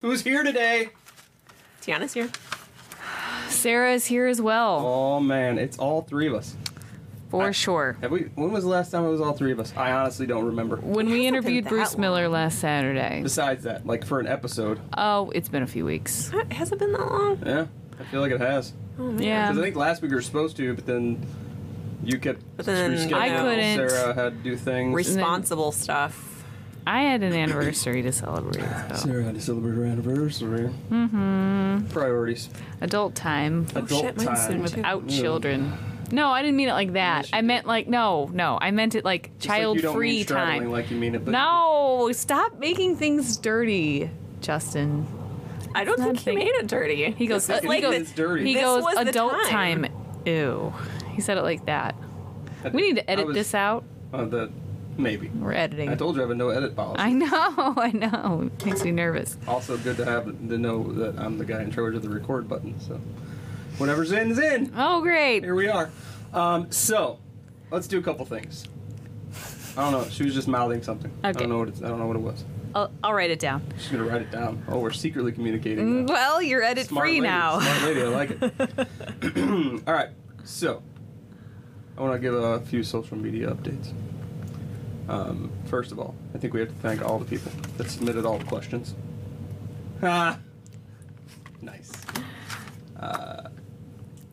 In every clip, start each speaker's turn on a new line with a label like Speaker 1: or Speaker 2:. Speaker 1: Who's here today?
Speaker 2: Tiana's here.
Speaker 3: Sarah is here as well,
Speaker 1: Oh man, it's all three of us.
Speaker 3: for
Speaker 1: I-
Speaker 3: sure.
Speaker 1: Have we? When was the last time it was all three of us? I honestly don't remember.
Speaker 3: When we
Speaker 2: hasn't been
Speaker 3: interviewed
Speaker 2: that
Speaker 3: Bruce
Speaker 2: long.
Speaker 3: Miller last Saturday,
Speaker 1: Besides that, like for an episode,
Speaker 3: oh, it's been a few weeks.
Speaker 2: Uh, Has it been that long?
Speaker 1: yeah, I feel like it has.
Speaker 2: Oh,
Speaker 3: Yeah,
Speaker 1: Because I think last week we were supposed to, but then you kept
Speaker 2: But then
Speaker 1: rescheduling.
Speaker 2: I
Speaker 3: couldn't.
Speaker 1: Sarah had to do things.
Speaker 2: Responsible stuff.
Speaker 3: I had an anniversary to celebrate. So.
Speaker 1: had to celebrate her anniversary. Mm-hmm. Priorities.
Speaker 3: Adult time
Speaker 1: Adult
Speaker 2: shit, mine's
Speaker 1: time.
Speaker 2: soon too.
Speaker 3: without
Speaker 1: Yeah.
Speaker 3: children. No, I didn't mean it like that.
Speaker 1: Yes, you
Speaker 3: I meant like no, no. I meant it like
Speaker 1: Just like you don't
Speaker 3: child-free
Speaker 1: mean straddling
Speaker 3: time.
Speaker 1: Like you mean it, but
Speaker 3: No, stop making things dirty, Justin.
Speaker 2: I don't think he
Speaker 3: nothing.
Speaker 2: made it dirty.
Speaker 3: He goes. uh,
Speaker 1: That's
Speaker 3: he
Speaker 1: like
Speaker 3: goes.
Speaker 1: it's dirty.
Speaker 3: He
Speaker 2: This
Speaker 3: goes.
Speaker 2: was the
Speaker 3: Adult
Speaker 2: time."
Speaker 3: time. Ew. He said it like that.
Speaker 1: I-
Speaker 3: We need to
Speaker 1: I
Speaker 3: edit
Speaker 1: was-
Speaker 3: this out.
Speaker 1: Uh, the maybe.
Speaker 3: We're editing.
Speaker 1: I told you I have a no edit policy.
Speaker 3: I know. I know. It makes me nervous.
Speaker 1: also good to have to know that I'm the guy in charge of the record button. So whatever's in's in.
Speaker 3: Oh, great.
Speaker 1: Here we are. Um, so let's do a couple things. I don't know. She was just mouthing something. I
Speaker 3: Okay.
Speaker 1: don't know what it's, I don't know what it was.
Speaker 3: I'll, I'll write it down.
Speaker 1: She's gonna write it down. Oh, we're secretly
Speaker 4: Mm-hmm.
Speaker 1: communicating. now.
Speaker 3: Well, you're edit
Speaker 1: Smart
Speaker 3: free
Speaker 1: lady,
Speaker 3: now.
Speaker 1: Smart lady, I like it. All right. So I want to give a few social media updates. Um, first of all, I think we have to thank all the people that submitted all the questions. Ha! Nice.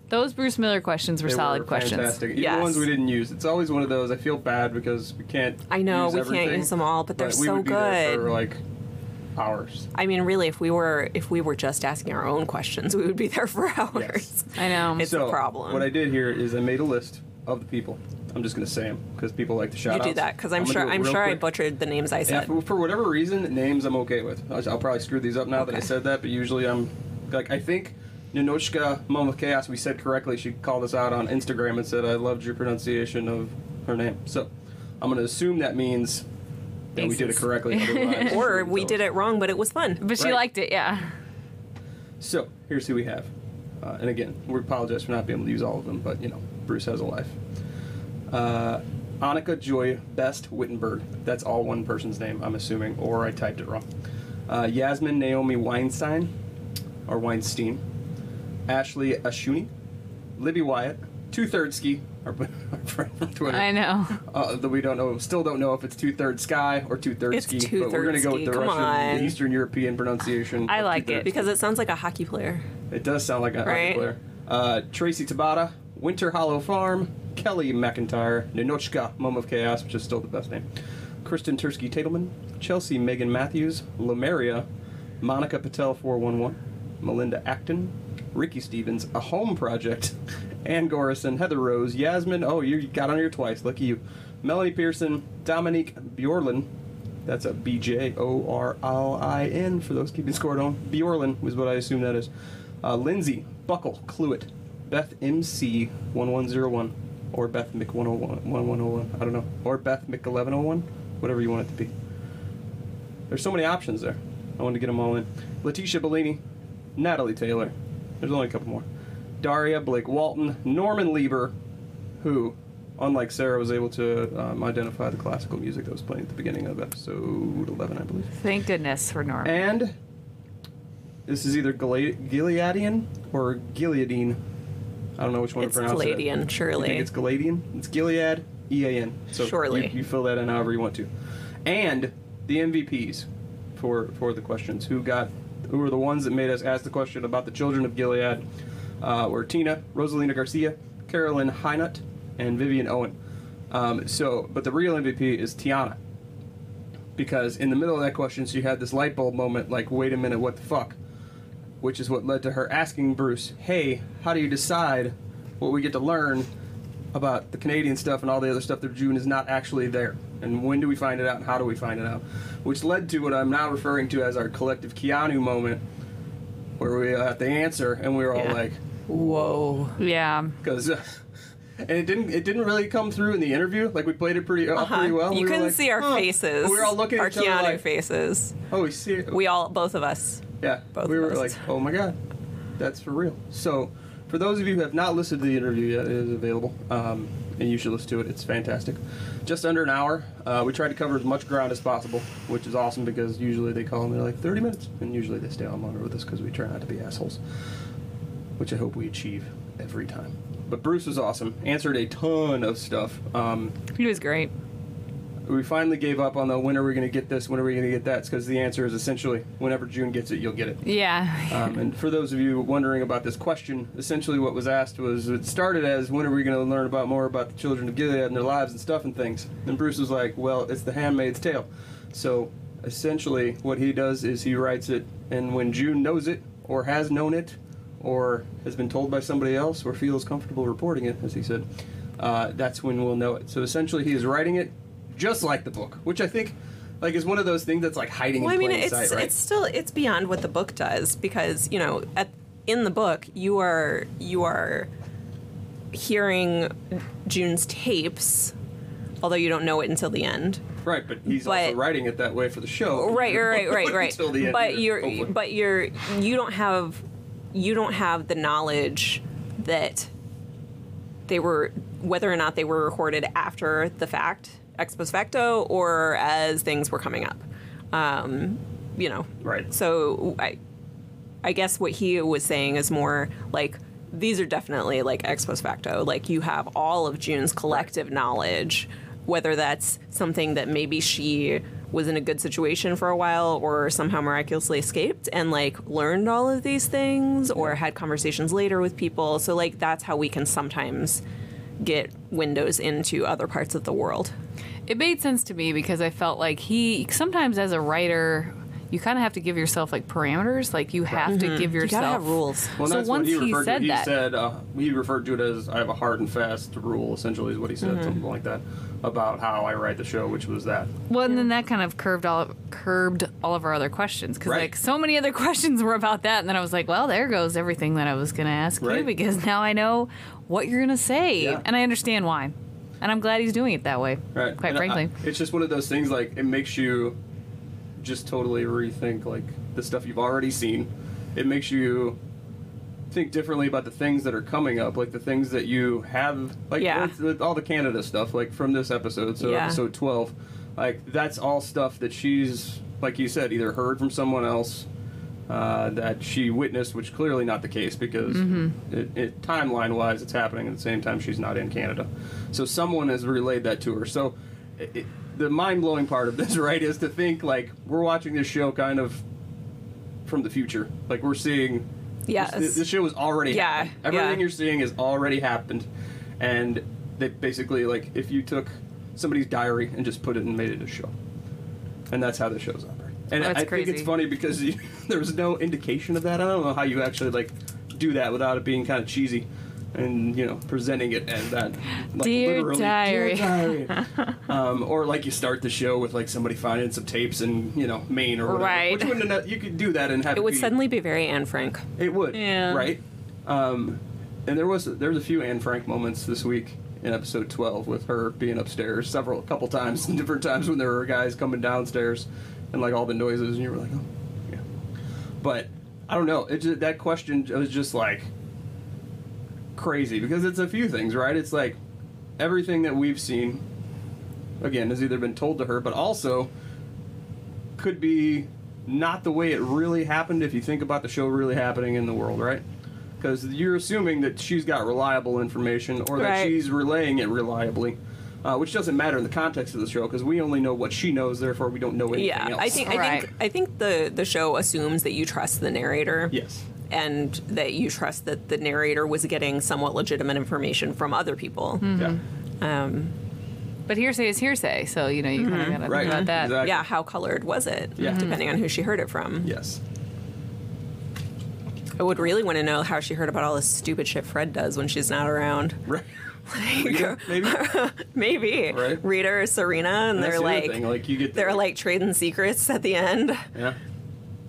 Speaker 3: Those Bruce Miller questions were
Speaker 1: They
Speaker 3: solid
Speaker 1: were
Speaker 3: questions.
Speaker 1: Fantastic. Even
Speaker 2: Yes.
Speaker 1: the ones we didn't use. It's always one of those. I feel bad because we can't.
Speaker 2: I know,
Speaker 1: use
Speaker 2: we can't
Speaker 1: everything,
Speaker 2: use them all, but they're
Speaker 1: we
Speaker 2: so
Speaker 1: would be there
Speaker 2: good.
Speaker 1: for like hours.
Speaker 2: I mean, really, if we were if we were just asking our own questions, we would be there for hours.
Speaker 3: I know.
Speaker 2: It's-
Speaker 1: so
Speaker 2: a problem.
Speaker 1: What I did here is I made a list of the people. I'm just gonna say them because people like to shout
Speaker 2: You do that because I'm, sure I'm sure I butchered the names I said.
Speaker 1: for, for whatever reason, names I'm okay with. I'll, I'll probably screw these up now that I
Speaker 2: Okay.
Speaker 1: said that, but usually I'm like I think Ninochka Mom of Chaos we said correctly. She called us out on Instagram and said I loved your pronunciation of her name. So I'm gonna assume that means that we did it
Speaker 3: Basis.
Speaker 1: correctly. otherwise-
Speaker 2: Or we did it wrong, but it was fun.
Speaker 3: but she
Speaker 1: right.
Speaker 3: liked it, yeah.
Speaker 1: So here's who we have, uh, and again, we apologize for not being able to use all of them, but you know, Bruce has a life. Uh, Annika Joy Best Wittenberg. That's all one person's name, I'm assuming, or I typed it wrong. Uh, Yasmin Naomi Weinstein, or Weinstein. Ashley Ashuni, Libby Wyatt, Two Thirdski, our, our friend from Twitter.
Speaker 3: I know.
Speaker 1: Uh, that we don't know, still don't know if it's two thirds sky or two thirds
Speaker 2: It's
Speaker 1: ski, but we're gonna go with the
Speaker 2: two-thirds ski, come
Speaker 1: Russian,
Speaker 2: on.
Speaker 1: the Eastern European pronunciation.
Speaker 3: I
Speaker 1: of
Speaker 3: like it.
Speaker 1: two-thirds.
Speaker 2: Because it sounds like a hockey player.
Speaker 1: It does sound like a hockey
Speaker 2: Right?
Speaker 1: player. Uh, Tracy Tabata, Winter Hollow Farm, Kelly McIntyre, Ninochka, Mom of Chaos, which is still the best name, Kristen Tursky Tatelman, Chelsea Megan Matthews, Lomeria, Monica Patel 411, Melinda Acton, Ricky Stevens, A Home Project, Ann Gorison, Heather Rose, Yasmin, oh, you got on here twice, lucky you, Melanie Pearson, Dominique Bjorlin, that's a B J O R L I N for those keeping score at home. Bjorlin was what I assume that is. Uh, Lindsay, Buckle, Cluett, Beth MC 1101, or Beth oh Mc 101, 1101, I don't know. Or Beth Mc 1101, whatever you want it to be. There's so many options there. I wanted to get them all in. Letitia Bellini, Natalie Taylor. There's only a couple more. Daria Blake Walton, Norman Lieber, who, unlike Sarah, was able to um, identify the classical music that was playing at the beginning of episode 11, I believe.
Speaker 3: Thank goodness for Norm.
Speaker 1: And this is either Gala- Gileadian or Gileadine. I don't know which one
Speaker 2: It's
Speaker 1: to pronounce it.
Speaker 2: Gileadian, surely.
Speaker 1: You think it's Galadian? It's Gilead, E-A-N. So
Speaker 2: Surely.
Speaker 1: You, you fill that in however you want to. And the MVPs for for the questions. Who got? Who were the ones that made us ask the question about the children of Gilead? Uh, were Tina, Rosalina Garcia, Carolyn Hynut, and Vivian Owen. Um, so, but the real MVP is Tiana. Because in the middle of that question, she had this light bulb moment, like, wait a minute, what the fuck? which is what led to her asking Bruce, "Hey, how do you decide what we get to learn about the Canadian stuff and all the other stuff that June is not actually there? And when do we find it out? And how do we find it out?" Which led to what I'm now referring to as our collective Keanu moment, where we uh, had to answer, and we were all
Speaker 3: Yeah.
Speaker 1: like,
Speaker 2: Whoa.
Speaker 3: yeah.
Speaker 1: "Because." And it didn't. It didn't really come through in the interview. Like we played it pretty, uh, pretty well.
Speaker 2: Uh-huh. you
Speaker 1: We were
Speaker 2: couldn't
Speaker 1: like,
Speaker 2: see our
Speaker 1: "Huh."
Speaker 2: faces.
Speaker 1: We were all looking at
Speaker 2: our
Speaker 1: each other
Speaker 2: Keanu
Speaker 1: like,
Speaker 2: faces.
Speaker 1: "Oh, we see it.
Speaker 2: We all, both of us.
Speaker 1: Yeah,
Speaker 2: Both
Speaker 1: we
Speaker 2: of
Speaker 1: were
Speaker 2: us.
Speaker 1: like, oh my god, that's for real. So, for those of you who have not listened to the interview yet, it is available. Um, and you should listen to it. It's fantastic. Just under an hour. Uh, we tried to cover as much ground as possible, which is awesome because usually they call and they're like 30 minutes, and usually they stay on longer with us because we try not to be assholes, which I hope we achieve every time. But Bruce was awesome. Answered a ton of stuff. Um,
Speaker 3: He was great.
Speaker 1: we finally gave up on the when are we going to get this, when are we going to get that, because the answer is essentially whenever June gets it, you'll get it.
Speaker 3: Yeah.
Speaker 1: Um, and for those of you wondering about this question, essentially what was asked was it started as when are we going to learn about more about the children of Gilead and their lives and stuff and things. And Bruce was like, well, it's the Handmaid's Tale. So essentially, what he does is he writes it, and when June knows it or has known it or has been told by somebody else or feels comfortable reporting it, as he said, uh, that's when we'll know it. So essentially, he is writing it just like the book, which I think. Like is one of those things that's like hiding
Speaker 2: Well, I
Speaker 1: in
Speaker 2: mean,
Speaker 1: plain
Speaker 2: it's
Speaker 1: sight, right?
Speaker 2: it's still it's beyond what the book does because you know at in the book you are you are hearing June's tapes, although you don't know it until the end.
Speaker 1: Right, but he's also
Speaker 2: But-
Speaker 1: writing it that way for the show.
Speaker 2: Right, right, right, right.
Speaker 1: Until the end
Speaker 2: but
Speaker 1: here,
Speaker 2: you're
Speaker 1: hopefully.
Speaker 2: but you're you don't have you don't have the knowledge that they were whether or not they were recorded after the fact ex post facto or as things were coming up. Um, you know,
Speaker 1: Right.
Speaker 2: so I, I guess what he was saying is more like these are definitely like ex post facto. Like you have all of June's collective knowledge, whether that's something that maybe she was in a good situation for a while or somehow miraculously escaped and like learned all of these things or had conversations later with people. So like that's how we can sometimes get windows into other parts of the world.
Speaker 4: it made sense to me because I felt like he sometimes as a writer you kind of have to give yourself like parameters like you have to give
Speaker 2: You
Speaker 4: yourself
Speaker 2: gotta have rules.
Speaker 1: Mm-hmm. Well,
Speaker 4: so
Speaker 1: that's
Speaker 4: once
Speaker 1: what he
Speaker 4: he
Speaker 1: referred
Speaker 4: said
Speaker 1: to. He
Speaker 4: that-
Speaker 1: said uh, he referred to it as I have a hard and fast rule. Essentially, is what he said,
Speaker 2: Mm-hmm.
Speaker 1: something like that, about how I write the show, which was that.
Speaker 4: well and then that kind of curved all curbed all of our other questions because
Speaker 1: Right.
Speaker 4: like so many other questions were about that and then I was like well there goes everything that I was gonna ask you
Speaker 1: Right.
Speaker 4: because now I know what you're gonna say
Speaker 1: Yeah.
Speaker 4: and I understand why and I'm glad he's doing it that way
Speaker 1: Right.
Speaker 4: quite
Speaker 1: And I-
Speaker 4: frankly
Speaker 1: it's just one of those things. Like it makes you just totally rethink like the stuff you've already seen. It makes you think differently about the things that are coming up, like the things that you have, like
Speaker 2: Yeah.
Speaker 1: with- with all the Canada stuff, like from this episode, so
Speaker 2: Yeah.
Speaker 1: episode twelve. Like that's all stuff that she's, like you said, either heard from someone else. Uh, that she witnessed, which clearly not the case because
Speaker 2: Mm-hmm.
Speaker 1: it, it, timeline wise, it's happening at the same time she's not in Canada. So someone has relayed that to her. So it, it, the mind blowing part of this, right, is to think like we're watching this show kind of from the future. Like we're seeing.
Speaker 2: Yes.
Speaker 1: This, this show is already.
Speaker 2: Yeah,
Speaker 1: happened. Everything
Speaker 2: yeah.
Speaker 1: you're seeing has already happened, and they basically like if you took somebody's diary and just put it and made it a show, and that's how the show's operating. And
Speaker 4: Oh, That's
Speaker 1: I think it's
Speaker 4: crazy.
Speaker 1: funny because you, there was no indication of that. I don't know how you actually like do that without it being kind of cheesy. And you know, presenting it as that, like,
Speaker 4: Dear
Speaker 1: literally,
Speaker 4: diary.
Speaker 1: Dear diary. um, or like you start the show with like somebody finding some tapes in you know Maine or whatever.
Speaker 4: Right.
Speaker 1: Which wouldn't have- you could do that and have
Speaker 2: It would
Speaker 1: be-
Speaker 2: suddenly be very Anne Frank.
Speaker 1: it would.
Speaker 4: Yeah.
Speaker 1: Right. Um, and there was there was a few Anne Frank moments this week in episode twelve with her being upstairs several couple times, different times when there were guys coming downstairs, and like all the noises, and you were like, oh, yeah. But I don't know. It just, that question was just like crazy because it's a few things, right? It's like everything that we've seen again has either been told to her, but also could be not the way it really happened if you think about the show really happening in the world, right? Because you're assuming that she's got reliable information or that
Speaker 2: Right.
Speaker 1: she's relaying it reliably, uh, which doesn't matter in the context of the show because we only know what she knows, therefore we don't know anything
Speaker 2: Yeah,
Speaker 1: else.
Speaker 2: I think I
Speaker 4: Right.
Speaker 2: think I think the the show assumes that you trust the narrator.
Speaker 1: Yes.
Speaker 2: And that you trust that the narrator was getting somewhat legitimate information from other people.
Speaker 1: Yeah.
Speaker 2: Um,
Speaker 4: but hearsay is hearsay so you know you kind of gotta
Speaker 1: Mm-hmm. Right.
Speaker 4: think about that
Speaker 1: Exactly.
Speaker 2: yeah, how colored was it?
Speaker 1: Yeah. Mhm.
Speaker 2: Depending on who she heard it from.
Speaker 1: Yes.
Speaker 2: I would really want to know how she heard about all this stupid shit Fred does when she's not around.
Speaker 1: Right. Rita, maybe.
Speaker 2: Maybe.
Speaker 1: Right.
Speaker 2: Rita or Serena, and,
Speaker 1: And
Speaker 2: they're
Speaker 1: that's the other
Speaker 2: like,
Speaker 1: thing, like you get the-
Speaker 2: they're like trading secrets at the end.
Speaker 1: Yeah.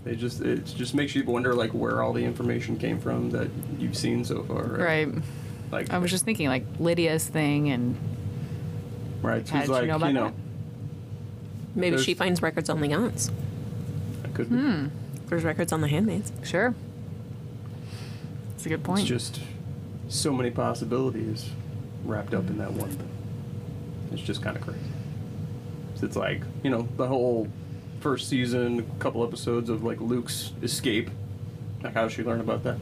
Speaker 1: They just it just makes you wonder like where all the information came from that you've seen so far.
Speaker 4: right
Speaker 1: Like
Speaker 4: I was just thinking like Lydia's thing and
Speaker 1: right.
Speaker 4: how
Speaker 1: She's
Speaker 4: did
Speaker 1: like
Speaker 4: you know
Speaker 1: you know.
Speaker 4: about
Speaker 2: Maybe
Speaker 1: There's-
Speaker 2: she finds records on the aunts.
Speaker 1: It could
Speaker 4: Hmm,
Speaker 1: be.
Speaker 2: There's records on the handmaids.
Speaker 4: Sure. That's a good
Speaker 1: It's
Speaker 4: point.
Speaker 1: just so many possibilities. wrapped up in that one thing. It's just kind of crazy. So It's like you know the whole first season, a couple episodes of like Luke's escape. Like how does she learn about that?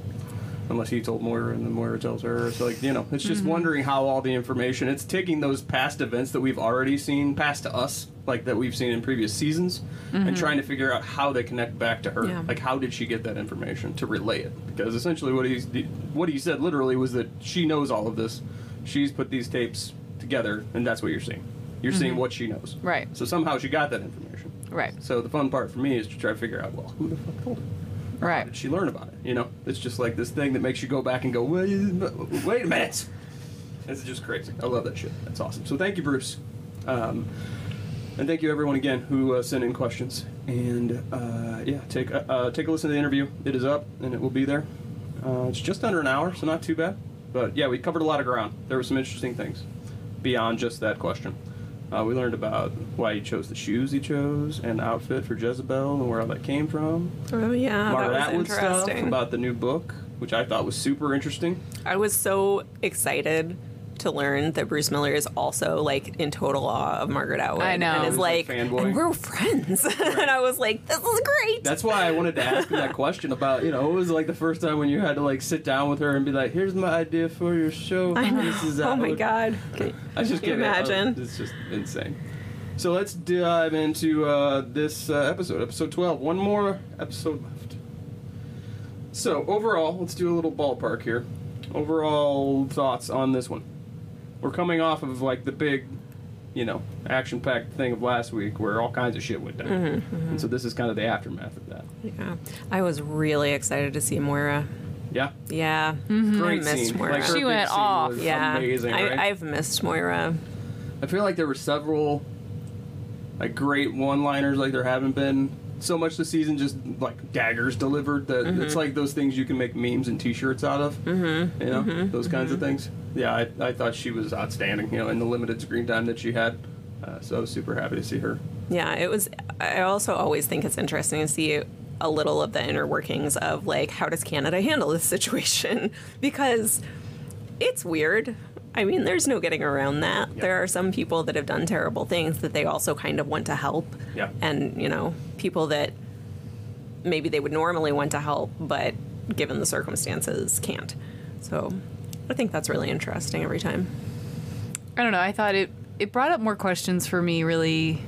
Speaker 1: Unless he told Moira and then Moira tells her. So like you know, it's just wondering how all the information. It's taking those past events that we've already seen, past to us, like that we've seen in previous seasons, and trying to figure out how they connect back to her.
Speaker 2: Yeah.
Speaker 1: Like how did she get that information to relay it? Because essentially what he's what he said literally was that she knows all of this. She's put these tapes together, and that's what you're seeing. You're seeing what she knows.
Speaker 4: Right.
Speaker 1: So somehow she got that information.
Speaker 4: Right.
Speaker 1: So the fun part for me is to try to figure out, well, who the fuck told her? How did
Speaker 4: Right.
Speaker 1: she learn about it? You know, it's just like this thing that makes you go back and go, wait, wait a minute. It's just crazy. I love that shit. That's awesome. So thank you, Bruce. Um, and thank you everyone again who uh, sent in questions. And uh, yeah, take uh, uh, take a listen to the interview. It is up and it will be there. Uh, it's just under an hour, so not too bad. But yeah, we covered a lot of ground. There were some interesting things beyond just that question. Uh, we learned about why he chose the shoes he chose and outfit for Jezebel and where all that came from.
Speaker 2: Oh yeah,
Speaker 1: Margaret
Speaker 2: that
Speaker 1: Atwood
Speaker 2: was
Speaker 1: stuff
Speaker 2: interesting.
Speaker 1: about the new book, which I thought was super interesting.
Speaker 2: I was so excited to learn that Bruce Miller is also like in total awe of Margaret Atwood.
Speaker 4: I know.
Speaker 2: and
Speaker 4: He's
Speaker 2: is
Speaker 4: a
Speaker 2: like,
Speaker 1: fanboy.
Speaker 2: and we're friends. and I was like, this is great.
Speaker 1: That's why I wanted to ask him that question about, you know, what was like the first time when you had to like sit down with her and be like, here's my idea for your show.
Speaker 2: I know.
Speaker 1: This is
Speaker 2: oh my
Speaker 1: Atwood."
Speaker 2: god.
Speaker 1: I just Oh,
Speaker 2: Can you
Speaker 1: can't
Speaker 2: imagine?
Speaker 1: It's just insane. So let's dive into uh, this uh, episode, episode 12. One more episode left. So, overall, let's do a little ballpark here. Overall thoughts on this one. We're coming off of like the big, you know, action packed thing of last week where all kinds of shit went down.
Speaker 2: Mm-hmm,
Speaker 1: And so this is kind of the aftermath of that.
Speaker 2: Yeah. I was really excited to see Moira.
Speaker 1: Yeah.
Speaker 2: Yeah.
Speaker 1: Mm-hmm. Great
Speaker 2: Mm-hmm. I missed
Speaker 1: scene.
Speaker 2: Moira.
Speaker 1: Like, her
Speaker 4: She
Speaker 1: big
Speaker 4: went
Speaker 1: scene
Speaker 4: off.
Speaker 1: was
Speaker 2: yeah.
Speaker 1: Amazing,
Speaker 2: I,
Speaker 1: right?
Speaker 2: I've missed Moira.
Speaker 1: I feel like there were several like great one-liners like there haven't been so much this season just like daggers delivered that it's like those things you can make memes and t-shirts out of mm-hmm. you know those kinds of things yeah I, I thought she was outstanding you know in the limited screen time that she had uh, so I was super happy to see her
Speaker 2: Yeah, it was. I also always think it's interesting to see a little of the inner workings of like how does Canada handle this situation because it's weird. I mean, there's no getting around that.
Speaker 1: Yeah.
Speaker 2: There are some people that have done terrible things that they also kind of want to help.
Speaker 1: Yeah.
Speaker 2: And, you know, people that maybe they would normally want to help, but given the circumstances can't. So I think that's really interesting every time.
Speaker 4: I don't know. I thought it it brought up more questions for me really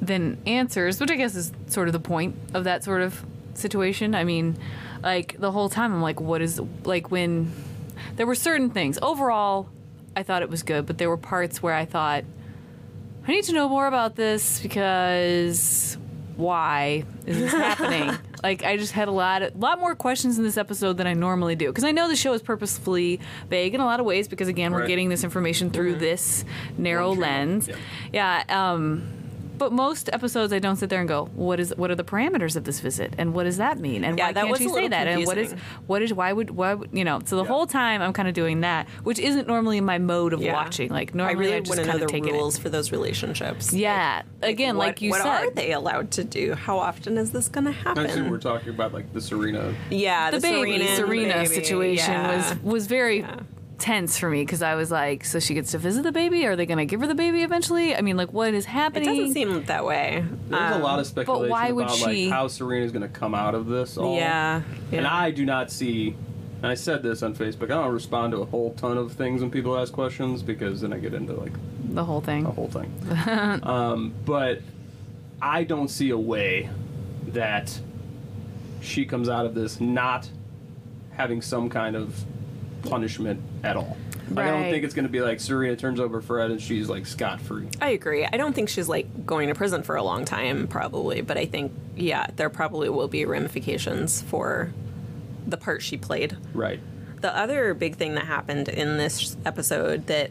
Speaker 4: than answers, which I guess is sort of the point of that sort of situation. I mean, like the whole time I'm like what is like when there were certain things. Overall, I thought it was good, but there were parts where I thought I need to know more about this because why is this happening? like I just had a lot a lot more questions in this episode than I normally do because I know the show is purposefully vague in a lot of ways because again
Speaker 1: Right. Mm-hmm.
Speaker 4: we're getting this information through this narrow
Speaker 1: One train.
Speaker 4: lens. Yeah. um but most episodes I don't sit there and go, what is what are the parameters of this visit and what does that mean? And
Speaker 2: Yeah,
Speaker 4: why
Speaker 2: that
Speaker 4: can't
Speaker 2: was
Speaker 4: you
Speaker 2: a
Speaker 4: say
Speaker 2: little
Speaker 4: that? And what is
Speaker 2: confusing.
Speaker 4: what is why would why would, you know, so the
Speaker 1: Yeah.
Speaker 4: whole time I'm kind of doing that, which isn't normally my mode of
Speaker 2: Yeah.
Speaker 4: watching. Like
Speaker 2: I
Speaker 4: normally I,
Speaker 2: really
Speaker 4: just
Speaker 2: want to
Speaker 4: kind
Speaker 2: know
Speaker 4: of
Speaker 2: the
Speaker 4: take it. in.
Speaker 2: rules for those relationships.
Speaker 4: Yeah. Again,
Speaker 2: What-
Speaker 4: like you
Speaker 2: what
Speaker 4: said,
Speaker 2: are they allowed to do? How often is this going to happen?
Speaker 1: I assume we're talking about like the Serena
Speaker 2: yeah,
Speaker 4: the, baby
Speaker 2: Serena,
Speaker 4: Serena,
Speaker 2: and baby,
Speaker 4: situation
Speaker 2: yeah.
Speaker 4: was was very tense for me because I was like, so she gets to visit the baby? Are they going to give her the baby eventually? I mean, like, what is
Speaker 2: It
Speaker 4: happening?
Speaker 2: doesn't seem that way.
Speaker 1: there's a lot of
Speaker 4: Um, why
Speaker 1: speculation
Speaker 4: would
Speaker 1: about
Speaker 4: she-
Speaker 1: like how Serena's going to come out of this all
Speaker 2: Yeah,
Speaker 1: And
Speaker 2: yeah.
Speaker 1: I do not see, and I said this on Facebook, I don't respond to a whole ton of things when people ask questions because then I get into like
Speaker 4: the whole thing.
Speaker 1: a whole thing. um, but I don't see a way that she comes out of this not having some kind of punishment at all. I don't
Speaker 4: Right.
Speaker 1: think it's going to be like Surya turns over Fred and she's like scot free.
Speaker 2: I agree. I don't think she's like going to prison for a long time, probably, but I think yeah, there probably will be ramifications for the part she played.
Speaker 1: Right.
Speaker 2: The other big thing that happened in this episode that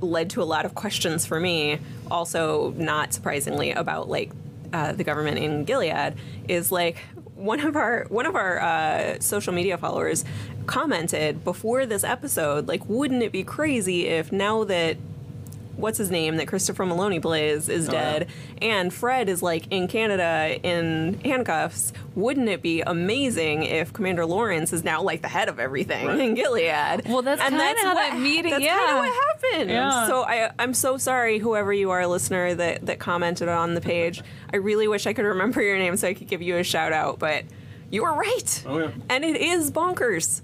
Speaker 2: led to a lot of questions for me, also not surprisingly, about like uh, the government in Gilead, is like one of our one of our uh, social media followers commented before this episode, like, wouldn't it be crazy if now that what's his name that Christopher Maloney plays is dead, and Fred is like in Canada in handcuffs. Wouldn't it be amazing if Commander Lawrence is now like the head of everything
Speaker 1: Right.
Speaker 2: in Gilead?
Speaker 4: Well, that's
Speaker 2: And
Speaker 4: kinda how
Speaker 2: what-
Speaker 4: that meeting-
Speaker 2: That's
Speaker 4: yeah.
Speaker 2: kind of what happened.
Speaker 4: Yeah.
Speaker 2: So I, I'm so sorry, whoever you are, listener that that commented on the page. I really wish I could remember your name so I could give you a shout out, but you were right.
Speaker 1: Oh, yeah.
Speaker 2: And it is bonkers.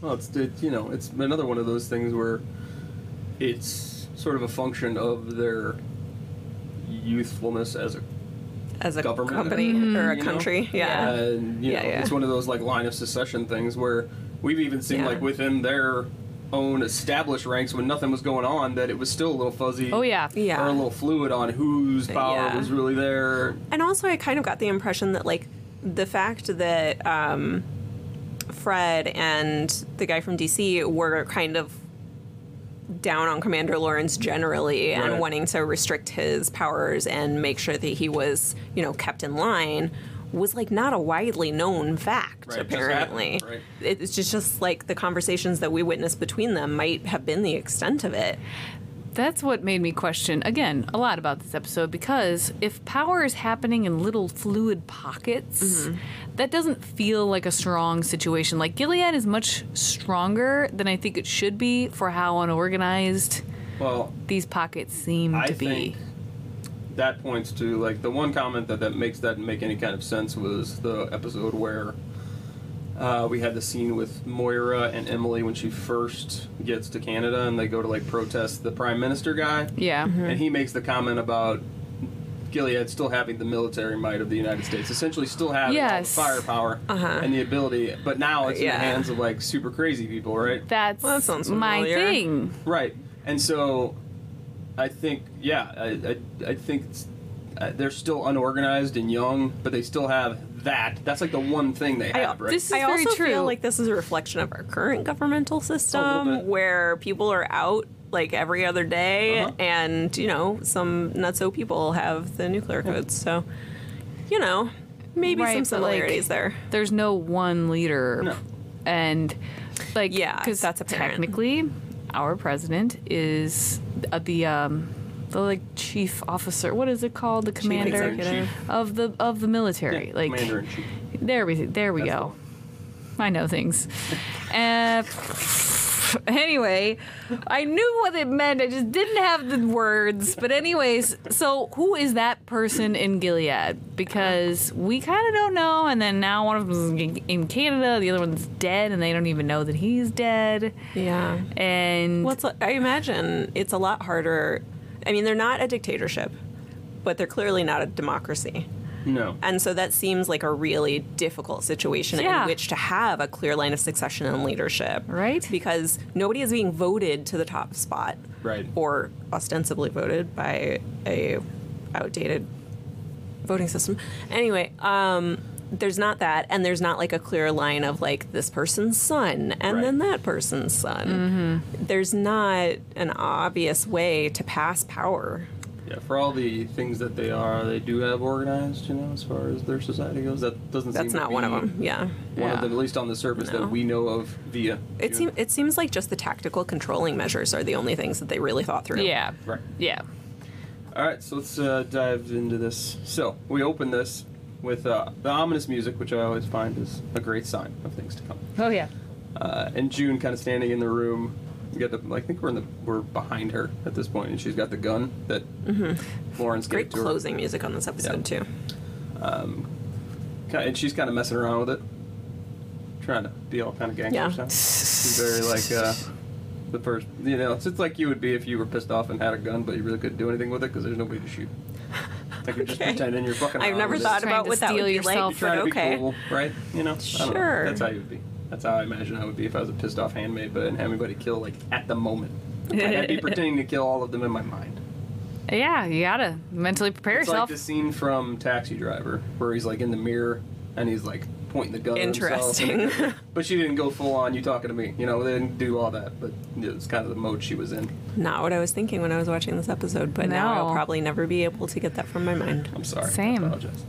Speaker 1: Well, it's it, you know it's another one of those things where it's sort of a function of their youthfulness as a
Speaker 2: as a
Speaker 1: government Mm-hmm.
Speaker 2: company
Speaker 4: Mm-hmm.
Speaker 2: or a
Speaker 1: you know?
Speaker 2: country. Yeah.
Speaker 1: and you
Speaker 2: Yeah,
Speaker 1: know,
Speaker 2: yeah.
Speaker 1: it's one of those like line of secession things where we've even seen
Speaker 2: Yeah.
Speaker 1: like within their own established ranks when nothing was going on that it was still a little fuzzy.
Speaker 4: Oh, yeah.
Speaker 2: Yeah. Uh,
Speaker 1: Or a little fluid on whose power
Speaker 2: Yeah.
Speaker 1: was really there.
Speaker 2: And also, I kind of got the impression that like the fact that um, Fred and the guy from DC were kind of down on Commander Lawrence generally
Speaker 1: Right.
Speaker 2: and wanting to restrict his powers and make sure that he was, you know, kept in line was like not a widely known fact
Speaker 1: Right, it just
Speaker 2: apparently
Speaker 1: happened, right.
Speaker 2: It- it's just, just like the conversations that we witnessed between them might have been the extent of it
Speaker 4: That's what made me question, again, a lot about this episode because if power is happening in little fluid pockets,
Speaker 2: Mm-hmm.
Speaker 4: that doesn't feel like a strong situation. Like, Gilead is much stronger than I think it should be for how unorganized
Speaker 1: Well,
Speaker 4: these pockets seem
Speaker 1: I
Speaker 4: to be.
Speaker 1: think that points to like the one comment that that makes that make any kind of sense was the episode where uh, we had the scene with Moira and Emily when she first gets to Canada and they go to like protest the prime minister guy.
Speaker 4: Yeah.
Speaker 2: Mm-hmm.
Speaker 1: and he makes the comment about Gilead still having the military might of the United States, essentially still having all
Speaker 4: Yes. Uh-huh.
Speaker 1: the firepower and the ability, but now it's in
Speaker 2: Yeah.
Speaker 1: the hands of like super crazy people, right?
Speaker 4: That's
Speaker 2: Well, that sounds
Speaker 4: my
Speaker 2: familiar.
Speaker 4: thing.
Speaker 1: Right. And so, I think, yeah, I, I, I think it's, uh, they're still unorganized and young, but they still have that. That's like the one thing they have, right?
Speaker 4: this is
Speaker 2: I
Speaker 4: very
Speaker 2: also
Speaker 4: true.
Speaker 2: feel like this is a reflection of our current governmental
Speaker 1: bit.
Speaker 2: system where people are out like every other day
Speaker 1: Uh-huh.
Speaker 2: and you know some not so people have the nuclear codes so you know maybe
Speaker 4: Right,
Speaker 2: some
Speaker 4: but, like,
Speaker 2: similarities there
Speaker 4: There's no one leader.
Speaker 1: No.
Speaker 4: And like
Speaker 2: Yeah,
Speaker 4: because
Speaker 2: that's apparent.
Speaker 4: technically our president is uh, the um the like chief officer. What is it called? The commander
Speaker 1: executive.
Speaker 4: of the of the military. like
Speaker 1: Commander in chief.
Speaker 4: there we there we
Speaker 1: That's
Speaker 4: go. I know things. uh, anyway, I knew what it meant. I just didn't have the words. But anyways, so who is that person in Gilead? Because we kind of don't know. And then now one of them is in Canada. The other one's dead, and they don't even know that he's dead.
Speaker 2: yeah
Speaker 4: And
Speaker 2: well it's, i imagine it's a lot harder i mean they're not a dictatorship but they're clearly not a democracy
Speaker 1: No.
Speaker 2: And so that seems like a really difficult situation
Speaker 4: Yeah.
Speaker 2: in which to have a clear line of succession and leadership.
Speaker 4: Right.
Speaker 2: Because nobody is being voted to the top spot.
Speaker 1: Right.
Speaker 2: Or ostensibly voted by a outdated voting system. Anyway, um there's not that and there's not like a clear line of like this person's son and
Speaker 1: Right.
Speaker 2: then that person's son.
Speaker 4: Mm-hmm.
Speaker 2: There's not an obvious way to pass power.
Speaker 1: Yeah, for all the things that they are, they do have organized, you know, as far as their society goes. That doesn't seem
Speaker 2: That's
Speaker 1: to
Speaker 2: not one of
Speaker 1: be
Speaker 2: them. Yeah.
Speaker 1: One of
Speaker 4: Yeah.
Speaker 1: them, at least on the surface,
Speaker 2: No.
Speaker 1: that we know of via.
Speaker 2: It seems it seems like just the tactical controlling measures are the only things that they really thought through.
Speaker 4: yeah,
Speaker 1: Right.
Speaker 4: yeah.
Speaker 1: All right, so let's uh, dive into this. So we open this with uh, the ominous music, which I always find is a great sign of things to come.
Speaker 4: Oh yeah.
Speaker 1: Uh, and June kind of standing in the room. We got the. I think we're in the. We're behind her at this point, and she's got the gun that Lawrence gave
Speaker 2: Mm-hmm. Great
Speaker 1: to her. Um,
Speaker 2: closing music on this episode too.
Speaker 1: Ki- And she's kind of messing around with it, trying to be all kind of gangster
Speaker 2: Yeah.
Speaker 1: stuff. She's very like uh, the first. You know, it's just like you would be if you were pissed off and had a gun, but you really couldn't do anything with it because there's nobody to shoot. Like you're just
Speaker 2: Okay.
Speaker 1: pretending you're fucking.
Speaker 2: I've
Speaker 1: around
Speaker 2: never
Speaker 1: with it.
Speaker 2: thought
Speaker 4: Trying
Speaker 2: about
Speaker 4: to
Speaker 2: what that would
Speaker 4: steal
Speaker 2: be
Speaker 4: yourself.
Speaker 2: like,
Speaker 1: You're trying
Speaker 2: but
Speaker 1: to be
Speaker 2: okay.
Speaker 1: cool, right? You know, I don't know.
Speaker 2: Sure.
Speaker 1: That's how you would be. That's how I imagine I would be if I was a pissed off handmaid, but I didn't have anybody to kill like at the moment. I'd be pretending to kill all of them in my mind.
Speaker 4: Yeah, you gotta mentally prepare
Speaker 1: It's like
Speaker 4: yourself.
Speaker 1: the scene from Taxi Driver where he's like in the mirror and he's like pointing the gun. at himself.
Speaker 2: Interesting.
Speaker 1: but she didn't go full on. You talking to me? You know, they didn't do all that. But it was kind of the mode she was in.
Speaker 2: Not what I was thinking when I was watching this episode, but now
Speaker 4: No.
Speaker 2: I'll probably never be able to get that from my mind.
Speaker 1: I'm sorry.
Speaker 4: Same.
Speaker 1: I apologize.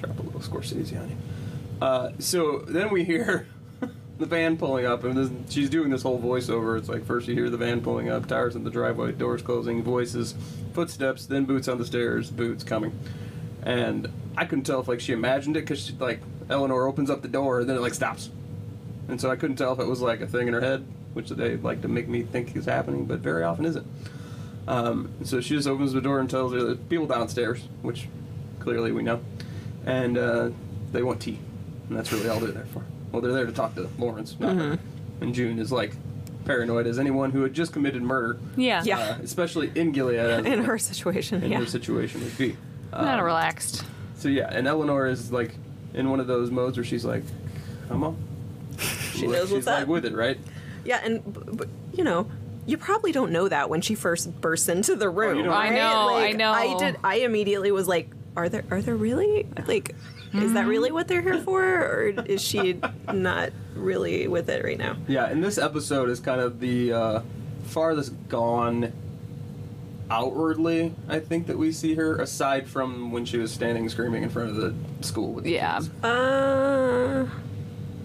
Speaker 1: Drop a little Scorsese on you. Uh, so then we hear the van pulling up, and this, she's doing this whole voiceover. It's like first you hear the van pulling up, tires in the driveway, doors closing, voices, footsteps, then boots on the stairs, boots coming, and I couldn't tell if like she imagined it because like Eleanor opens up the door and then it like stops, and so I couldn't tell if it was like a thing in her head, which they like to make me think is happening, but very often isn't. Um, so she just opens the door and tells her the people downstairs, which clearly we know, and uh, they want tea, and that's really all they're there for. Well, they're there to talk to Lawrence, not her. And June is like paranoid as anyone who had just committed murder,
Speaker 4: Yeah.
Speaker 2: Yeah.
Speaker 1: uh, especially in Gilead, as-
Speaker 2: in her situation.
Speaker 1: in
Speaker 2: yeah.
Speaker 1: her situation would be. um,
Speaker 4: Not relaxed.
Speaker 1: So yeah, and Eleanor is like in one of those modes where she's like, "Come on."
Speaker 2: She knows
Speaker 1: she's
Speaker 2: what's
Speaker 1: like
Speaker 2: up.
Speaker 1: with it, right?
Speaker 2: Yeah, and b- b- you know, you probably don't know that when she first bursts into the room.
Speaker 1: you don't.
Speaker 2: right?
Speaker 1: I
Speaker 4: know, I
Speaker 2: Like,
Speaker 4: know.
Speaker 2: I did. I immediately was like, "Are there? Are there really? Like, is
Speaker 4: Mm-hmm.
Speaker 2: that really what they're here for, or is she not really with it right now?"
Speaker 1: Yeah, and this episode is kind of the uh, farthest gone outwardly, I think, that we see her, aside from when she was standing screaming in front of the school. With the
Speaker 4: Yeah.
Speaker 1: kids.
Speaker 2: Uh,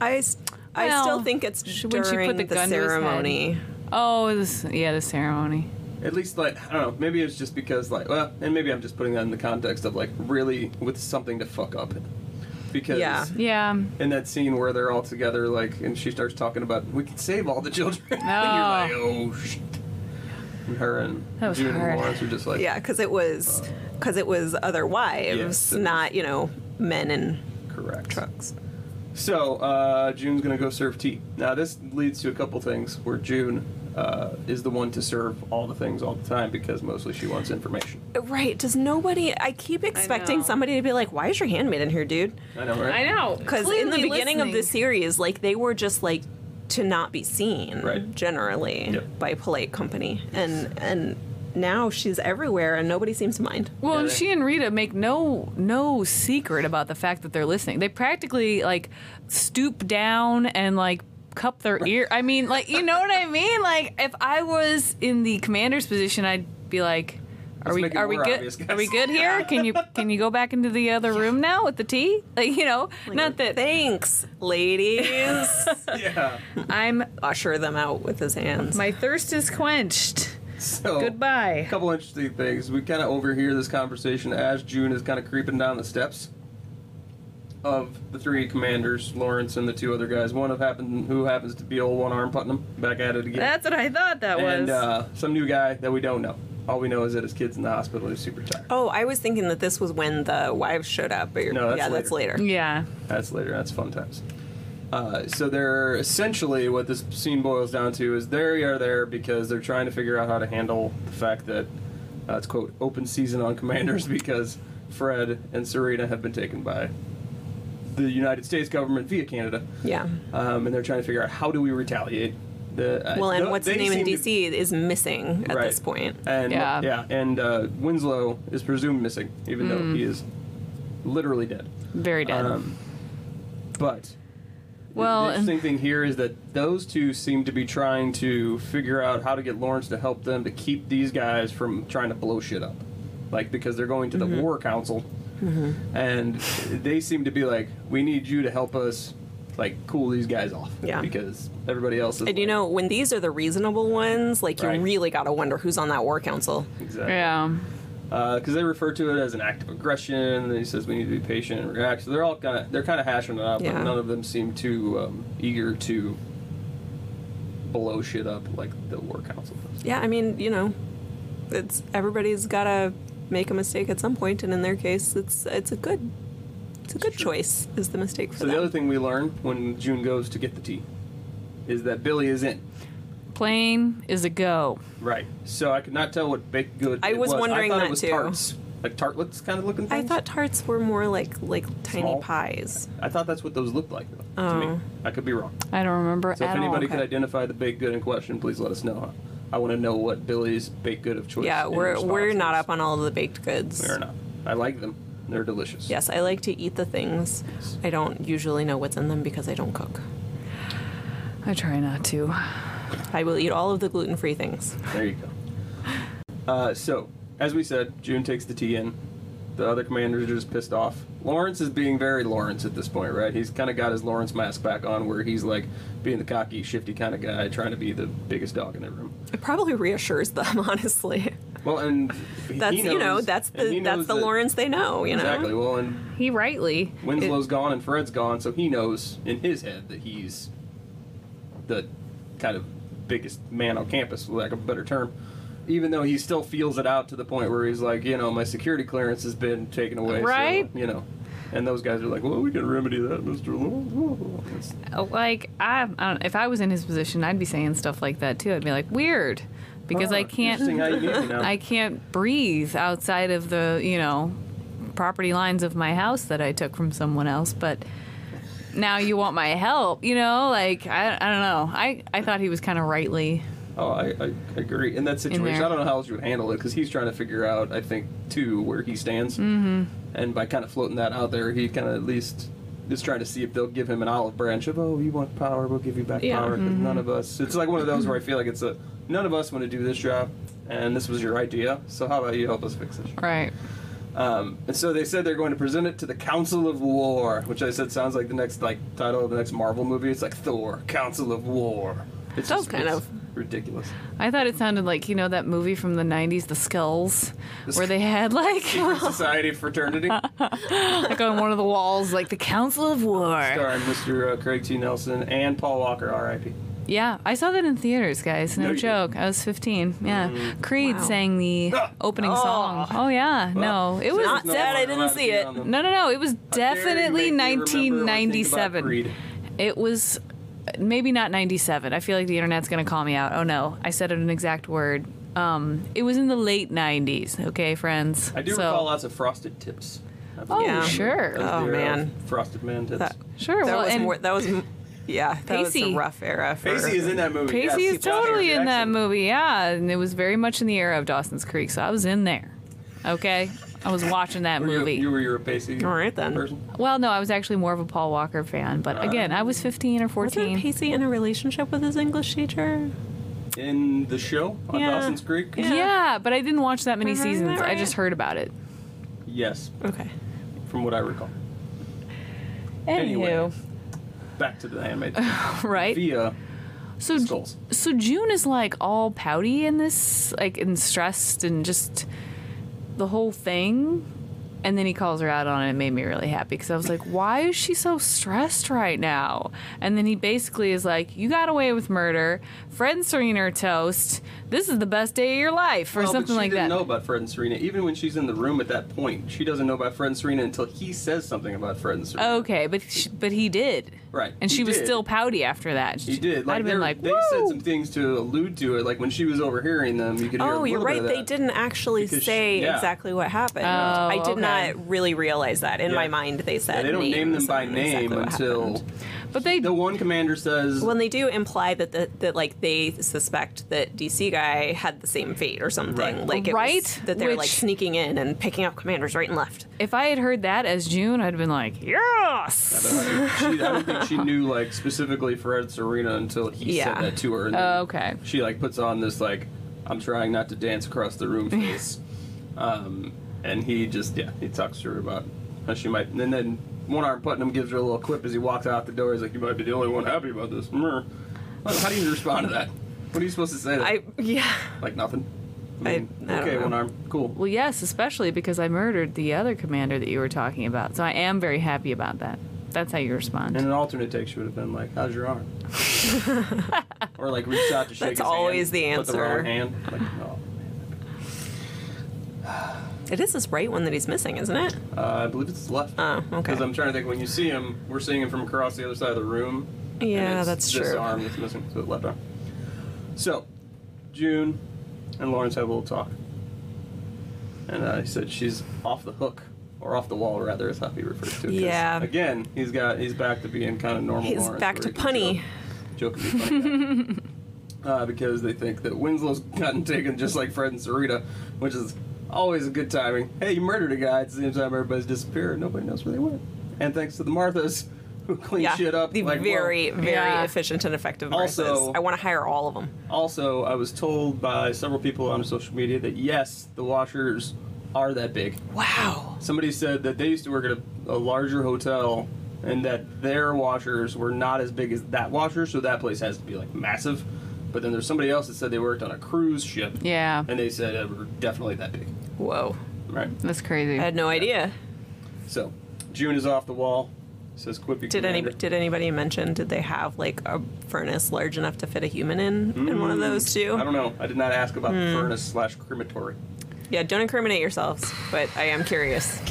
Speaker 2: I, s- I
Speaker 4: Well,
Speaker 2: still think it's
Speaker 4: sh-
Speaker 2: during
Speaker 4: when she put
Speaker 2: the,
Speaker 4: the gun to his head.
Speaker 2: ceremony.
Speaker 4: Oh, this, yeah, the ceremony.
Speaker 1: At least, like, I don't know, maybe it's just because, like, well, and maybe I'm just putting that in the context of, like, really with something to fuck up. Because
Speaker 2: Yeah.
Speaker 4: Yeah.
Speaker 1: in that scene where they're all together, like, and she starts talking about, we can save all the children. and you're like, oh, shit. And her and
Speaker 4: That was
Speaker 1: June
Speaker 4: hard.
Speaker 1: and Lawrence are just like,
Speaker 2: Yeah, because it was because it was other
Speaker 1: Yes,
Speaker 2: wives,
Speaker 1: it was-
Speaker 2: not you know men in
Speaker 1: correct.
Speaker 2: trucks.
Speaker 1: So uh, June's gonna go serve tea. Now this leads to a couple things where June uh, is the one to serve all the things all the time because mostly she wants information.
Speaker 2: Right? Does nobody? I keep expecting
Speaker 4: know.
Speaker 2: somebody to be like, "Why is your hand made in here, dude?"
Speaker 1: I know, right?
Speaker 4: know.
Speaker 2: Because in the beginning of the series, like they were just like to not be seen
Speaker 1: Right.
Speaker 2: generally
Speaker 1: Yep.
Speaker 2: by polite company, and and now she's everywhere and nobody seems to mind.
Speaker 4: Well, and
Speaker 1: Yeah.
Speaker 4: she and Rita make no no secret about the fact that they're listening. They practically like stoop down and like cup their ear. I mean, like you know what I mean? Like if I was in the commander's position, I'd be like, "Are
Speaker 1: Let's
Speaker 4: we
Speaker 1: make it
Speaker 4: are we
Speaker 1: more
Speaker 4: good?
Speaker 1: obvious, guys.
Speaker 4: are we good here? Can you can you go back into the other room now with the tea? Like you know, not that
Speaker 2: Thanks, ladies.
Speaker 1: Yeah.
Speaker 4: I'm
Speaker 2: Usher them out with his hands.
Speaker 4: my thirst is quenched.
Speaker 1: So
Speaker 4: Goodbye.
Speaker 1: A Oh. couple interesting things. We kind of overhear this conversation as June is kind of creeping down the steps of the three commanders, Lawrence and the two other guys. One of happen who happens to be old one arm Putnam back at it again.
Speaker 4: That's what I thought that
Speaker 1: and
Speaker 4: was.
Speaker 1: uh, some new guy that we don't know. All we know is that his kid's in the hospital. He's super tired.
Speaker 2: Oh, I was thinking that this was when the wives showed up. But you're,
Speaker 1: No, that's
Speaker 2: yeah, that's later.
Speaker 4: yeah.
Speaker 1: That's later. That's fun times. Uh, so they're essentially what this scene boils down to is they are there because they're trying to figure out how to handle the fact that uh, it's quote open season on commanders because Fred and Serena have been taken by the United States government via Canada,
Speaker 2: Yeah.
Speaker 1: um, and they're trying to figure out how do we retaliate. The, uh,
Speaker 2: Well, and
Speaker 1: th-
Speaker 2: what's the
Speaker 1: they
Speaker 2: name in
Speaker 1: seem to-
Speaker 2: DC is missing at
Speaker 1: Right.
Speaker 2: this point.
Speaker 1: and yeah,
Speaker 4: Yeah.
Speaker 1: and uh, Winslow is presumed missing, even
Speaker 2: Hmm.
Speaker 1: though he is literally dead.
Speaker 4: Very dead.
Speaker 1: Um, but
Speaker 4: Well,
Speaker 1: the
Speaker 4: and-
Speaker 1: interesting thing here is that those two seem to be trying to figure out how to get Lawrence to help them to keep these guys from trying to blow shit up, like because they're going to
Speaker 2: Mm-hmm.
Speaker 1: the war council, and they seem to be like, "We need you to help us, like cool these guys off,
Speaker 2: Yeah.
Speaker 1: because everybody else is."
Speaker 2: And you
Speaker 1: like-
Speaker 2: know, when these are the reasonable ones, like
Speaker 1: Right.
Speaker 2: you really got to wonder who's on that war council.
Speaker 1: exactly.
Speaker 4: yeah.
Speaker 1: because Uh, they refer to it as an act of aggression. And he says we need to be patient and react. So they're all kind of they're kind of hashing it out,
Speaker 2: Yeah.
Speaker 1: but none of them seem too um, eager to blow shit up like the war council does.
Speaker 2: Yeah, I mean, you know, it's everybody's got to make a mistake at some point, and in their case, it's it's a good it's a good choice is the mistake for
Speaker 1: So
Speaker 2: them.
Speaker 1: the other thing we learn when June goes to get the tea is that Billy is in.
Speaker 4: Plane is a go.
Speaker 1: Right. So I could not tell what baked good.
Speaker 2: I
Speaker 1: it
Speaker 2: was wondering
Speaker 1: I thought it
Speaker 2: that
Speaker 1: was
Speaker 2: too.
Speaker 1: Tarts, like tartlets, kind of looking
Speaker 2: I
Speaker 1: things.
Speaker 2: thought tarts were more like like tiny
Speaker 1: Small.
Speaker 2: pies.
Speaker 1: I thought that's what those looked like. Though, To
Speaker 2: Oh.
Speaker 1: me, I could be wrong.
Speaker 4: I don't remember
Speaker 1: So if
Speaker 4: at all.
Speaker 1: anybody could
Speaker 4: Okay.
Speaker 1: identify the baked good in question, please let us know. huh? I want to know what Billy's baked good of choice.
Speaker 2: Yeah,
Speaker 1: and
Speaker 2: we're
Speaker 1: response
Speaker 2: we're not
Speaker 1: is.
Speaker 2: up on all the baked goods.
Speaker 1: We are not. I like them. They're delicious.
Speaker 2: Yes, I like to eat the things. I don't usually know what's in them because I don't cook.
Speaker 4: I try not to.
Speaker 2: I will eat all of the gluten free things.
Speaker 1: There you go. Uh, so, as we said, June takes the tea in. The other commanders are just pissed off. Lawrence is being very Lawrence at this point, right? He's kind of got his Lawrence mask back on, where he's like being the cocky, shifty kind of guy, trying to be the biggest dog in the room.
Speaker 2: It probably reassures them, honestly.
Speaker 1: Well, and he
Speaker 2: That's you know
Speaker 1: knows-
Speaker 2: that's
Speaker 1: and he
Speaker 2: the that's
Speaker 1: knows
Speaker 2: the
Speaker 1: that-
Speaker 2: Lawrence they know. You know
Speaker 1: Exactly. Well, and
Speaker 3: He rightly.
Speaker 1: Winslow's gone and Fred's gone, so he knows in his head that he's the kind of biggest man on campus, for lack of a better term. Even though he still feels it out to the point where he's like, you know, my security clearance has been taken away, so,
Speaker 3: Right.
Speaker 1: you know, and those guys are like, well, we can remedy that, Mister Lowell. It's-
Speaker 4: uh, Like I, I don't, if I was in his position, I'd be saying stuff like that too. I'd be like, weird, because
Speaker 1: Oh,
Speaker 4: I can't.
Speaker 1: interesting how you need me now.
Speaker 4: I can't breathe outside of the, you know, property lines of my house that I took from someone else, but now you want my help, you know? Like, I, I don't know. I, I thought he was kind of rightly.
Speaker 1: Oh, I, I agree. In that situation,
Speaker 4: there.
Speaker 1: I don't know how else you would handle it because he's trying to figure out, I think, too, where he stands. Mm-hmm. And by kind of floating that out there, he kind of at least is trying to see if they'll give him an olive branch of, oh, you want power, we'll give you back
Speaker 3: Yeah.
Speaker 1: power. 'cause none of us. It's like one of those where I feel like it's a none of us want to do this job, and this was your idea. So how about you help us fix it?
Speaker 4: Right.
Speaker 1: Um, and so they said they're going to present it to the Council of War, which I said sounds like the next like title of the next Marvel movie. It's like Thor, Council of War. It's
Speaker 2: Sounds
Speaker 1: just-
Speaker 2: kind
Speaker 1: it's
Speaker 2: of-
Speaker 1: ridiculous.
Speaker 4: I thought it sounded like, you know, that movie from the 90s, The Skulls, where they had, like,
Speaker 1: secret society fraternity
Speaker 4: like on one of the walls, like the Council of War.
Speaker 1: starring Mr. Uh, Craig T. Nelson and Paul Walker, R.I.P.
Speaker 4: Yeah, I saw that in theaters, guys. No
Speaker 1: No, you Mm.
Speaker 4: joke. I was 15. Yeah. Creed
Speaker 2: Wow.
Speaker 4: sang the
Speaker 1: Ah.
Speaker 4: opening
Speaker 2: Oh.
Speaker 4: song. Oh, yeah.
Speaker 1: Well,
Speaker 4: no, it was.
Speaker 2: not
Speaker 1: no
Speaker 2: said I
Speaker 1: longer
Speaker 2: didn't
Speaker 1: allowed to
Speaker 2: see
Speaker 1: be
Speaker 2: it.
Speaker 1: on the-
Speaker 4: No, no, no. It was
Speaker 1: How dare you
Speaker 4: definitely
Speaker 1: make me remember when I think about
Speaker 4: 1997.
Speaker 1: Creed.
Speaker 4: It was maybe not 97. I feel like the internet's going to call me out. Oh no, I said an exact word. Um, it was in the late 90s, okay, friends.
Speaker 1: I do
Speaker 4: so,
Speaker 1: recall uh, lots of frosted tips. That's
Speaker 4: Oh,
Speaker 1: what I remember.
Speaker 4: sure.
Speaker 1: Those
Speaker 2: Oh,
Speaker 1: were, uh,
Speaker 2: man.
Speaker 1: frosted man tips.
Speaker 2: that
Speaker 4: Sure,
Speaker 2: that
Speaker 4: well,
Speaker 2: was
Speaker 4: and
Speaker 2: more that was m- yeah that was
Speaker 4: Pacey.
Speaker 2: a rough era. For,
Speaker 1: Pacey is in that movie.
Speaker 4: Pacey
Speaker 1: yes,
Speaker 4: is totally
Speaker 1: Joshua
Speaker 4: in that
Speaker 1: Jackson.
Speaker 4: movie, yeah, and it was very much in the era of Dawson's Creek, so I was in there, okay. I was watching that
Speaker 1: Were you-
Speaker 4: movie.
Speaker 1: You, were your Pacey.
Speaker 2: All right, then.
Speaker 1: Person?
Speaker 4: well, no, I was actually more of a Paul Walker fan, but again, I was 15 or 14.
Speaker 2: Wasn't Pacey in a relationship with his English teacher?
Speaker 1: In the show on
Speaker 2: Yeah.
Speaker 1: Dawson's Creek?
Speaker 2: Yeah.
Speaker 4: yeah. but I didn't watch that many
Speaker 2: Remember
Speaker 4: seasons.
Speaker 2: that,
Speaker 4: I just
Speaker 2: Uh-huh. right?
Speaker 4: heard about it.
Speaker 1: Yes,
Speaker 2: Okay.
Speaker 1: from what I recall. Anyway.
Speaker 4: Anywho,
Speaker 1: Back to the handmaid.
Speaker 4: right?
Speaker 1: Via
Speaker 4: So
Speaker 1: skulls.
Speaker 4: so June is like all pouty in this, like and stressed and just the whole thing. And then he calls her out on it. It made me really happy because I was like, why is she so stressed right now? And then he basically is like, you got away with murder. Fred and Serena are toast. This is the best day of your life, or
Speaker 1: Well, but
Speaker 4: something
Speaker 1: she
Speaker 4: like
Speaker 1: didn't
Speaker 4: that.
Speaker 1: know about Fred and Serena. Even when she's in the room at that point, she doesn't know about Fred and Serena until he says something about Fred and Serena.
Speaker 4: Okay, but she, but he did.
Speaker 1: Right,
Speaker 4: And
Speaker 1: he
Speaker 4: she was
Speaker 1: did.
Speaker 4: still pouty after that.
Speaker 1: He did.
Speaker 4: I'd
Speaker 1: Like,
Speaker 4: have
Speaker 1: they
Speaker 4: been
Speaker 1: were-
Speaker 4: like,
Speaker 1: they
Speaker 4: Woo!
Speaker 1: said some things to allude to it. Like when she was overhearing them, you could hear. a
Speaker 2: Oh,
Speaker 1: little
Speaker 2: you're
Speaker 1: bit
Speaker 2: right.
Speaker 1: of
Speaker 2: They
Speaker 1: that.
Speaker 2: didn't actually
Speaker 1: Because she-
Speaker 2: say
Speaker 1: yeah.
Speaker 2: exactly what happened. I did
Speaker 4: Oh, okay.
Speaker 2: not really realize that. In my
Speaker 1: Yeah.
Speaker 2: mind, they said
Speaker 1: Yeah, they don't name them
Speaker 2: names
Speaker 1: by
Speaker 2: and
Speaker 1: name
Speaker 2: exactly what
Speaker 1: until
Speaker 2: happened.
Speaker 4: But they
Speaker 1: the one commander says.
Speaker 2: When they do imply that the, that like they suspect that DC guy had the same fate or something,
Speaker 1: Right.
Speaker 2: like it was-
Speaker 4: Right,
Speaker 2: that they're like
Speaker 4: which-
Speaker 2: sneaking in and picking up commanders right and left.
Speaker 4: If I had heard that as June, I'd been like, yes.
Speaker 1: she, I don't think she knew like specifically Fred and Serena until he
Speaker 2: Yeah.
Speaker 1: said that to her. And then
Speaker 4: Oh, okay.
Speaker 1: She like puts on this like I'm trying not to dance across the room face, um, and he just yeah he talks to her about how she might. And then one arm Putnam gives her a little quip as he walks out the door. He's like, "You might be the only one happy about this." Meh. How how do you respond to that? What are you supposed to say? To that?
Speaker 2: I yeah.
Speaker 1: Like nothing.
Speaker 2: I- I don't
Speaker 1: okay,
Speaker 2: know.
Speaker 1: one arm. Cool.
Speaker 4: Well, yes, especially because I murdered the other commander that you were talking about. So I am very happy about that. That's how you respond.
Speaker 1: And an alternate take, she would have been like, "How's your arm?" or like reached out to shake his
Speaker 2: That's always
Speaker 1: hand,
Speaker 2: the
Speaker 1: put wrong
Speaker 2: answer.
Speaker 1: hand. Like, oh.
Speaker 2: It is this right one that he's missing, isn't it?
Speaker 1: uh, I believe it's left.
Speaker 2: Oh, okay.
Speaker 1: Because I'm trying to think. When you see him, we're seeing him from across the other side of the room. and
Speaker 2: Yeah,
Speaker 1: it's
Speaker 2: that's
Speaker 1: this
Speaker 2: true.
Speaker 1: arm that's missing, so the left arm. So, June and Lawrence have a little talk, and uh, he said she's off the hook. Or off the wall, rather, is how he refers to it. 'cause,
Speaker 2: Yeah.
Speaker 1: Again, he's got he's back to being kind of normal.
Speaker 2: He's
Speaker 1: Lawrence,
Speaker 2: back
Speaker 1: where
Speaker 2: to
Speaker 1: he can
Speaker 2: punny.
Speaker 1: Joke, joke and be funny. guy. uh, because they think that Winslow's gotten taken just like Fred and Sarita, which is always a good timing. Hey, you murdered a guy at the same time everybody's disappeared. Nobody knows where they went. And thanks to the Marthas, who clean
Speaker 2: yeah,
Speaker 1: shit up.
Speaker 2: the
Speaker 1: like, well,
Speaker 2: very, very
Speaker 4: Yeah.
Speaker 2: efficient and effective
Speaker 1: Also-
Speaker 2: nurses. I want to hire all of them.
Speaker 1: Also, I was told by several people on social media that yes, the washers are that big.
Speaker 2: Wow.
Speaker 1: Somebody said that they used to work at a, a larger hotel and that their washers were not as big as that washer, so that place has to be like massive. But then there's somebody else that said they worked on a cruise ship
Speaker 4: Yeah,
Speaker 1: and they said uh, we're definitely that big.
Speaker 2: Whoa.
Speaker 1: Right.
Speaker 4: that's
Speaker 2: I
Speaker 4: crazy.
Speaker 2: had no idea.
Speaker 1: So June is off the wall. Says Quippy.
Speaker 2: Did any did anybody mention did they have like a furnace large enough to fit a human in in one of those two?
Speaker 1: Mm, I don't know. I did not ask about
Speaker 4: Hmm.
Speaker 1: the furnace slash crematory.
Speaker 2: Yeah, don't incriminate yourselves, but I am curious.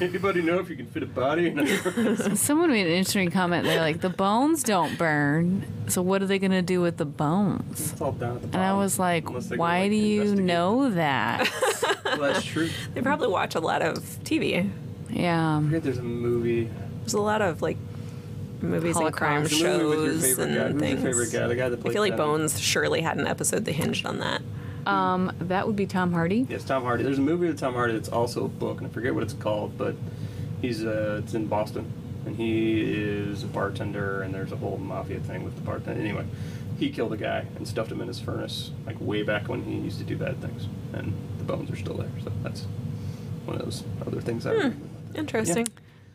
Speaker 1: Anybody know if you can fit a body in a furnace?
Speaker 4: Someone made an interesting comment. They're like, the bones don't burn, so what are they gonna do with the bones?
Speaker 1: It's all down at the
Speaker 4: And I
Speaker 1: bottom.
Speaker 4: was like,
Speaker 1: Unless they go,
Speaker 4: why
Speaker 1: like,
Speaker 4: do you
Speaker 1: investigate
Speaker 4: know that?
Speaker 1: Well, that's true.
Speaker 2: They probably watch a lot of TV.
Speaker 4: yeah,
Speaker 1: I forget there's a movie.
Speaker 2: There's a lot of like movies and crime
Speaker 4: Holocaust.
Speaker 1: There's a movie
Speaker 2: shows
Speaker 1: with your favorite
Speaker 2: and
Speaker 1: guy. Who's
Speaker 2: things.
Speaker 1: your favorite guy? The guy that
Speaker 2: I
Speaker 1: played
Speaker 2: feel like
Speaker 1: Kevin.
Speaker 2: Bones surely had an episode they hinged on that.
Speaker 4: um, that would be Tom Hardy.
Speaker 1: Yes, Tom Hardy. There's a movie with Tom Hardy that's also a book, and I forget what it's called, but he's uh, it's in Boston, and he is a bartender, and there's a whole mafia thing with the bartender. Anyway, he killed a guy and stuffed him in his furnace, like way back when he used to do bad things, and the bones are still there. So that's one of those other things I remember.
Speaker 2: Interesting.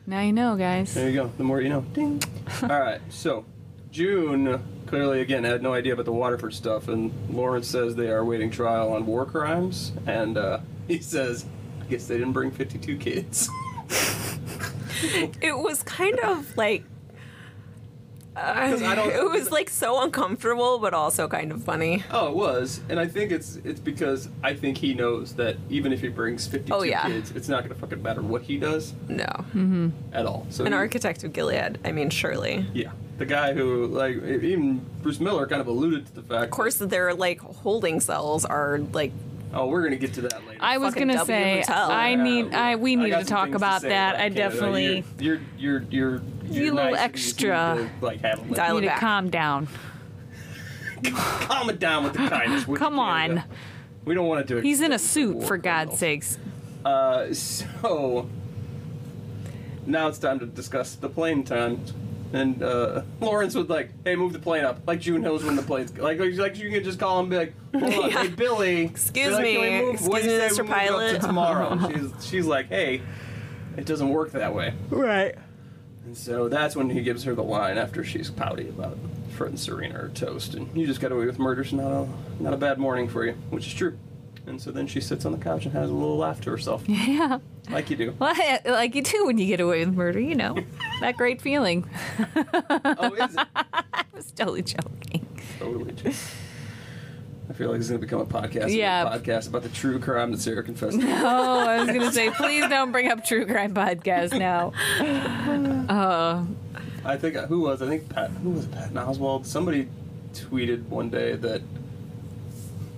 Speaker 4: Now you know, guys.
Speaker 1: There you go. The more you know. Ding. All right. So, June clearly again had no idea about the Waterford stuff, and Lawrence says they are waiting trial on war crimes, and uh, he says, "I guess they didn't bring 52 kids."
Speaker 2: It was kind of like uh,
Speaker 1: 'Cause I don't-
Speaker 2: it was like so uncomfortable but also kind of funny.
Speaker 1: oh, it was, and I think it's it's because I think he knows that even if he brings 52
Speaker 2: Oh, yeah.
Speaker 1: kids, it's not gonna fucking matter what he does
Speaker 2: No.
Speaker 1: at all. So
Speaker 2: An
Speaker 1: he-
Speaker 2: architect of Gilead, I mean surely.
Speaker 1: Yeah, the guy who like even Bruce Miller kind of alluded to the fact.
Speaker 2: Of course their like holding cells are like
Speaker 1: Oh, we're gonna get to that later.
Speaker 4: I was
Speaker 2: Fucking
Speaker 4: gonna
Speaker 2: W
Speaker 4: say,
Speaker 2: Mattel.
Speaker 4: I
Speaker 1: Yeah,
Speaker 4: need, I we need
Speaker 1: Uh, got
Speaker 4: to
Speaker 1: some
Speaker 4: talk
Speaker 1: things
Speaker 4: about
Speaker 1: say
Speaker 4: that. I
Speaker 1: Canada.
Speaker 4: definitely
Speaker 1: You're you're you're you're,
Speaker 4: You little extra.
Speaker 1: Need to, like have a
Speaker 2: Dial
Speaker 1: little.
Speaker 2: it
Speaker 4: need to
Speaker 2: back.
Speaker 4: calm down.
Speaker 1: Calm it down with the kindness. would you,
Speaker 4: Come on.
Speaker 1: Canada? We don't want to do it.
Speaker 4: He's in a
Speaker 1: It's
Speaker 4: suit,
Speaker 1: war
Speaker 4: for
Speaker 1: criminal.
Speaker 4: God's sakes.
Speaker 1: Uh, so now it's time to discuss the plane time. And uh, Lawrence would like, hey, move the plane up. Like June knows when the plane's like, like, like you can just call him, and be like, hold on,
Speaker 2: Yeah.
Speaker 1: hey Billy,
Speaker 2: Excuse
Speaker 1: Be like,
Speaker 2: me.
Speaker 1: can we move? what do
Speaker 2: Excuse
Speaker 1: you
Speaker 2: me,
Speaker 1: say we move it
Speaker 2: Mr.
Speaker 1: up
Speaker 2: Pilot."
Speaker 1: to tomorrow. And she's she's like, hey, it doesn't work that way.
Speaker 2: Right.
Speaker 1: And so that's when he gives her the line after she's pouty about Fred and Serena are toast, and you just got away with murder's not a not a bad morning for you, which is true. And so then she sits on the couch and has a little laugh to herself,
Speaker 4: Yeah.
Speaker 1: like you do.
Speaker 4: Well, I- like you do when you get away with murder, you know. that great feeling.
Speaker 1: oh, is it?
Speaker 4: I was totally joking.
Speaker 1: Totally. true. I feel like it's gonna become a podcast.
Speaker 4: Yeah.
Speaker 1: A podcast about the true crime that Sarah confessed. to.
Speaker 4: Oh, I was going to say, please don't bring up true crime podcast now. Uh,
Speaker 1: I think who was I think Pat who was it, Pat Oswald? Somebody tweeted one day that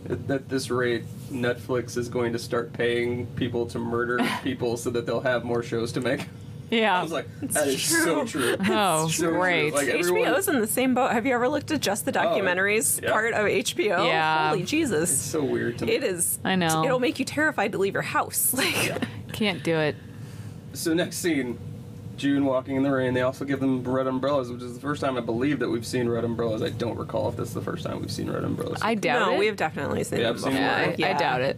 Speaker 1: at, at this rate Netflix is going to start paying people to murder people so that they'll have more shows to make.
Speaker 4: yeah.
Speaker 1: I was like, that is so true.
Speaker 4: oh,
Speaker 1: It's so true.
Speaker 4: great.
Speaker 1: Like, everyone- Oh,
Speaker 2: HBO's in the same boat. Have you ever looked at just the documentaries
Speaker 1: yeah.
Speaker 2: part of HBO?
Speaker 4: Yeah.
Speaker 2: Holy
Speaker 1: It's
Speaker 2: Jesus.
Speaker 1: so weird to me.
Speaker 2: It is.
Speaker 4: I know.
Speaker 2: It'll make you terrified to leave your house. Like,
Speaker 4: Can't do it.
Speaker 1: So next scene, June walking in the rain. They also give them red umbrellas, which is the first time I believe that we've seen red umbrellas. I don't recall if that's the first time we've seen red umbrellas.
Speaker 4: I doubt
Speaker 2: no,
Speaker 4: it.
Speaker 2: we have definitely seen
Speaker 1: Yeah,
Speaker 2: them
Speaker 1: I've seen
Speaker 2: before.
Speaker 4: yeah, I, I
Speaker 2: Yeah.
Speaker 4: doubt it.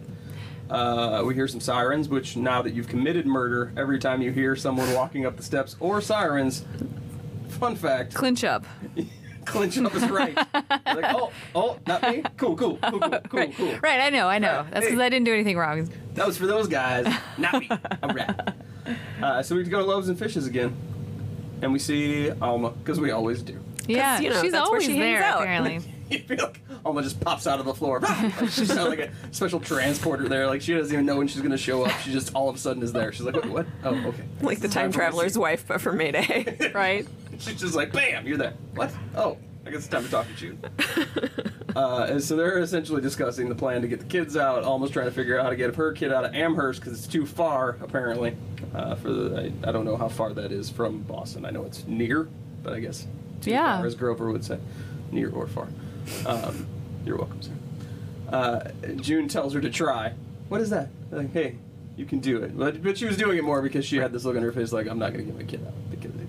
Speaker 1: Uh, we hear some sirens, which now that you've committed murder, every time you hear someone walking up the steps or sirens, fun fact,
Speaker 4: Clinch up.
Speaker 1: clinch up is right. like, oh, oh, not me? Cool, cool, cool, cool, cool,
Speaker 4: right.
Speaker 1: cool.
Speaker 4: right, I know, I know.
Speaker 1: Right.
Speaker 4: That's because
Speaker 1: Hey.
Speaker 4: I didn't do anything wrong.
Speaker 1: That was for those guys, not me. I'm right. Uh, so we go to Loaves and Fishes again, and we see Alma, because we always do.
Speaker 4: Yeah,
Speaker 2: you know,
Speaker 4: she's
Speaker 2: that's where
Speaker 4: always
Speaker 2: she hangs
Speaker 4: there,
Speaker 2: out.
Speaker 4: apparently.
Speaker 1: You feel like Alma just pops out of the floor. Like, she's not like a special transporter there. Like she doesn't even know when she's gonna show up. She just all of a sudden is there. She's like, wait, what? Oh, okay.
Speaker 2: Like the time
Speaker 1: for
Speaker 2: traveler's wife, but for Mayday.
Speaker 4: right?
Speaker 1: She's just like, bam, you're there. What? Oh, I guess it's time to talk to June. uh, and so they're essentially discussing the plan to get the kids out, almost trying to figure out how to get her kid out of Amherst because it's too far, apparently. Uh, for the, I, I don't know how far that is from Boston. I know it's near, but I guess too
Speaker 4: Yeah.
Speaker 1: far, as Grover would say, near or far. Um, you're welcome, sir. Uh, June tells her to try. What is that? Like, hey, you can do it. But, but she was doing it more because she had this look on her face like, I'm not going to get my kid out because it,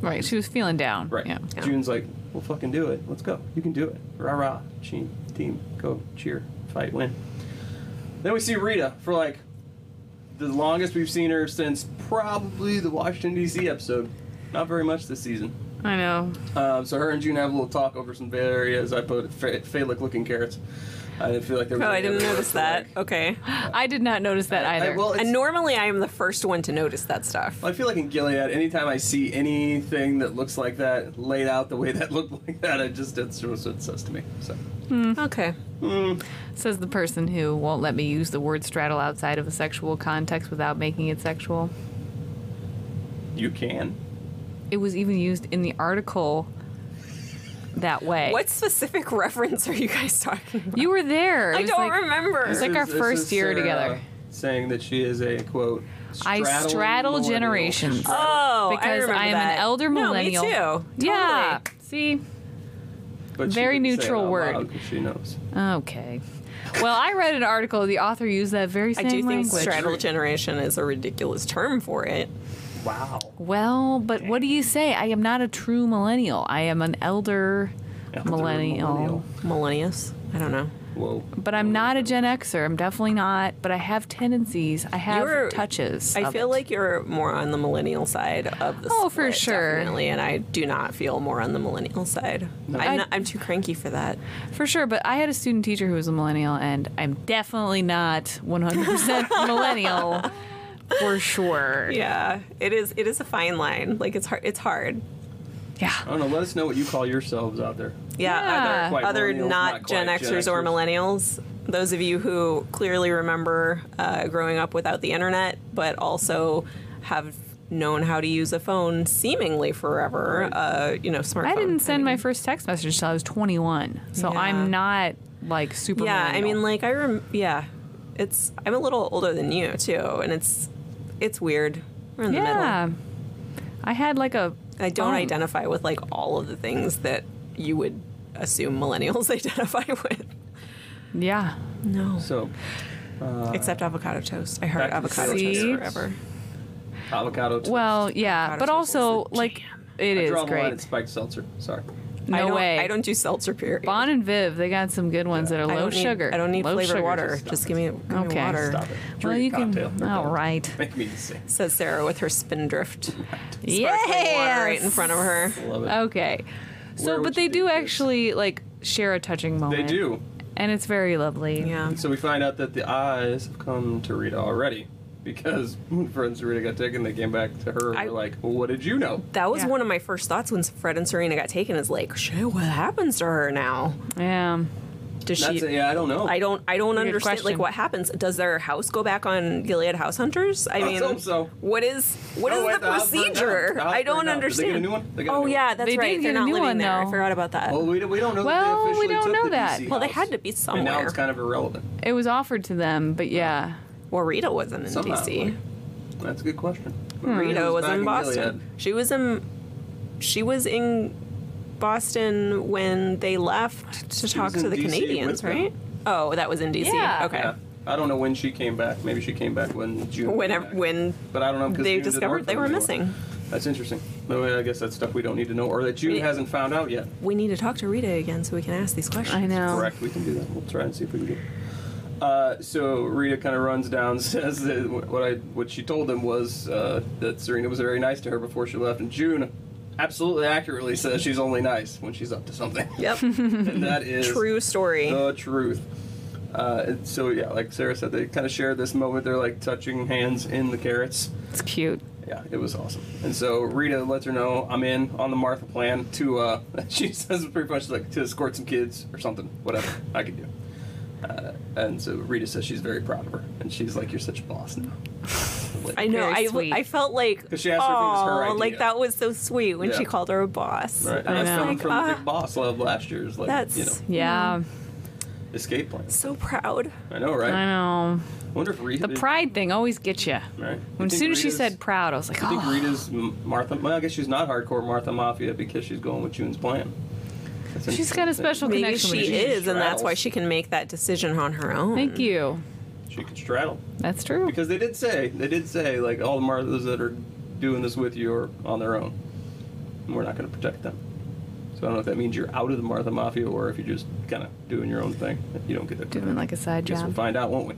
Speaker 4: Right, she was feeling down.
Speaker 1: Right.
Speaker 4: Yeah.
Speaker 2: Yeah.
Speaker 1: June's like, we'll fucking do it. Let's go. You can do it. Rah rah. Team, team, go, cheer, fight, win. Then we see Rita for like the longest we've seen her since probably the Washington D.C. episode. Not very much this season.
Speaker 4: I know.
Speaker 1: Um, so her and June have a little talk over some areas. I put pha- phallic looking carrots. I didn't feel like they were.
Speaker 2: Oh, I
Speaker 1: gonna
Speaker 2: didn't
Speaker 1: get
Speaker 2: notice
Speaker 1: the
Speaker 2: that.
Speaker 1: word, so, like-
Speaker 2: Okay.
Speaker 4: I did not notice that
Speaker 1: I-
Speaker 4: either.
Speaker 1: well, it's-
Speaker 2: And normally I am the first one to notice that stuff.
Speaker 1: I feel like in Gilead, anytime I see anything that looks like that laid out the way that looked like that, it just it's just what it says to me. So
Speaker 2: Okay.
Speaker 4: Says the person who won't let me use the word straddle outside of a sexual context without making it sexual.
Speaker 1: you can.
Speaker 4: It was even used in the article that way.
Speaker 2: What specific reference are you guys talking about?
Speaker 4: You were there. It
Speaker 2: I
Speaker 4: was
Speaker 2: don't
Speaker 4: like,
Speaker 2: remember.
Speaker 4: It's like our
Speaker 1: This is-
Speaker 4: first
Speaker 1: this is
Speaker 4: year
Speaker 1: Sarah
Speaker 4: together.
Speaker 1: Saying that she is a quote.
Speaker 4: I
Speaker 1: straddle
Speaker 4: straddle
Speaker 1: millennial.
Speaker 4: generations.
Speaker 2: oh, I
Speaker 4: because
Speaker 2: remember
Speaker 4: I, am
Speaker 2: that.
Speaker 4: an elder millennial.
Speaker 2: No, me too.
Speaker 4: Yeah.
Speaker 2: Totally.
Speaker 4: See?
Speaker 1: But she
Speaker 4: Very
Speaker 1: didn't say it
Speaker 4: neutral
Speaker 1: out
Speaker 4: word.
Speaker 1: loud 'cause She knows.
Speaker 4: Okay. Well, I read an article. The author used that very
Speaker 2: I
Speaker 4: same
Speaker 2: do think
Speaker 4: language.
Speaker 2: straddle generation is a ridiculous term for it.
Speaker 1: Wow.
Speaker 4: Well, but what do you say? I am not a true millennial. I am an elder,
Speaker 1: Elder
Speaker 4: millennial.
Speaker 1: millennial.
Speaker 2: Millennials? I don't know.
Speaker 1: Whoa.
Speaker 4: But I'm not a Gen Xer. I'm definitely not. But I have tendencies. I have
Speaker 2: You're-
Speaker 4: touches.
Speaker 2: I
Speaker 4: of
Speaker 2: feel
Speaker 4: it.
Speaker 2: like you're more on the millennial side of the
Speaker 4: Oh, for
Speaker 2: split,
Speaker 4: sure.
Speaker 2: definitely, and I do not feel more on the millennial side.
Speaker 4: I-
Speaker 2: I'm, not, I'm too cranky for that.
Speaker 4: for sure. But I had a student teacher who was a millennial, and I'm definitely not 100% millennial, for sure.
Speaker 2: Yeah, it is. It is a fine line. Like it's hard. It's hard.
Speaker 4: Yeah.
Speaker 1: I don't know. Let us know what you call yourselves out there.
Speaker 2: Yeah,
Speaker 4: Yeah.
Speaker 2: other,
Speaker 1: Quite
Speaker 2: other
Speaker 1: millennials,
Speaker 2: not,
Speaker 1: not
Speaker 2: Gen
Speaker 1: quite Gen
Speaker 2: Xers or
Speaker 1: Xers.
Speaker 2: millennials. Those of you who clearly remember uh, growing up without the internet, but also have known how to use a phone seemingly forever. Uh, you know, smartphone.
Speaker 4: I didn't send
Speaker 2: mean-
Speaker 4: my first text message till I was 21. So
Speaker 2: Yeah.
Speaker 4: I'm not like super.
Speaker 2: Yeah, I
Speaker 4: millennial.
Speaker 2: mean, like I rem. Yeah, it's. I'm a little older than you too, and it's. It's weird. We're in the middle.
Speaker 4: yeah. Oh. I had like a.
Speaker 2: I don't
Speaker 4: phone.
Speaker 2: identify with like all of the things that you would assume millennials identify with.
Speaker 4: Yeah.
Speaker 2: No.
Speaker 1: So,
Speaker 2: Except avocado toast. I heard
Speaker 1: Back to
Speaker 2: avocado
Speaker 4: See?
Speaker 2: toast forever.
Speaker 1: avocado. Toast.
Speaker 4: Well, yeah,
Speaker 2: Avocado
Speaker 4: but
Speaker 2: toast
Speaker 4: also
Speaker 2: is the
Speaker 4: like
Speaker 2: jam.
Speaker 4: it
Speaker 1: I
Speaker 4: is
Speaker 1: draw the line at
Speaker 4: great.
Speaker 1: spiked seltzer. Sorry.
Speaker 4: No
Speaker 2: I don't,
Speaker 4: way.
Speaker 2: I don't do seltzer period.
Speaker 4: Bon and Viv, they got some good ones that are
Speaker 2: I
Speaker 4: low
Speaker 2: don't need-
Speaker 4: sugar.
Speaker 2: I don't need
Speaker 4: low
Speaker 2: flavored
Speaker 4: sugar.
Speaker 2: water.
Speaker 1: Stop
Speaker 2: Just
Speaker 1: it.
Speaker 2: give me, give me
Speaker 4: Okay.
Speaker 2: water.
Speaker 1: Stop it. Drink
Speaker 4: Well,
Speaker 1: a
Speaker 4: you
Speaker 1: cocktail.
Speaker 4: can. All right.
Speaker 1: Make me sick.
Speaker 2: Says Sarah with her spindrift. Sparkling
Speaker 4: Yeah.
Speaker 2: Water right in front of her.
Speaker 1: Love it.
Speaker 4: Okay.
Speaker 1: Where
Speaker 4: So,
Speaker 1: would
Speaker 4: but they
Speaker 1: you
Speaker 4: do
Speaker 1: do this?
Speaker 4: actually like share a touching
Speaker 1: They
Speaker 4: moment.
Speaker 1: do.
Speaker 4: and it's very lovely.
Speaker 2: Yeah.
Speaker 1: So we find out that the eyes have come to Rita already because when friends Rita got taken, they came back to her and
Speaker 2: I-
Speaker 1: were like, well, "What did you know?"
Speaker 2: That was
Speaker 4: Yeah.
Speaker 2: one of my first thoughts when Fred and Serena got taken is like, shit, what happens to her now?
Speaker 4: Yeah.
Speaker 2: Does
Speaker 1: That's
Speaker 2: she
Speaker 1: it. yeah, I don't know.
Speaker 2: I don't I don't
Speaker 4: Good
Speaker 2: understand like
Speaker 4: question.
Speaker 2: what happens. Does their house go back on Gilead House Hunters? I
Speaker 1: Let's
Speaker 2: mean,
Speaker 1: hope so.
Speaker 2: what is what is
Speaker 1: Oh, wait,
Speaker 2: the
Speaker 1: the house burned down.
Speaker 2: procedure?
Speaker 1: The house
Speaker 2: I
Speaker 1: burned
Speaker 2: don't
Speaker 1: down. Did they
Speaker 2: understand.
Speaker 1: get a new one? They got a
Speaker 2: oh
Speaker 1: new
Speaker 2: yeah,
Speaker 1: one.
Speaker 2: that's
Speaker 4: They did
Speaker 2: right.
Speaker 4: get
Speaker 2: They're
Speaker 4: a
Speaker 2: not
Speaker 4: new
Speaker 2: living
Speaker 4: one,
Speaker 2: there. I
Speaker 4: though.
Speaker 2: forgot about that.
Speaker 1: Well, we, don't- we don't know.
Speaker 4: Well, we
Speaker 1: that they officially
Speaker 4: don't
Speaker 1: took
Speaker 4: know
Speaker 1: the
Speaker 4: that.
Speaker 1: DC
Speaker 2: Well, they
Speaker 1: house.
Speaker 2: had to be
Speaker 1: And now
Speaker 2: somewhere.
Speaker 1: it's kind of irrelevant.
Speaker 4: It was offered to them, but yeah.
Speaker 2: well, Rita wasn't in
Speaker 1: Somehow.
Speaker 2: DC.
Speaker 1: That's a good question. But
Speaker 2: Hmm, Rita was,
Speaker 1: back
Speaker 2: in Boston.
Speaker 1: Gilead.
Speaker 2: she was in she was in Boston when they left to
Speaker 1: She
Speaker 2: talk
Speaker 1: was in
Speaker 2: to the
Speaker 1: DC with
Speaker 2: Canadians,
Speaker 1: them.
Speaker 2: right? Oh, that was in DC.
Speaker 4: Yeah.
Speaker 2: Okay.
Speaker 1: Yeah. I don't know when she came back. Maybe she came back when June. came
Speaker 2: When
Speaker 1: back.
Speaker 2: when
Speaker 1: But I don't know because
Speaker 2: they discovered they were missing.
Speaker 1: That's interesting. No, I guess that's stuff we don't need to know, or that June
Speaker 2: We-
Speaker 1: hasn't found out yet.
Speaker 2: We need to talk to Rita again so we can ask these questions.
Speaker 4: I know.
Speaker 1: Correct. We can do that. We'll try and see if we can do. it. Uh, so Rita kind of runs down, says that what I what she told them was uh, that Serena was very nice to her before she left, and June absolutely accurately says she's only nice when she's up to something,
Speaker 2: Yep.
Speaker 1: and that is
Speaker 2: True story.
Speaker 1: the truth. Uh, and so yeah, like Sarah said, they kind of share this moment. They're like touching hands in the carrots.
Speaker 4: It's cute.
Speaker 1: Yeah, it was awesome. And so Rita lets her know I'm in on the Martha plan to, uh, she says pretty much like to escort some kids or something, whatever I can do. Uh, and so Rita says she's very proud of her. And she's like, You're such a boss now.
Speaker 2: I know.
Speaker 4: Very
Speaker 2: I,
Speaker 4: sweet.
Speaker 2: I felt like
Speaker 1: 'Cause she asked her if it was her
Speaker 2: "Aw,"
Speaker 1: idea.
Speaker 2: like that was so sweet when
Speaker 1: Yeah.
Speaker 2: she called her a boss.
Speaker 1: Right.
Speaker 2: I was
Speaker 1: That's coming
Speaker 2: like,
Speaker 1: from
Speaker 2: ah,
Speaker 1: Big Boss Love last year's, like,
Speaker 2: that's
Speaker 1: you know,
Speaker 4: Yeah.
Speaker 1: escape plan.
Speaker 2: so proud.
Speaker 1: I know, Mm-hmm. right?
Speaker 4: I know.
Speaker 1: wonder if Rita.
Speaker 4: The pride thing always gets you.
Speaker 1: Right.
Speaker 4: When
Speaker 1: You think
Speaker 4: as soon as she
Speaker 1: Rita's-
Speaker 4: said proud, I was like,
Speaker 1: I think
Speaker 4: oh.
Speaker 1: Rita's M- Martha. Well, I guess she's not hardcore Martha Mafia because she's going with June's plan. That's
Speaker 4: She's got a
Speaker 1: interesting.
Speaker 4: special
Speaker 2: Maybe
Speaker 4: connection with
Speaker 2: she
Speaker 4: Jesus
Speaker 2: is, and that's why
Speaker 1: straddles.
Speaker 2: she can make that decision on her own.
Speaker 4: Thank you.
Speaker 1: She could straddle.
Speaker 4: That's true.
Speaker 1: Because they did say, they did say, like, all the Marthas that are doing this with you are on their own. And we're not going to protect them. So I don't know if that means you're out of the Martha Mafia or if you're just kind of doing your own thing. You don't get to
Speaker 4: Doing like a side
Speaker 1: Guess we'll
Speaker 4: job.
Speaker 1: find out, won't we?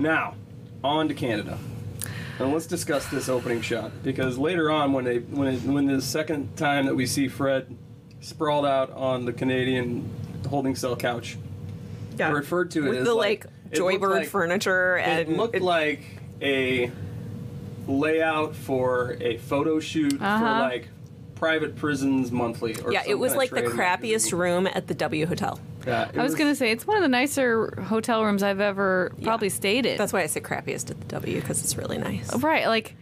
Speaker 1: Now, on to Canada. And let's discuss this opening shot because later on, when they when it, when the second time that we see Fred sprawled out on the Canadian holding cell couch,
Speaker 2: Yeah.
Speaker 1: I referred to it
Speaker 2: With
Speaker 1: as
Speaker 2: the
Speaker 1: like,
Speaker 2: like,
Speaker 1: it looked
Speaker 2: joybird
Speaker 1: like-
Speaker 2: furniture
Speaker 1: it
Speaker 2: and
Speaker 1: looked like a layout for a photo shoot for
Speaker 4: Uh-huh.
Speaker 1: like Private Prisons Monthly. Or
Speaker 2: yeah, it
Speaker 1: some
Speaker 2: was
Speaker 1: kind of
Speaker 2: like the
Speaker 1: trade
Speaker 2: crappiest
Speaker 1: magazine.
Speaker 2: room at the W Hotel.
Speaker 1: Yeah, it
Speaker 4: I was gonna say it's one of the nicer hotel rooms I've ever probably stayed in.
Speaker 2: That's why I say crappiest at the W because it's really nice.
Speaker 4: right, like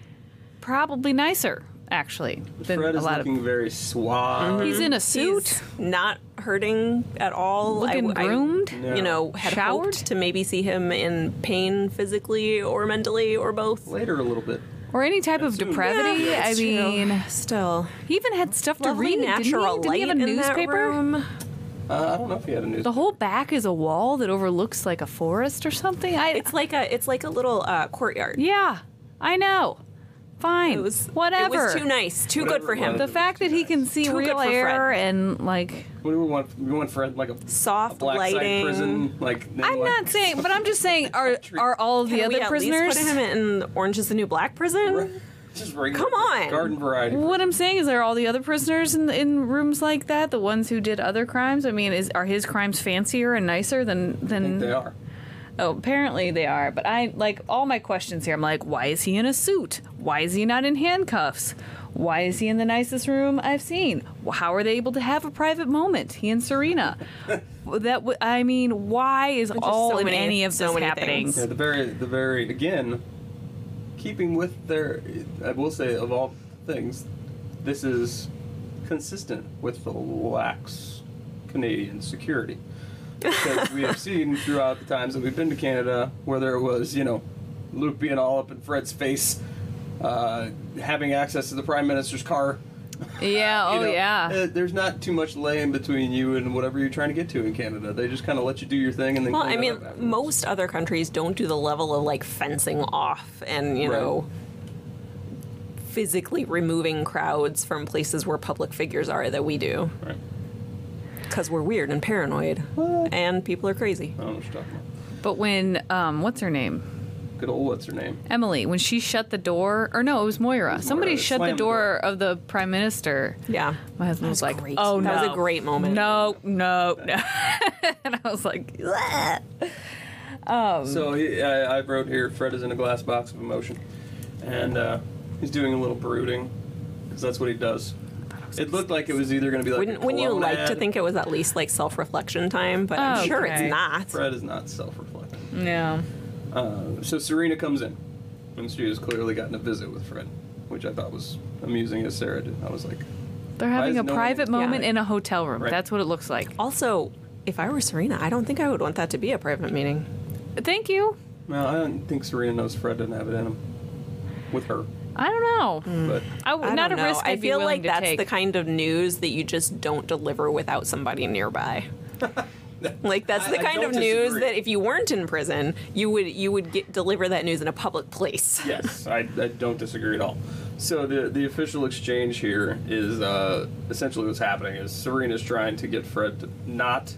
Speaker 4: probably nicer actually than
Speaker 1: Fred
Speaker 4: a
Speaker 1: is
Speaker 4: lot
Speaker 1: looking
Speaker 4: of. Mm-hmm.
Speaker 1: very suave.
Speaker 4: He's in a suit.
Speaker 2: He's not hurting at all.
Speaker 4: Looking
Speaker 2: I, I,
Speaker 4: groomed?
Speaker 2: you know,
Speaker 1: No.
Speaker 2: had
Speaker 4: Showered?
Speaker 2: hoped to maybe see him in pain physically or mentally or both.
Speaker 1: Later, a little bit.
Speaker 4: or any type of
Speaker 1: That's-
Speaker 4: depravity.
Speaker 2: Yeah,
Speaker 4: I
Speaker 2: that's true.
Speaker 4: mean,
Speaker 2: still
Speaker 4: he even had stuff to
Speaker 2: lovely
Speaker 4: read. Didn't he?
Speaker 2: natural
Speaker 4: Didn't he
Speaker 2: light
Speaker 4: have a
Speaker 2: in that
Speaker 4: newspaper?
Speaker 2: room.
Speaker 1: Uh, I don't know if he had a news.
Speaker 4: The whole back is a wall that overlooks like a forest or something. I
Speaker 2: It's like a it's like a little uh, courtyard.
Speaker 4: yeah, I know. Fine,
Speaker 2: It was
Speaker 4: whatever.
Speaker 2: It was too nice, too
Speaker 1: Whatever
Speaker 2: good for
Speaker 1: it
Speaker 2: him.
Speaker 1: was.
Speaker 4: The fact that he can see
Speaker 2: Too good
Speaker 4: real
Speaker 2: for
Speaker 4: air
Speaker 2: Fred.
Speaker 4: and like
Speaker 1: What do we want? We want Fred like a
Speaker 2: Soft
Speaker 1: black site
Speaker 2: lighting.
Speaker 1: prison. Like then,
Speaker 4: I'm
Speaker 1: like,
Speaker 4: not saying, but I'm just saying, are are all the
Speaker 2: Can
Speaker 4: other
Speaker 2: we at
Speaker 4: prisoners?
Speaker 2: least put him in Orange Is the New Black prison?
Speaker 1: Just regular
Speaker 2: Come on.
Speaker 1: garden variety.
Speaker 4: What I'm saying is, are all the other prisoners in in rooms like that? The ones who did other crimes? I mean, is are his crimes fancier and nicer than
Speaker 1: I think
Speaker 4: than?
Speaker 1: they are.
Speaker 4: Oh, apparently they are. But I like all my questions here. I'm like, why is he in a suit? Why is he not in handcuffs? Why is he in the nicest room I've seen? How are they able to have a private moment? He and Serena. that w- I mean, why is all
Speaker 2: so
Speaker 4: in
Speaker 2: many-
Speaker 4: any of
Speaker 2: so
Speaker 4: this
Speaker 2: many
Speaker 4: happening?
Speaker 2: things.
Speaker 1: Yeah, the very, the very again, keeping with their, I will say of all things, this is consistent with the lax Canadian security. Because we have seen throughout the times that we've been to Canada, whether it was you know, Luke being all up in Fred's face, uh, having access to the prime minister's car.
Speaker 4: Yeah.
Speaker 1: you
Speaker 4: Oh,
Speaker 1: know,
Speaker 4: yeah.
Speaker 1: uh, there's not too much lane between you and whatever you're trying to get to in Canada. They just kind of let you do your thing and then.
Speaker 2: Well,
Speaker 1: clean
Speaker 2: I
Speaker 1: it
Speaker 2: mean,
Speaker 1: up afterwards.
Speaker 2: most other countries don't do the level of like fencing off and, you
Speaker 1: Right.
Speaker 2: know, physically removing crowds from places where public figures are that we do
Speaker 1: Right.
Speaker 2: because we're weird and paranoid and people are crazy.
Speaker 1: I don't know what you're talking about.
Speaker 4: But when um, what's her name?
Speaker 1: Good old what's her name?
Speaker 4: Emily, when she shut the door, or no, it was Moira. Somebody
Speaker 1: Moira.
Speaker 4: shut
Speaker 1: Slammed
Speaker 4: the
Speaker 1: the
Speaker 4: door of the prime minister.
Speaker 2: Yeah.
Speaker 4: My husband was,
Speaker 2: was
Speaker 4: like,
Speaker 2: great.
Speaker 4: "Oh
Speaker 2: That
Speaker 4: no,
Speaker 2: was a great moment.
Speaker 4: No, no, no," and I was like, "Bleh."
Speaker 2: Um,
Speaker 1: So he, I, I wrote here. Fred is in a glass box of emotion, and uh, he's doing a little brooding because that's what he does. It looked like it was either going to be like. a
Speaker 2: Wouldn't, wouldn't you
Speaker 1: cologne
Speaker 2: like to
Speaker 1: ad.
Speaker 2: think it was at least like self reflection time? But I'm
Speaker 4: Oh,
Speaker 2: sure
Speaker 4: okay.
Speaker 2: it's not.
Speaker 1: Fred is not self-reflecting.
Speaker 4: "No."
Speaker 1: Uh, so Serena comes in, and she has clearly gotten a visit with Fred, which I thought was amusing as Sarah did. I was like,
Speaker 4: They're
Speaker 1: is
Speaker 4: having a
Speaker 1: no one-
Speaker 4: private
Speaker 1: Yeah.
Speaker 4: moment in a hotel room.
Speaker 1: Right.
Speaker 4: That's what it looks like.
Speaker 2: Also, if I were Serena, I don't think I would want that to be a private meeting.
Speaker 4: Thank you.
Speaker 1: no, I don't think Serena knows Fred doesn't have it in him with her,
Speaker 4: I don't know.
Speaker 1: but
Speaker 4: I w
Speaker 2: Mm. I
Speaker 4: not
Speaker 2: don't
Speaker 4: a
Speaker 2: know.
Speaker 4: risk. I'd
Speaker 2: I
Speaker 4: be
Speaker 2: feel
Speaker 4: willing
Speaker 2: like
Speaker 4: to
Speaker 2: that's
Speaker 4: take.
Speaker 2: the kind of news that you just don't deliver without somebody nearby. like that's
Speaker 1: I-
Speaker 2: the
Speaker 1: I
Speaker 2: kind
Speaker 1: don't
Speaker 2: of news
Speaker 1: disagree.
Speaker 2: that if you weren't in prison, you would you would get, deliver that news in a public place.
Speaker 1: yes, I, I don't disagree at all. So the the official exchange here is uh, essentially what's happening is Serena's trying to get Fred to not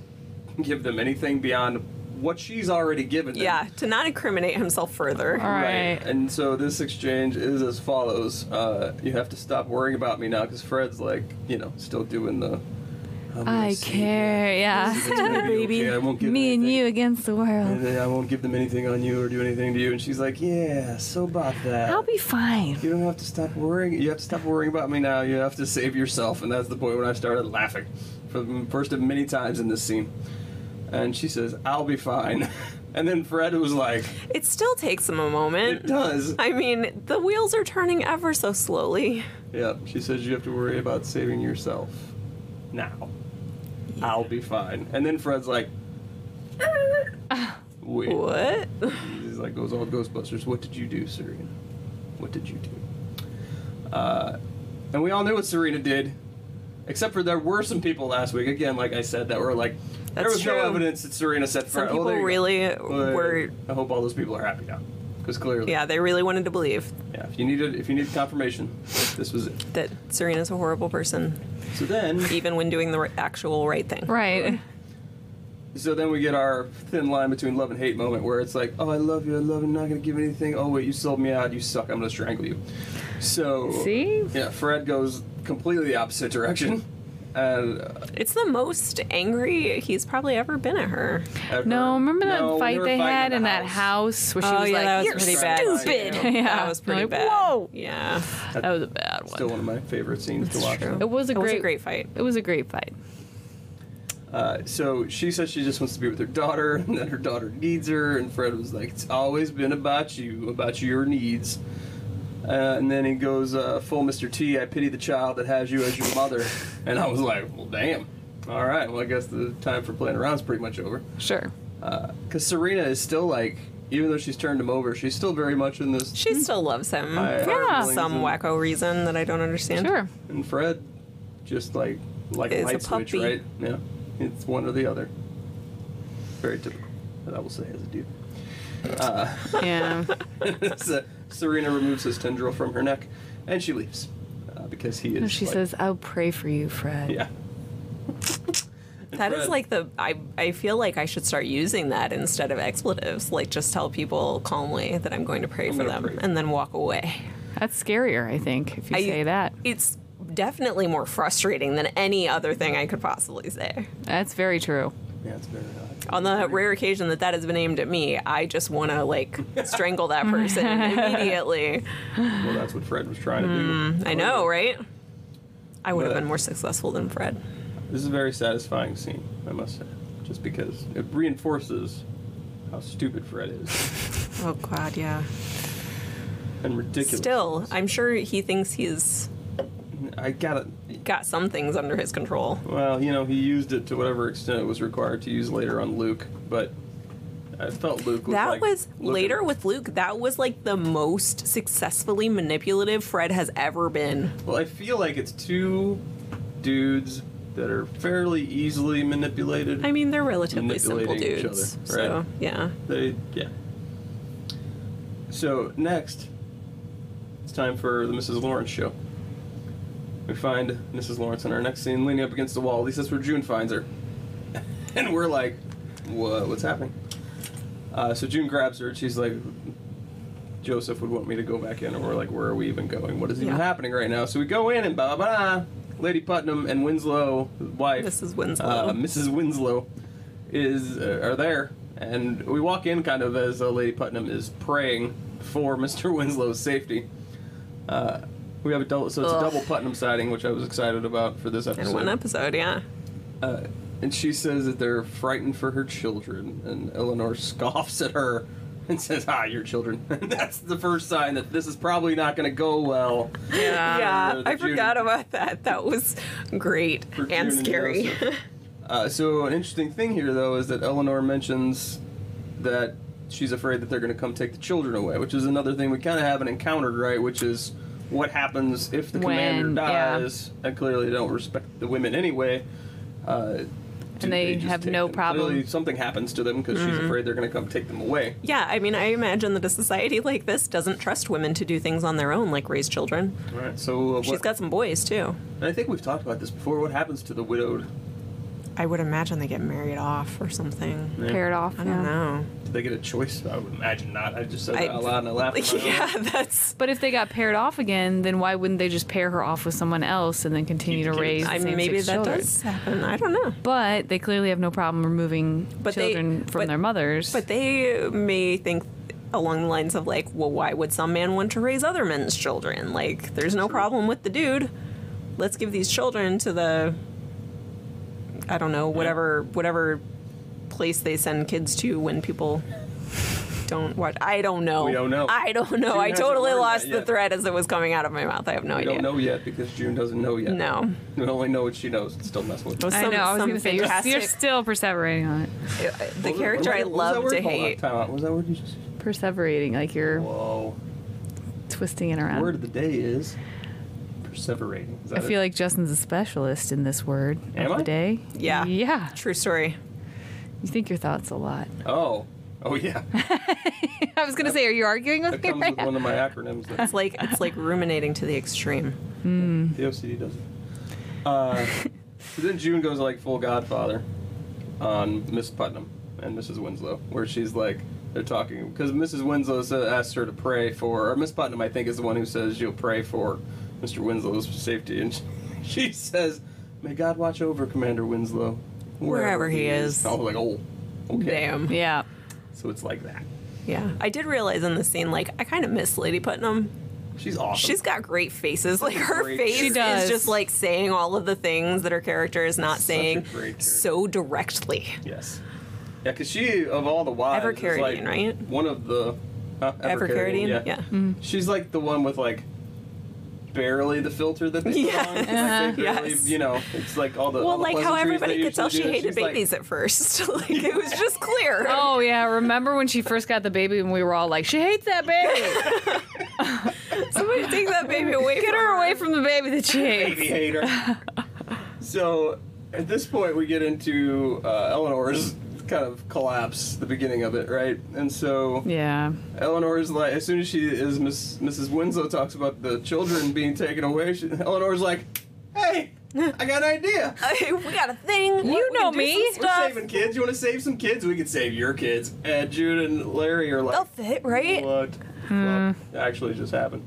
Speaker 1: give them anything beyond what she's already given them.
Speaker 2: Yeah, to not incriminate himself further.
Speaker 4: All
Speaker 1: Right.
Speaker 4: right.
Speaker 1: And so this exchange is as follows. Uh, you have to stop worrying about me now because Fred's like, you know, still doing the. I'm gonna
Speaker 4: I
Speaker 1: see you.
Speaker 4: care. Yeah.
Speaker 1: It's gonna be okay. I won't give
Speaker 4: Me and
Speaker 1: anything.
Speaker 4: you against the
Speaker 1: And
Speaker 4: world.
Speaker 1: then I won't give them anything on you or do anything to you. And she's like, yeah, so about that.
Speaker 4: I'll be fine.
Speaker 1: You don't have to stop worrying. You have to stop worrying about me now. You have to save yourself, and that's the point when I started laughing, for the first of many times in this scene. And she says, "I'll be fine," and then Fred was like,
Speaker 2: It still takes him a
Speaker 1: "It
Speaker 2: moment.
Speaker 1: does."
Speaker 2: I mean, the wheels are turning ever so slowly.
Speaker 1: Yep. She says you have to worry about saving yourself now. I'll be fine. And then Fred's like, "Wait."
Speaker 2: What?
Speaker 1: He's like goes all Ghostbusters. What did you do, Serena? What did you do? Uh, and we all knew what Serena did, except for there were some people last week. Again, like I said, that were like there
Speaker 2: That's
Speaker 1: was no
Speaker 2: true.
Speaker 1: evidence that Serena set fire.
Speaker 2: Some
Speaker 1: Well,
Speaker 2: people
Speaker 1: there you go.
Speaker 2: really
Speaker 1: But
Speaker 2: were.
Speaker 1: I hope all those people are happy now, because clearly,
Speaker 2: Yeah, they really wanted to believe
Speaker 1: yeah. If you needed, if you needed confirmation, this was it.
Speaker 2: that Serena's a horrible person,
Speaker 1: So then,
Speaker 2: even when doing the r- actual right thing.
Speaker 4: Right.
Speaker 1: So then we get our thin line between love and hate moment where it's like, oh, I love you, I love you, I'm not going to give anything. Oh, wait, you sold me out, you suck, I'm going to strangle you. So.
Speaker 3: See?
Speaker 1: Yeah, Fred goes completely the opposite direction. And uh,
Speaker 2: It's the most angry he's probably ever been at her.
Speaker 1: ever-
Speaker 4: No, remember that
Speaker 1: No, we
Speaker 4: fight
Speaker 1: were
Speaker 4: they
Speaker 1: fighting
Speaker 4: had
Speaker 1: the
Speaker 4: in that
Speaker 2: Oh,
Speaker 4: house where she Oh, was like, "You're
Speaker 1: bad.
Speaker 2: stupid."
Speaker 1: stupid."
Speaker 4: Yeah.
Speaker 2: that was pretty
Speaker 4: Like,
Speaker 2: bad.
Speaker 4: whoa.
Speaker 2: Yeah,
Speaker 4: That was a bad one.
Speaker 1: Still one of my favorite scenes to watch.
Speaker 2: true.
Speaker 4: it was a
Speaker 2: it was
Speaker 4: great,
Speaker 2: a great fight.
Speaker 4: It was a great fight.
Speaker 1: Uh, so she says she just wants to be with her daughter, and that her daughter needs her. And Fred was like, "It's always been about you, about your needs." Uh, and then he goes, uh, "Full Mr. T, I pity the child that has you as your mother." and I was like, "Well, damn. All right. Well, I guess the time for playing around is pretty much over."
Speaker 4: Sure.
Speaker 1: Because Serena is still like, even though she's turned him over, she's still very much in this.
Speaker 4: Hmm.
Speaker 2: She still loves him
Speaker 1: I-
Speaker 2: for
Speaker 4: Yeah.
Speaker 2: some wacko reason that I don't understand.
Speaker 4: Sure.
Speaker 1: And Fred, just like like a
Speaker 2: Is a
Speaker 1: light switch,
Speaker 2: puppy.
Speaker 1: right? Yeah, it's one or the other. Very typical. But I will say, as a dude. Uh,
Speaker 4: Yeah.
Speaker 1: so Serena removes his tendril from her neck, and she leaves uh, because he is.
Speaker 4: No, she
Speaker 1: like-
Speaker 4: says, "I'll pray for you, Fred."
Speaker 1: "Yeah."
Speaker 2: That is
Speaker 1: Fred-
Speaker 2: like the I I feel like I should start using that instead of expletives. Like just tell people calmly that I'm going to pray for
Speaker 1: gonna
Speaker 2: them
Speaker 1: pray.
Speaker 2: and then walk away.
Speaker 4: That's scarier, I think, if you
Speaker 2: I-
Speaker 4: say that.
Speaker 2: It's definitely more frustrating than any other thing I could possibly say.
Speaker 4: That's very true.
Speaker 1: Yeah, it's very odd.
Speaker 2: On the rare occasion that that has been aimed at me, I just want to like strangle that person immediately.
Speaker 1: Well, that's what Fred was trying to do.
Speaker 2: Hmm, I know, right? I would have
Speaker 1: But-
Speaker 2: been more successful than Fred.
Speaker 1: This is a very satisfying scene, I must say, just because it reinforces how stupid Fred is
Speaker 2: Oh God, yeah.
Speaker 1: and ridiculous.
Speaker 2: Still, I'm sure he thinks he's
Speaker 1: I got it.
Speaker 2: got some things under his control.
Speaker 1: Well, you know, he used it to whatever extent it was required to use later on Luke, but I felt Luke was
Speaker 2: That
Speaker 1: like,
Speaker 2: was
Speaker 1: look
Speaker 2: later
Speaker 1: at-
Speaker 2: with Luke. That was like the most successfully manipulative Fred has ever been.
Speaker 1: Well, I feel like it's two dudes that are fairly easily manipulated.
Speaker 2: I mean, they're relatively simple
Speaker 1: Manipulating each
Speaker 2: dudes.
Speaker 1: other, right.
Speaker 2: So yeah,
Speaker 1: they yeah. So next, it's time for the Mrs. Lawrence show. We find Mrs. Lawrence in our next scene leaning up against the wall. At least that's where June finds her, and we're like, "What? What's happening?" Uh, so June grabs her. and She's like, "Joseph would want me to go back in," and we're like, "Where are we even going? What is even
Speaker 2: Yeah.
Speaker 1: happening right now?" So we go in, and blah blah. Lady Putnam and Winslow, wife,
Speaker 2: Mrs. Winslow.
Speaker 1: uh, Mrs. Winslow is uh, are there, and we walk in kind of as uh, Lady Putnam is praying for Mr. Winslow's safety. Uh, we have a double, so it's a
Speaker 2: Ugh.
Speaker 1: double Putnam sighting, which I was excited about for this episode.
Speaker 2: in one episode, yeah.
Speaker 1: Uh, and she says that they're frightened for her children, and Eleanor scoffs at her and says, "Ah, your children." That's the first sign that this is probably not going to go well.
Speaker 2: Yeah,
Speaker 1: Uh, the
Speaker 2: I
Speaker 1: Judy-
Speaker 2: forgot about that. That was great
Speaker 1: for June
Speaker 2: and scary.
Speaker 1: Joseph. uh, so an interesting thing here, though, is that Eleanor mentions that she's afraid that they're going to come take the children away, which is another thing we kind of haven't encountered, right? Which is what happens if the
Speaker 4: When-
Speaker 1: commander
Speaker 4: yeah.
Speaker 1: dies, and clearly they don't respect the women anyway. Uh, do
Speaker 4: they
Speaker 1: just
Speaker 4: have
Speaker 1: take
Speaker 4: no
Speaker 1: them?
Speaker 4: problem. Mm-hmm.
Speaker 1: Clearly something happens to them because she's afraid they're going to come take them away.
Speaker 2: yeah, I mean, I imagine that a society like this doesn't trust women to do things on their own, like raise children.
Speaker 1: All right. So uh,
Speaker 2: She's
Speaker 1: what-
Speaker 2: got some boys too.
Speaker 1: and I think we've talked about this before. What happens to the widowed?
Speaker 2: I would imagine they get married off or something.
Speaker 4: Pair it off.
Speaker 2: I don't
Speaker 4: yeah.
Speaker 2: know.
Speaker 1: Do they get a choice? I would imagine not. I just said
Speaker 2: I-
Speaker 1: that out loud and I laughed. at my own.
Speaker 2: yeah, that's.
Speaker 4: But if they got paired off again, then why wouldn't they just pair her off with someone else and then continue
Speaker 1: Keep the
Speaker 4: to
Speaker 1: kids.
Speaker 4: raise?
Speaker 2: I mean,
Speaker 4: same-sex
Speaker 2: maybe that
Speaker 4: children?
Speaker 2: does happen. I don't know.
Speaker 4: But they clearly have no problem removing
Speaker 2: But they-
Speaker 4: children from
Speaker 2: but-
Speaker 4: their mothers.
Speaker 2: But they may think along the lines of like, well, why would some man want to raise other men's children? Like, there's no problem with the dude. Let's give these children to the I don't know, whatever whatever place they send kids to when people don't watch I don't know.
Speaker 1: We don't know.
Speaker 2: I don't know.
Speaker 1: She
Speaker 2: I
Speaker 1: hasn't
Speaker 2: totally
Speaker 1: learned that
Speaker 2: lost the
Speaker 1: yet.
Speaker 2: thread as it was coming out of my mouth. I have no
Speaker 1: We
Speaker 2: idea.
Speaker 1: don't know yet because June doesn't know yet.
Speaker 2: No.
Speaker 1: We only know what she knows. It's still messing with us.
Speaker 2: Those-
Speaker 4: I
Speaker 2: some-
Speaker 4: know. I was
Speaker 2: some
Speaker 4: going to say you're, you're
Speaker 2: fantastic-
Speaker 4: still perseverating on it,
Speaker 2: The character I love to hate.
Speaker 1: What was that word you just
Speaker 4: perseverating like you're
Speaker 1: Whoa.
Speaker 4: twisting it around.
Speaker 1: Word of the day is perseverating. Is that
Speaker 4: I feel like Justin's a specialist in this word
Speaker 1: Am
Speaker 4: of
Speaker 1: I?
Speaker 4: the day.
Speaker 2: Yeah.
Speaker 4: Yeah.
Speaker 2: True story.
Speaker 4: You think your thoughts a lot.
Speaker 1: like. Oh. Oh, yeah.
Speaker 4: I was going to say, are you arguing
Speaker 1: That comes with one of my acronyms. That
Speaker 2: It's like it's like ruminating to the extreme.
Speaker 1: the OCD does it. Uh, so then June goes like full Godfather. on Miss Putnam and Mrs. Winslow, where she's like, they're talking because Mrs. Winslow sa- asks her to pray for, or Miss Putnam, I think, is the one who says you'll pray for Mr. Winslow's safety, and she, she says, "May God watch over Commander Winslow
Speaker 2: Wherever he is.
Speaker 1: I was like, "Oh, okay."
Speaker 2: Damn.
Speaker 4: Yeah.
Speaker 1: So it's like that.
Speaker 2: Yeah. I did realize in the scene, like, I kind of miss Lady Putnam.
Speaker 1: She's awesome.
Speaker 2: She's got great faces. Like her
Speaker 1: Great
Speaker 2: face
Speaker 1: She
Speaker 4: does.
Speaker 2: is just like saying all of the things that her character is not
Speaker 1: Such a
Speaker 2: saying
Speaker 1: great character.
Speaker 2: so directly.
Speaker 1: Yes. Yeah, because she, of all the wives, is,
Speaker 2: Evercaradian,
Speaker 1: like,
Speaker 2: right?
Speaker 1: One of the. Huh?
Speaker 2: Evercaradian, yeah.
Speaker 1: She's like the one with like barely the filter that they
Speaker 2: Yeah.
Speaker 1: put on. Like, they
Speaker 4: Uh-huh.
Speaker 1: barely-
Speaker 2: Yes.
Speaker 1: You know, it's like all the. all
Speaker 2: Well,
Speaker 1: the
Speaker 2: like how
Speaker 1: pleasantries
Speaker 2: everybody
Speaker 1: they
Speaker 2: could tell she
Speaker 1: usually do.
Speaker 2: hated
Speaker 1: She's like-
Speaker 2: babies at first. like it was just clear.
Speaker 4: Oh yeah, remember when she first got the baby and we were all like, "She hates that baby.
Speaker 2: Somebody take that baby away.
Speaker 4: Get
Speaker 2: from
Speaker 4: her away from the baby that she
Speaker 1: baby
Speaker 4: hates."
Speaker 1: hater. so at this point, we get into uh, Eleanor's kind of collapse, the beginning of it, right? And so
Speaker 4: Yeah.
Speaker 1: Eleanor's like, as soon as she is Miss, Mrs. Winslow talks about the children being taken away, she, Eleanor's like, "Hey, I got an idea.
Speaker 2: we got a thing. Look, we
Speaker 4: know
Speaker 2: can do
Speaker 4: me.
Speaker 2: some
Speaker 1: We're
Speaker 2: stuff.
Speaker 1: saving kids. You want to save some kids? We can save your kids." And Jude and Larry are like,
Speaker 2: They'll fit, right?
Speaker 1: "What? the fuck actually just happened?"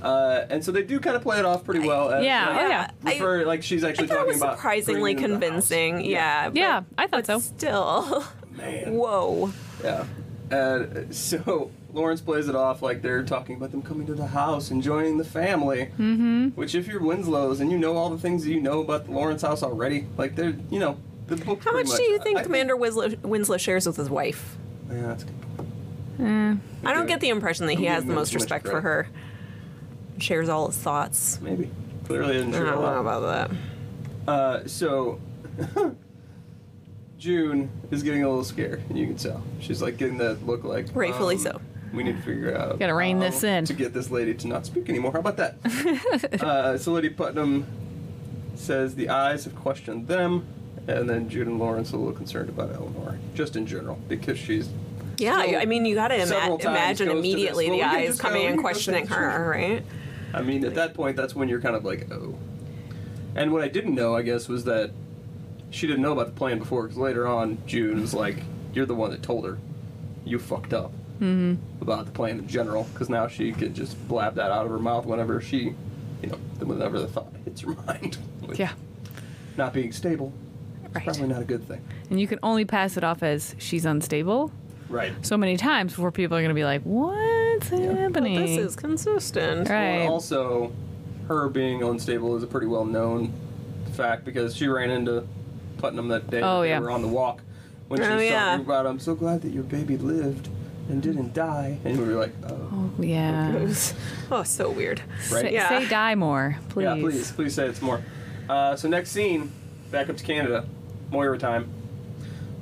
Speaker 1: Uh, and so they do kind of play it off pretty well. As,
Speaker 4: Yeah,
Speaker 1: like,
Speaker 4: oh, yeah.
Speaker 2: Uh, I-
Speaker 1: refer, like she's
Speaker 2: I
Speaker 1: actually
Speaker 2: thought it
Speaker 1: talking
Speaker 2: was
Speaker 1: about
Speaker 2: surprisingly
Speaker 1: bringing them to the house.
Speaker 2: convincing. Yeah. but
Speaker 4: Yeah, I thought so.
Speaker 2: Still.
Speaker 1: Man.
Speaker 2: Whoa.
Speaker 1: Yeah. And uh, so Lawrence plays it off like they're talking about them coming to the house and joining the family. Mm-hmm. Which, if you're Winslows and you know all the things that you know about the Lawrence house already, like they're, you know, the book.
Speaker 2: How
Speaker 1: pretty
Speaker 2: much do you
Speaker 1: I-
Speaker 2: think
Speaker 1: I
Speaker 2: Commander Winslow, Winslow shares with his wife?
Speaker 1: Yeah, that's a good. point.
Speaker 2: I don't
Speaker 1: Okay.
Speaker 2: get the impression that he
Speaker 1: I'm
Speaker 2: has the
Speaker 1: giving him
Speaker 2: most
Speaker 1: too much
Speaker 2: respect for
Speaker 1: credit.
Speaker 2: her. Shares all his thoughts.
Speaker 1: Maybe. Clearly, didn't
Speaker 2: I
Speaker 1: share a
Speaker 2: don't know
Speaker 1: lot.
Speaker 2: about that.
Speaker 1: Uh, so June is getting a little scared, and you can tell she's like getting that look like um,
Speaker 2: Rightfully so.
Speaker 1: We need to figure out.
Speaker 4: Gotta rein
Speaker 1: how
Speaker 4: this in.
Speaker 1: to get this lady to not speak anymore. How about that? uh, so Lady Putnam says the eyes have questioned them, and then June and Lawrence are a little concerned about Eleanor, just in general, because she's
Speaker 2: Yeah,
Speaker 1: So,
Speaker 2: you- I mean, you got to
Speaker 1: several
Speaker 2: ima-
Speaker 1: times
Speaker 2: imagine
Speaker 1: goes to this,
Speaker 2: immediately
Speaker 1: well,
Speaker 2: the
Speaker 1: we can
Speaker 2: eyes
Speaker 1: just go,
Speaker 2: coming
Speaker 1: we
Speaker 2: and
Speaker 1: can go
Speaker 2: questioning
Speaker 1: to the church.
Speaker 2: her, right?
Speaker 1: I mean, at that point, that's when you're kind of like, oh. And what I didn't know, I guess, was that she didn't know about the plan before, because later on, June was like, you're the one that told her. You fucked up
Speaker 4: Mm-hmm.
Speaker 1: about the plan in general, because now she could just blab that out of her mouth whenever she, you know, whenever the thought hits her mind. Which,
Speaker 4: Yeah.
Speaker 1: Not being stable is
Speaker 4: Right.
Speaker 1: probably not a good thing.
Speaker 4: And you can only pass it off as she's unstable
Speaker 1: Right.
Speaker 4: so many times before people are going to be like, "What's happening?"
Speaker 2: This is consistent.
Speaker 4: Right.
Speaker 1: Well, and also, her being unstable is a pretty well known fact because she ran into Putnam that day.
Speaker 4: Oh,
Speaker 1: they
Speaker 4: yeah.
Speaker 1: were on the walk when she
Speaker 2: Oh,
Speaker 1: was
Speaker 2: yeah.
Speaker 1: talking about, I'm so glad that your baby lived and didn't die. And we were like, oh.
Speaker 4: yeah.
Speaker 2: Oh, so weird.
Speaker 1: Right?
Speaker 4: Say,
Speaker 2: Yeah.
Speaker 4: say die more, Oh, please.
Speaker 1: Yeah, please, please say it's more. Uh, so next scene, back up to Canada, Moira time.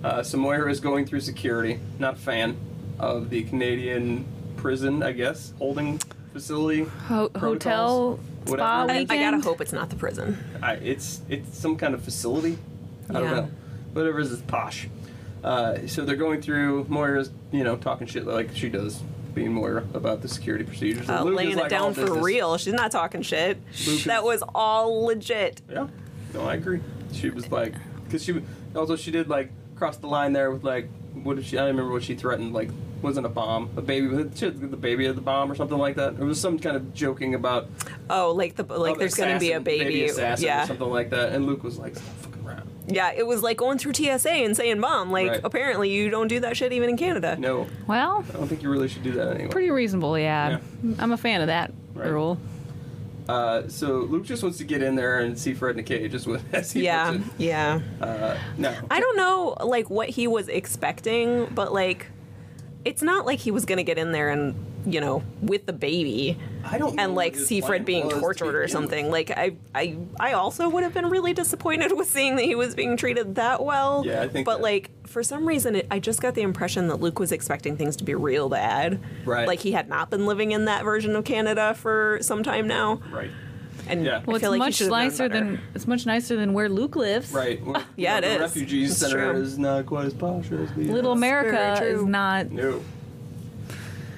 Speaker 1: Uh, so Moira is going through security. Not a fan of the Canadian prison, I guess, holding facility.
Speaker 4: Ho- hotel,
Speaker 1: protocols,
Speaker 4: spa
Speaker 1: whatever.
Speaker 2: I, I gotta
Speaker 4: Weekend?
Speaker 2: hope it's not the prison.
Speaker 1: I, it's it's some kind of facility. I don't
Speaker 2: Yeah.
Speaker 1: know. Whatever it is, it's posh. Uh, so they're going through Moira's, you know, talking shit like she does, being Moira about the security procedures. And
Speaker 2: Uh,
Speaker 1: Luke is
Speaker 2: laying it
Speaker 1: like, "All
Speaker 2: down
Speaker 1: this
Speaker 2: for
Speaker 1: is-"
Speaker 2: real. She's not talking shit.
Speaker 1: Lucas-
Speaker 2: That was all legit.
Speaker 1: Yeah. No, I agree. She was like, because she also she did like cross the line there with like what did she? I don't remember what she threatened. Like wasn't a bomb, a baby. She had the baby of the bomb or something like that. It was some kind of joking about
Speaker 2: Oh, like the like
Speaker 1: oh,
Speaker 2: there's gonna be a
Speaker 1: assassin, baby
Speaker 2: baby.
Speaker 1: assassin or
Speaker 2: yeah,
Speaker 1: something like that. And Luke was like, "Stop fucking around.
Speaker 2: yeah. It was like going through TSA and saying, "Mom, like
Speaker 1: Right.
Speaker 2: apparently you don't do that shit even in Canada."
Speaker 1: No,
Speaker 4: Well,
Speaker 1: I don't think you really should do that anyway.
Speaker 4: pretty reasonable, yeah. I'm a fan of that
Speaker 1: Right.
Speaker 4: rule.
Speaker 1: Uh, so Luke just wants to get in there and see Fred in a cage, is what as he
Speaker 2: Yeah,
Speaker 1: puts
Speaker 2: yeah.
Speaker 1: it. Uh, no,
Speaker 2: I don't know like what he was expecting, but like it's not like he was gonna get in there and you know with the baby
Speaker 1: I don't. know
Speaker 2: and like
Speaker 1: what his
Speaker 2: see
Speaker 1: plan
Speaker 2: Fred being
Speaker 1: was to
Speaker 2: tortured or
Speaker 1: begin with.
Speaker 2: something. Like I, I, I also would have been really disappointed with seeing that he was being treated that well.
Speaker 1: Yeah, I think
Speaker 2: But
Speaker 1: that-
Speaker 2: like for some reason, it, I just got the impression that Luke was expecting things to be real bad.
Speaker 1: Right.
Speaker 2: Like he had not been living in that version of Canada for some time now,
Speaker 1: Right.
Speaker 2: and
Speaker 1: Yeah.
Speaker 4: Well,
Speaker 2: I
Speaker 4: it's
Speaker 2: feel like he
Speaker 4: much
Speaker 2: should have known
Speaker 4: nicer
Speaker 2: better.
Speaker 4: than it's much nicer than where Luke lives.
Speaker 1: Right. Well,
Speaker 2: Yeah,
Speaker 1: the
Speaker 2: it is.
Speaker 1: Refugee
Speaker 2: It's
Speaker 1: center
Speaker 2: true.
Speaker 1: is not quite as posh as the
Speaker 4: Little
Speaker 1: uh,
Speaker 4: America
Speaker 2: very
Speaker 4: is
Speaker 2: true.
Speaker 4: not.
Speaker 1: No.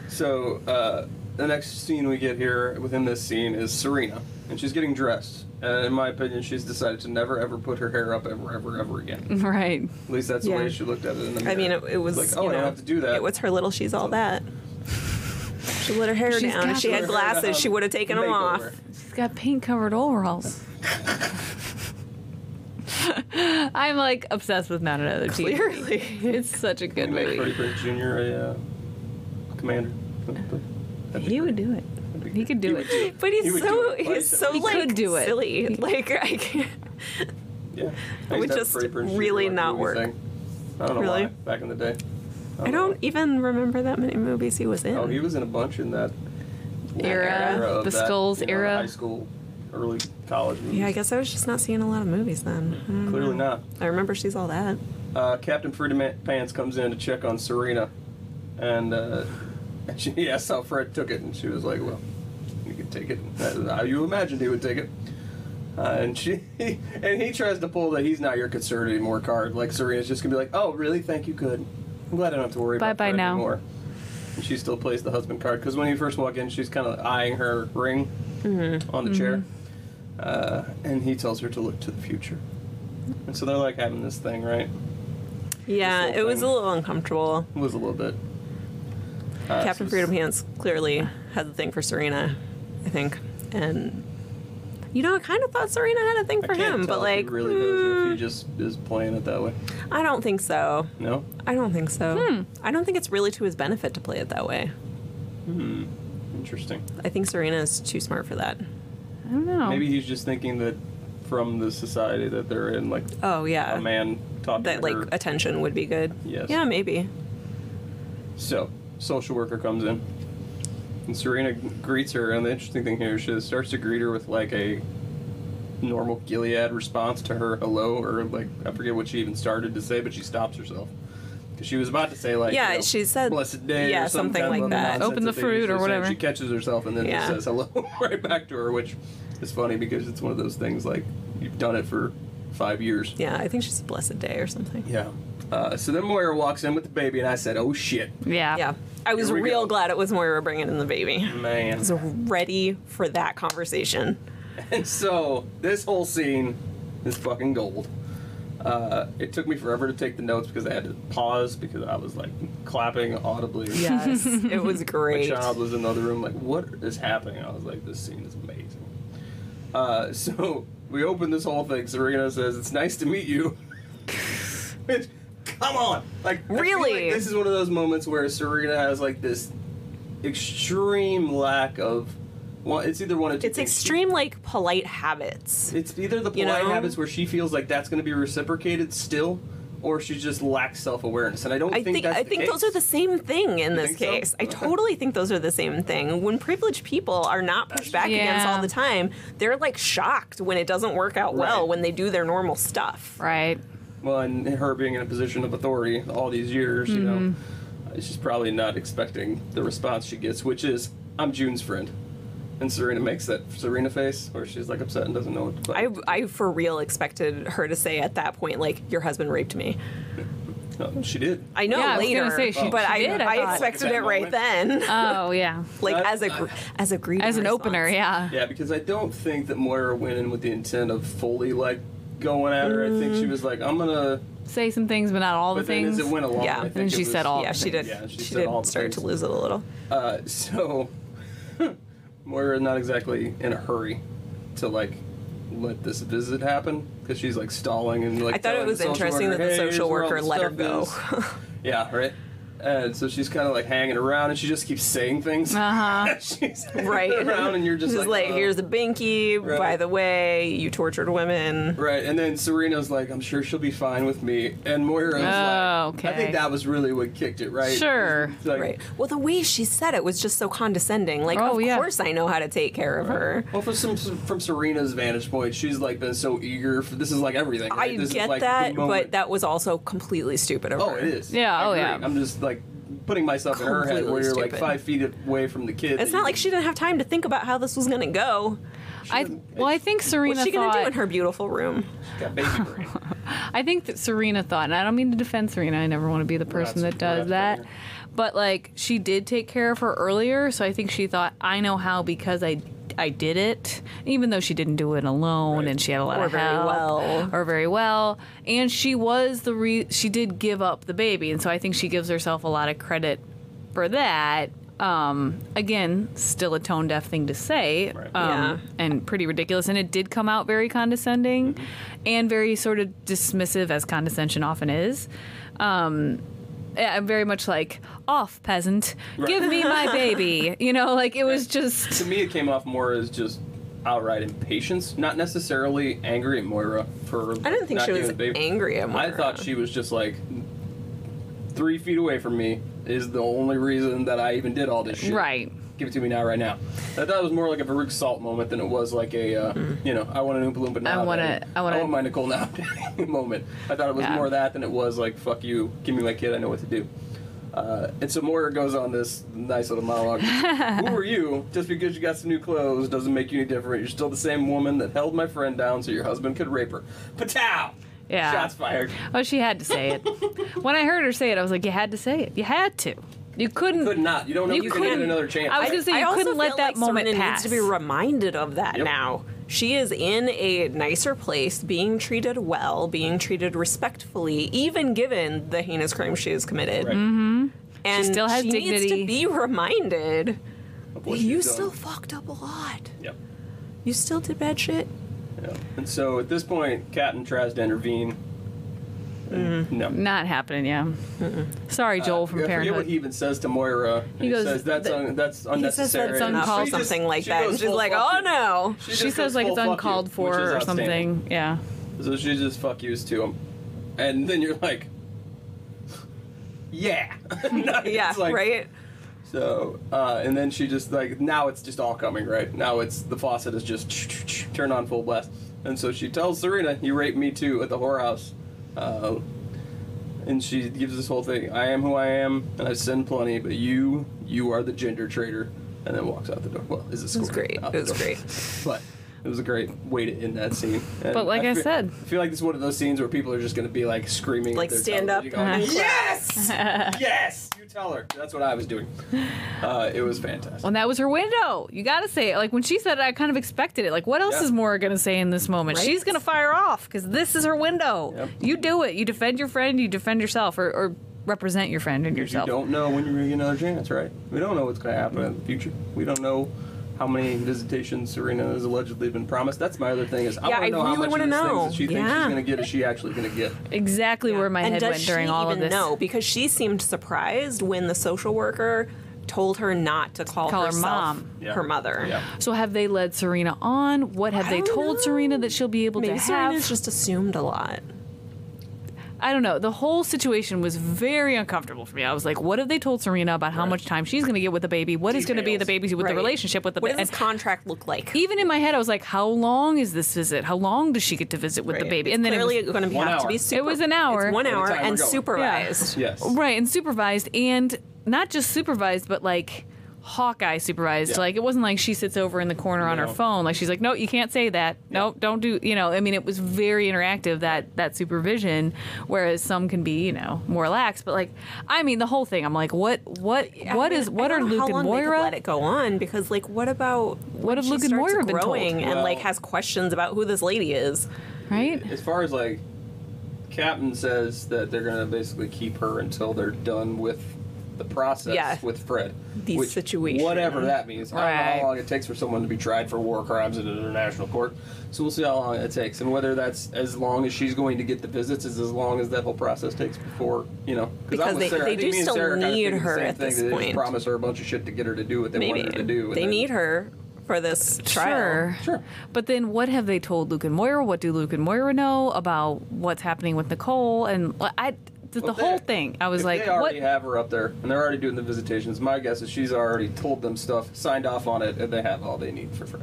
Speaker 1: So uh, the next scene we get here within this scene is Serena, and she's getting dressed. And in my opinion, she's decided to never ever put her hair up ever, ever, ever again.
Speaker 4: right.
Speaker 1: At least that's the
Speaker 2: Yeah.
Speaker 1: way she looked at it in the mirror.
Speaker 2: I mean, it, it was.
Speaker 1: like, oh,
Speaker 2: you
Speaker 1: I
Speaker 2: know,
Speaker 1: don't have to do that.
Speaker 2: It was her little. She's all that. She let her hair
Speaker 4: She's
Speaker 2: down. If
Speaker 4: got
Speaker 2: she
Speaker 4: her
Speaker 2: had
Speaker 1: Put her
Speaker 2: glasses,
Speaker 1: down.
Speaker 2: she would have taken them off.
Speaker 1: Makeover.
Speaker 4: She's got paint covered overalls. I'm like obsessed with not another teen.
Speaker 2: Clearly.
Speaker 4: It's such a good
Speaker 1: And make Freddie
Speaker 4: movie.
Speaker 1: Prinze Jr. a uh, commander. That'd be
Speaker 4: He would
Speaker 1: great.
Speaker 4: do it.
Speaker 1: That'd be
Speaker 4: He
Speaker 1: great.
Speaker 4: could do
Speaker 1: would
Speaker 4: it.
Speaker 2: But
Speaker 1: He
Speaker 2: he's
Speaker 1: would do
Speaker 2: so
Speaker 1: it.
Speaker 2: he's so
Speaker 4: He
Speaker 2: like
Speaker 4: could do it.
Speaker 2: silly. Like I can't.
Speaker 1: Yeah.
Speaker 2: I
Speaker 1: used to
Speaker 2: would
Speaker 1: have
Speaker 2: just
Speaker 1: Freddie Prinze Jr.
Speaker 2: really
Speaker 1: like
Speaker 2: not
Speaker 1: movie
Speaker 2: work.
Speaker 1: thing. I don't know
Speaker 2: Really?
Speaker 1: why. Back in the day.
Speaker 2: I don't even remember that many movies he was in.
Speaker 1: Oh, he was in a bunch in that
Speaker 4: Era,
Speaker 1: of
Speaker 4: the
Speaker 1: that,
Speaker 4: Skulls
Speaker 1: you know,
Speaker 4: era.
Speaker 1: high school, early college. Movies.
Speaker 2: yeah, I guess mm-hmm. I was just not seeing a lot of movies then. I don't
Speaker 1: Clearly
Speaker 2: know.
Speaker 1: not.
Speaker 2: I remember she's all that.
Speaker 1: Uh, Captain Freedom Pants comes in to check on Serena, and uh, she asked how Fred took it, and she was like, "Well, you can take it. That's how you imagined he would take it." Uh, and she and he tries to pull the "he's not your concern anymore" card. Like Serena's just gonna be like, "Oh, really? Thank you. Good. I'm glad I don't have to worry about
Speaker 4: Bye-bye
Speaker 1: Fred
Speaker 4: now."
Speaker 1: anymore." And she still plays the husband card because when you first walk in, she's kind of eyeing her ring
Speaker 4: Mm-hmm.
Speaker 1: on the chair, uh, and he tells her to look to the future. And so they're like having this thing, right?
Speaker 2: Yeah,
Speaker 1: whole
Speaker 2: it was a
Speaker 1: thing.
Speaker 2: little uncomfortable.
Speaker 1: It was a little bit. Uh,
Speaker 2: Captain Freedom Pants clearly had the thing for Serena, I think, and you know, I kind of thought Serena had a thing for
Speaker 1: I can't
Speaker 2: him,
Speaker 1: tell
Speaker 2: but like,
Speaker 1: if he really does, or if he
Speaker 2: mm,
Speaker 1: just is playing it that way.
Speaker 2: I don't think so.
Speaker 1: No,
Speaker 2: I don't think so. I don't think it's really to his benefit to play it that way.
Speaker 1: interesting.
Speaker 2: I think Serena is too smart for that.
Speaker 4: I don't
Speaker 2: Oh.
Speaker 4: know.
Speaker 1: Maybe he's just thinking that from the society that they're in, like
Speaker 2: Oh yeah,
Speaker 1: a man talking
Speaker 2: that
Speaker 1: to
Speaker 2: like
Speaker 1: her.
Speaker 2: attention would be good.
Speaker 1: Yes.
Speaker 2: Yeah, maybe.
Speaker 1: so, social worker comes in, and Serena greets her. And the interesting thing here is she starts to greet her with like a normal Gilead response to her hello, or like I forget what she even started to say, but she stops herself. 'Cause She was about to say like
Speaker 2: Yeah,
Speaker 1: you know,
Speaker 2: she said-
Speaker 1: blessed day
Speaker 2: yeah,
Speaker 1: or some
Speaker 2: something
Speaker 1: kind of
Speaker 2: like
Speaker 1: other
Speaker 2: that.
Speaker 1: nonsense
Speaker 4: Open the
Speaker 1: they
Speaker 4: fruit or
Speaker 1: usually say, and
Speaker 4: whatever.
Speaker 1: She catches herself and then
Speaker 2: Yeah.
Speaker 1: just says hello right back to her, which is funny because it's one of those things like you've done it for five years.
Speaker 2: Yeah, I think she's a blessed day or something.
Speaker 1: Yeah. Uh, so then Moira walks in with the baby, and I said, "Oh shit,
Speaker 4: Yeah.
Speaker 2: Yeah, I was
Speaker 1: Here we
Speaker 2: real
Speaker 1: go.
Speaker 2: glad it was Moira bringing in the baby.
Speaker 1: man!"
Speaker 2: I was ready for that conversation.
Speaker 1: And so this whole scene is fucking gold. Uh, it took me forever to take the notes because I had to pause because I was like clapping audibly.
Speaker 2: Yes, it was
Speaker 1: My
Speaker 2: great.
Speaker 1: child was in the other room, like, what is happening? I was like, this scene is amazing. Uh, so we open this whole thing. Serena says, it's nice to meet you. Bitch, Come on! Like, I feel
Speaker 2: Really?
Speaker 1: like this is one of those moments where Serena has like this extreme lack of. Well, it's either one of two
Speaker 2: It's
Speaker 1: things. She-
Speaker 2: extreme like polite habits.
Speaker 1: it's either the
Speaker 2: You
Speaker 1: polite
Speaker 2: know?
Speaker 1: habits where she feels like that's going to be reciprocated still, or she just lacks self awareness. And I don't
Speaker 2: I
Speaker 1: think,
Speaker 2: think
Speaker 1: that's
Speaker 2: I
Speaker 1: the
Speaker 2: think those
Speaker 1: case.
Speaker 2: are the same thing in this
Speaker 1: think so?
Speaker 2: case. I
Speaker 1: Okay.
Speaker 2: totally think those are the same thing. When privileged people are not pushed back
Speaker 4: Yeah.
Speaker 2: against all the time, they're like shocked when it doesn't work out well
Speaker 1: Right.
Speaker 2: when they do their normal stuff.
Speaker 4: Right.
Speaker 1: well, and her being in a position of authority all these years, you know,
Speaker 2: Mm-hmm.
Speaker 1: uh, she's probably not expecting the response she gets, which is, "I'm June's friend," and Serena makes that Serena face, where she's like upset and doesn't know what. To
Speaker 2: I, I for real expected her to say at that point like your husband raped me.
Speaker 1: No, she did.
Speaker 2: I know
Speaker 4: Yeah, I was
Speaker 2: later,
Speaker 4: gonna say, she-
Speaker 2: but
Speaker 4: she
Speaker 2: I,
Speaker 4: did, I
Speaker 2: I,
Speaker 4: thought.
Speaker 2: expected
Speaker 1: That
Speaker 2: it right
Speaker 1: moment. Uh,
Speaker 2: then,
Speaker 4: Oh yeah.
Speaker 2: like
Speaker 1: That-
Speaker 2: as a gr- as a greeting,
Speaker 4: As an
Speaker 2: response.
Speaker 4: opener, yeah.
Speaker 1: Yeah, because I don't think that Moira went in with the intent of fully like going at her. I
Speaker 2: Mm-hmm.
Speaker 1: think she was like, "I'm gonna,"
Speaker 4: Say some things, but not all
Speaker 1: but
Speaker 4: the things.
Speaker 1: then as it went along,
Speaker 2: Yeah.
Speaker 1: I
Speaker 2: And
Speaker 1: think
Speaker 4: then
Speaker 1: it
Speaker 4: she
Speaker 1: was-
Speaker 4: said all
Speaker 2: Yeah, she did.
Speaker 1: Yeah, she
Speaker 2: she,
Speaker 1: said
Speaker 2: did
Speaker 1: all the
Speaker 2: start to
Speaker 1: things.
Speaker 2: lose it a little.
Speaker 1: Uh, so Moira not exactly in a hurry to like let this visit happen because she's like stalling and like.
Speaker 2: I thought
Speaker 1: telling
Speaker 2: it
Speaker 1: the
Speaker 2: was
Speaker 1: social
Speaker 2: interesting
Speaker 1: worker,
Speaker 2: that the
Speaker 1: "Hey, here's
Speaker 2: social
Speaker 1: where all
Speaker 2: worker
Speaker 1: the
Speaker 2: let her go.
Speaker 1: stuff is." yeah, right. And so she's kind of like hanging around, and she just keeps saying things.
Speaker 4: Uh-huh.
Speaker 1: she's hanging
Speaker 2: right
Speaker 1: around, and you're just like, uh,
Speaker 2: here's a binky
Speaker 1: Right.
Speaker 2: by the way you tortured women
Speaker 1: Right, and then Serena's like, "I'm sure she'll be fine with me," and Moira's
Speaker 4: Oh,
Speaker 1: like, "I
Speaker 4: okay.
Speaker 1: think that was really what kicked it, right?"
Speaker 4: Sure.
Speaker 1: It's like,
Speaker 2: right well the way she said it was just so condescending like
Speaker 4: Oh,
Speaker 2: of
Speaker 4: yeah.
Speaker 2: course i know how to take care of her
Speaker 1: Well, from some from Serena's vantage point, she's like been so eager for this is like everything. Right?
Speaker 2: i
Speaker 1: this
Speaker 2: get
Speaker 1: is, like, the
Speaker 2: that but
Speaker 1: moment.
Speaker 2: that was also completely stupid of
Speaker 1: oh,
Speaker 2: her
Speaker 1: it is.
Speaker 4: Yeah,
Speaker 1: I
Speaker 4: oh,
Speaker 1: agree.
Speaker 4: yeah.
Speaker 1: I'm just like putting myself in her head where
Speaker 2: Completely
Speaker 1: you're like
Speaker 2: stupid.
Speaker 1: five feet away from the kid.
Speaker 2: it's not like she didn't have time to think about how this was gonna go
Speaker 4: I well, I think Serena
Speaker 2: what's she
Speaker 4: thought.
Speaker 2: gonna do in her beautiful room
Speaker 1: she's got baby brain.
Speaker 4: I think that Serena thought, and I don't mean to defend Serena. I never want to be the person
Speaker 1: that's-
Speaker 4: that does
Speaker 1: that's
Speaker 4: that.
Speaker 1: fair.
Speaker 4: But like she did take care of her earlier, so I think she thought I know how because I I did it, even though she didn't do it alone
Speaker 1: Right.
Speaker 4: and she had a lot
Speaker 2: Or
Speaker 4: of
Speaker 2: very
Speaker 4: help
Speaker 2: well.
Speaker 4: or very well. And she was the re- she did give up the baby, and so I think she gives herself a lot of credit for that. Um, again, still a tone deaf thing to say,
Speaker 1: Right.
Speaker 4: um,
Speaker 2: Yeah.
Speaker 4: and pretty ridiculous. And it did come out very condescending,
Speaker 1: Mm-hmm.
Speaker 4: and very sort of dismissive, as condescension often is. Um, yeah, I'm very much like off peasant,
Speaker 1: Right.
Speaker 4: give me my baby. You know, like it was
Speaker 1: To
Speaker 4: just
Speaker 1: me, it came off more as just outright impatience, not necessarily angry at Moira for.
Speaker 2: I didn't think
Speaker 1: not
Speaker 2: she was
Speaker 1: giving the baby.
Speaker 2: angry at
Speaker 1: I
Speaker 2: Moira.
Speaker 1: thought she was just like three feet away from me is the only reason that I even did all this shit.
Speaker 4: right.
Speaker 1: Give it to me now, right now. I thought it was more like a Baruch Salt moment than it was like a, uh, you know, I want an Oompa Loompa now.
Speaker 4: wanna-
Speaker 1: daddy.
Speaker 4: Mm-hmm. I wanna-
Speaker 1: I want my Nicole now daddy moment. I thought it was
Speaker 4: Yeah.
Speaker 1: more that than it was like, fuck you, give me my kid, I know what to do. Uh, and so Moira goes on this nice little monologue. Who are you? Just because you got some new clothes doesn't make you any different. You're still the same woman that held my friend down so your husband could rape her. Patow!
Speaker 4: Yeah.
Speaker 1: Shots fired.
Speaker 4: Oh, she had to say it. when I heard her say it, I was like, you had to say it. You had to. You couldn't.
Speaker 1: Could not. You don't know
Speaker 4: You
Speaker 1: if you're going to get
Speaker 4: couldn't.
Speaker 1: another chance.
Speaker 4: I was gonna say you
Speaker 2: also
Speaker 4: couldn't let
Speaker 2: feel
Speaker 4: that
Speaker 2: like
Speaker 4: moment
Speaker 2: Serena
Speaker 4: pass.
Speaker 2: needs to be reminded of that
Speaker 1: Yep.
Speaker 2: now. She is in a nicer place, being treated well, being treated respectfully, even given the heinous crime she has committed.
Speaker 1: Right.
Speaker 4: Mm-hmm.
Speaker 2: And
Speaker 4: still has
Speaker 2: she needs
Speaker 4: dignity.
Speaker 2: to be reminded.
Speaker 1: Of what
Speaker 2: You
Speaker 1: you've done.
Speaker 2: still fucked up a lot.
Speaker 1: Yep.
Speaker 2: You still did bad shit.
Speaker 1: Yeah. And so at this point, Captain tries to intervene. And No.
Speaker 4: Not happening, yeah. Sorry, Joel from
Speaker 1: I Uh, forget what
Speaker 4: Parenthood.
Speaker 1: he even says to Moira. and
Speaker 4: He
Speaker 1: He,
Speaker 4: goes,
Speaker 1: says that's
Speaker 4: that-
Speaker 1: un- that's
Speaker 4: that it's
Speaker 1: unnecessary.
Speaker 4: And
Speaker 2: Not
Speaker 4: uncalled-
Speaker 2: call
Speaker 1: She just-
Speaker 2: something like
Speaker 1: she
Speaker 2: that.
Speaker 1: goes
Speaker 2: And she's
Speaker 1: full
Speaker 2: like,
Speaker 1: fuck
Speaker 2: oh
Speaker 1: you."
Speaker 2: no.
Speaker 1: She,
Speaker 4: she
Speaker 1: just
Speaker 4: says
Speaker 1: goes
Speaker 4: like
Speaker 1: full
Speaker 4: it's
Speaker 1: fuck you,
Speaker 4: uncalled
Speaker 1: which is
Speaker 4: for or
Speaker 1: outstanding.
Speaker 4: something. Yeah.
Speaker 1: So she just fuck yous to him, and then you're like, yeah, No, it's
Speaker 2: Yeah,
Speaker 1: like-
Speaker 2: right?
Speaker 1: So uh, and then she just like now it's just all coming right now it's the faucet is just turn on full blast, and so she tells Serena you raped me too at the whorehouse, uh, and she gives this whole thing I am who I am and I've sinned plenty but you you are the gender traitor, and then walks out the door. Well, is this
Speaker 2: It was great. It was great.
Speaker 1: but it was a great way to end that scene. And
Speaker 4: But like I
Speaker 1: feel-
Speaker 4: said-
Speaker 1: I feel like this is one of those scenes where people are just going to be like screaming, at
Speaker 2: Like,
Speaker 1: their
Speaker 2: stand up
Speaker 1: television
Speaker 4: and
Speaker 1: going,
Speaker 4: clap.
Speaker 2: Uh-huh.
Speaker 1: yes, yes, you tell her. That's what I was doing. Uh, it was fantastic.
Speaker 4: And that was her window. You got to say it. Like when she said it, I kind of expected it. Like, what else
Speaker 1: Yeah.
Speaker 4: is Moira going to say in this moment?
Speaker 2: Right?
Speaker 4: She's going to fire off because this is her window.
Speaker 1: Yep.
Speaker 4: You do it. You defend your friend, you defend yourself, or, or represent your friend and
Speaker 1: Because you
Speaker 4: yourself.
Speaker 1: don't know when you're going to get another chance, right? We don't know what's going to happen in the future. We don't know. How many visitations Serena has allegedly been promised? That's my other thing is I
Speaker 2: Yeah,
Speaker 1: want
Speaker 2: I
Speaker 1: to know how
Speaker 2: really
Speaker 1: much of
Speaker 2: wanna
Speaker 1: these things
Speaker 2: know.
Speaker 1: that she thinks
Speaker 2: Yeah.
Speaker 1: she's going to get is she actually going to get?
Speaker 4: Exactly where my
Speaker 2: and
Speaker 4: head
Speaker 2: does
Speaker 4: went
Speaker 2: she
Speaker 4: during all
Speaker 2: even
Speaker 4: of this.
Speaker 2: know? Because she seemed surprised when the social worker told her not to call,
Speaker 4: Call her
Speaker 2: herself
Speaker 4: mom.
Speaker 1: Yeah.
Speaker 2: her mother.
Speaker 1: Yeah.
Speaker 4: So have they led Serena on? What have
Speaker 2: I
Speaker 4: they
Speaker 2: don't
Speaker 4: told
Speaker 2: know.
Speaker 4: Serena that she'll be able
Speaker 2: Maybe
Speaker 4: to
Speaker 2: Serena's
Speaker 4: have?
Speaker 2: just assumed a lot.
Speaker 4: I don't know. The whole situation was very uncomfortable for me. I was like, what have they told Serena about how much time she's going to get with the baby? What is going to be the
Speaker 1: Details.
Speaker 4: baby with the
Speaker 2: Right.
Speaker 4: relationship with the
Speaker 2: What
Speaker 4: baby?
Speaker 2: does this contract look like?
Speaker 4: even in my head, I was like, how long is this visit? How long does she get to visit with the
Speaker 2: Right.
Speaker 4: baby?
Speaker 2: It's
Speaker 4: and then
Speaker 2: clearly
Speaker 4: it was,
Speaker 2: going to be
Speaker 1: One
Speaker 2: have to
Speaker 1: hour.
Speaker 2: be
Speaker 1: It
Speaker 2: super.
Speaker 4: was an hour.
Speaker 2: It's one
Speaker 1: By the
Speaker 2: hour
Speaker 1: time we're
Speaker 2: and
Speaker 1: going.
Speaker 2: supervised.
Speaker 1: Yes.
Speaker 4: right and supervised and not just supervised, but like Hawkeye supervised.
Speaker 1: Yeah.
Speaker 4: Like it wasn't like she sits over in the corner on her
Speaker 1: No.
Speaker 4: phone. Like she's like, no, you can't say that. No, don't do. You know, I mean, it was very interactive that that supervision. Whereas some can be, you know, more lax. But like, I mean, the whole thing. I'm like, what, what,
Speaker 2: I
Speaker 4: what
Speaker 2: mean,
Speaker 4: is,
Speaker 2: I
Speaker 4: what
Speaker 2: don't know
Speaker 4: are
Speaker 2: how
Speaker 4: Luke and
Speaker 2: long they could
Speaker 4: Moira?
Speaker 2: Let it go on because, like, what about when
Speaker 4: have
Speaker 2: she
Speaker 4: Luke and
Speaker 2: starts
Speaker 4: Moira been told?
Speaker 2: growing and
Speaker 1: Well-
Speaker 2: like has questions about who this lady is?
Speaker 4: right?
Speaker 1: As far as like, Captain says that they're gonna basically keep her until they're done with the process
Speaker 2: Yeah.
Speaker 1: with Fred.
Speaker 2: The
Speaker 1: which,
Speaker 2: situation.
Speaker 1: Whatever that means. I don't know
Speaker 4: Right.
Speaker 1: how long it takes for someone to be tried for war crimes in an international court. So we'll see how long it takes. And whether that's as long as she's going to get the visits is as long as that whole process takes before, you know.
Speaker 2: Because
Speaker 1: I'm with
Speaker 2: they-
Speaker 1: Sarah. I
Speaker 2: they
Speaker 1: think
Speaker 2: do
Speaker 1: me and
Speaker 2: still
Speaker 1: Sarah kinda
Speaker 2: need
Speaker 1: thinking the
Speaker 2: her
Speaker 1: same
Speaker 2: at
Speaker 1: thing,
Speaker 2: this
Speaker 1: that they just
Speaker 2: point.
Speaker 1: promise her a bunch of shit to get her to do what they
Speaker 2: Maybe
Speaker 1: want her to do. and
Speaker 2: they
Speaker 1: then-
Speaker 2: need her for this trial.
Speaker 4: Sure.
Speaker 1: Sure.
Speaker 4: But then what have they told Luke and Moira? What do Luke and Moira know about what's happening with Nicole? And like, I, the, the
Speaker 1: Well,
Speaker 4: whole
Speaker 1: they-
Speaker 4: thing, I was
Speaker 1: if
Speaker 4: like,
Speaker 1: they already
Speaker 4: what?
Speaker 1: have her up there, and they're already doing the visitations. My guess is she's already told them stuff, signed off on it, and they have all they need for Fred.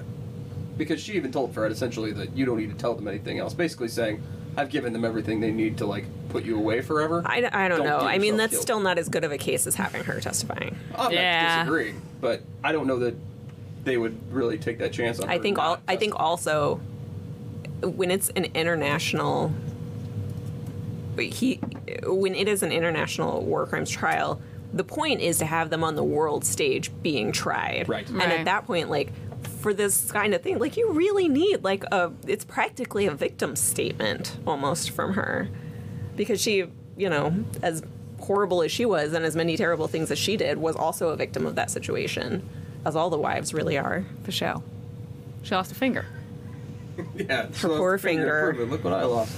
Speaker 1: Because she even told Fred essentially that you don't need to tell them anything else. Basically saying, I've given them everything they need to like put you away forever.
Speaker 2: I, I don't,
Speaker 1: Don't
Speaker 2: know.
Speaker 1: get
Speaker 2: I mean,
Speaker 1: yourself
Speaker 2: that's
Speaker 1: killed.
Speaker 2: still not as good of a case as having her testifying.
Speaker 1: I'm
Speaker 4: Yeah.
Speaker 1: not disagreeing, but I don't know that they would really take that chance on.
Speaker 2: I
Speaker 1: her
Speaker 2: think
Speaker 1: not
Speaker 2: all, I think
Speaker 1: testifying.
Speaker 2: also when it's an international he when it is an international war crimes trial the point is to have them on the world stage being tried.
Speaker 1: Right.
Speaker 2: And
Speaker 4: Right.
Speaker 2: at that point, like for this kind of thing, like you really need like a it's practically a victim statement almost from her. Because she, you know, as horrible as she was and as many terrible things as she did, was also a victim of that situation. As all the wives really are.
Speaker 4: for show. She lost a finger.
Speaker 1: Yeah, her
Speaker 2: poor finger.
Speaker 1: Look what I lost.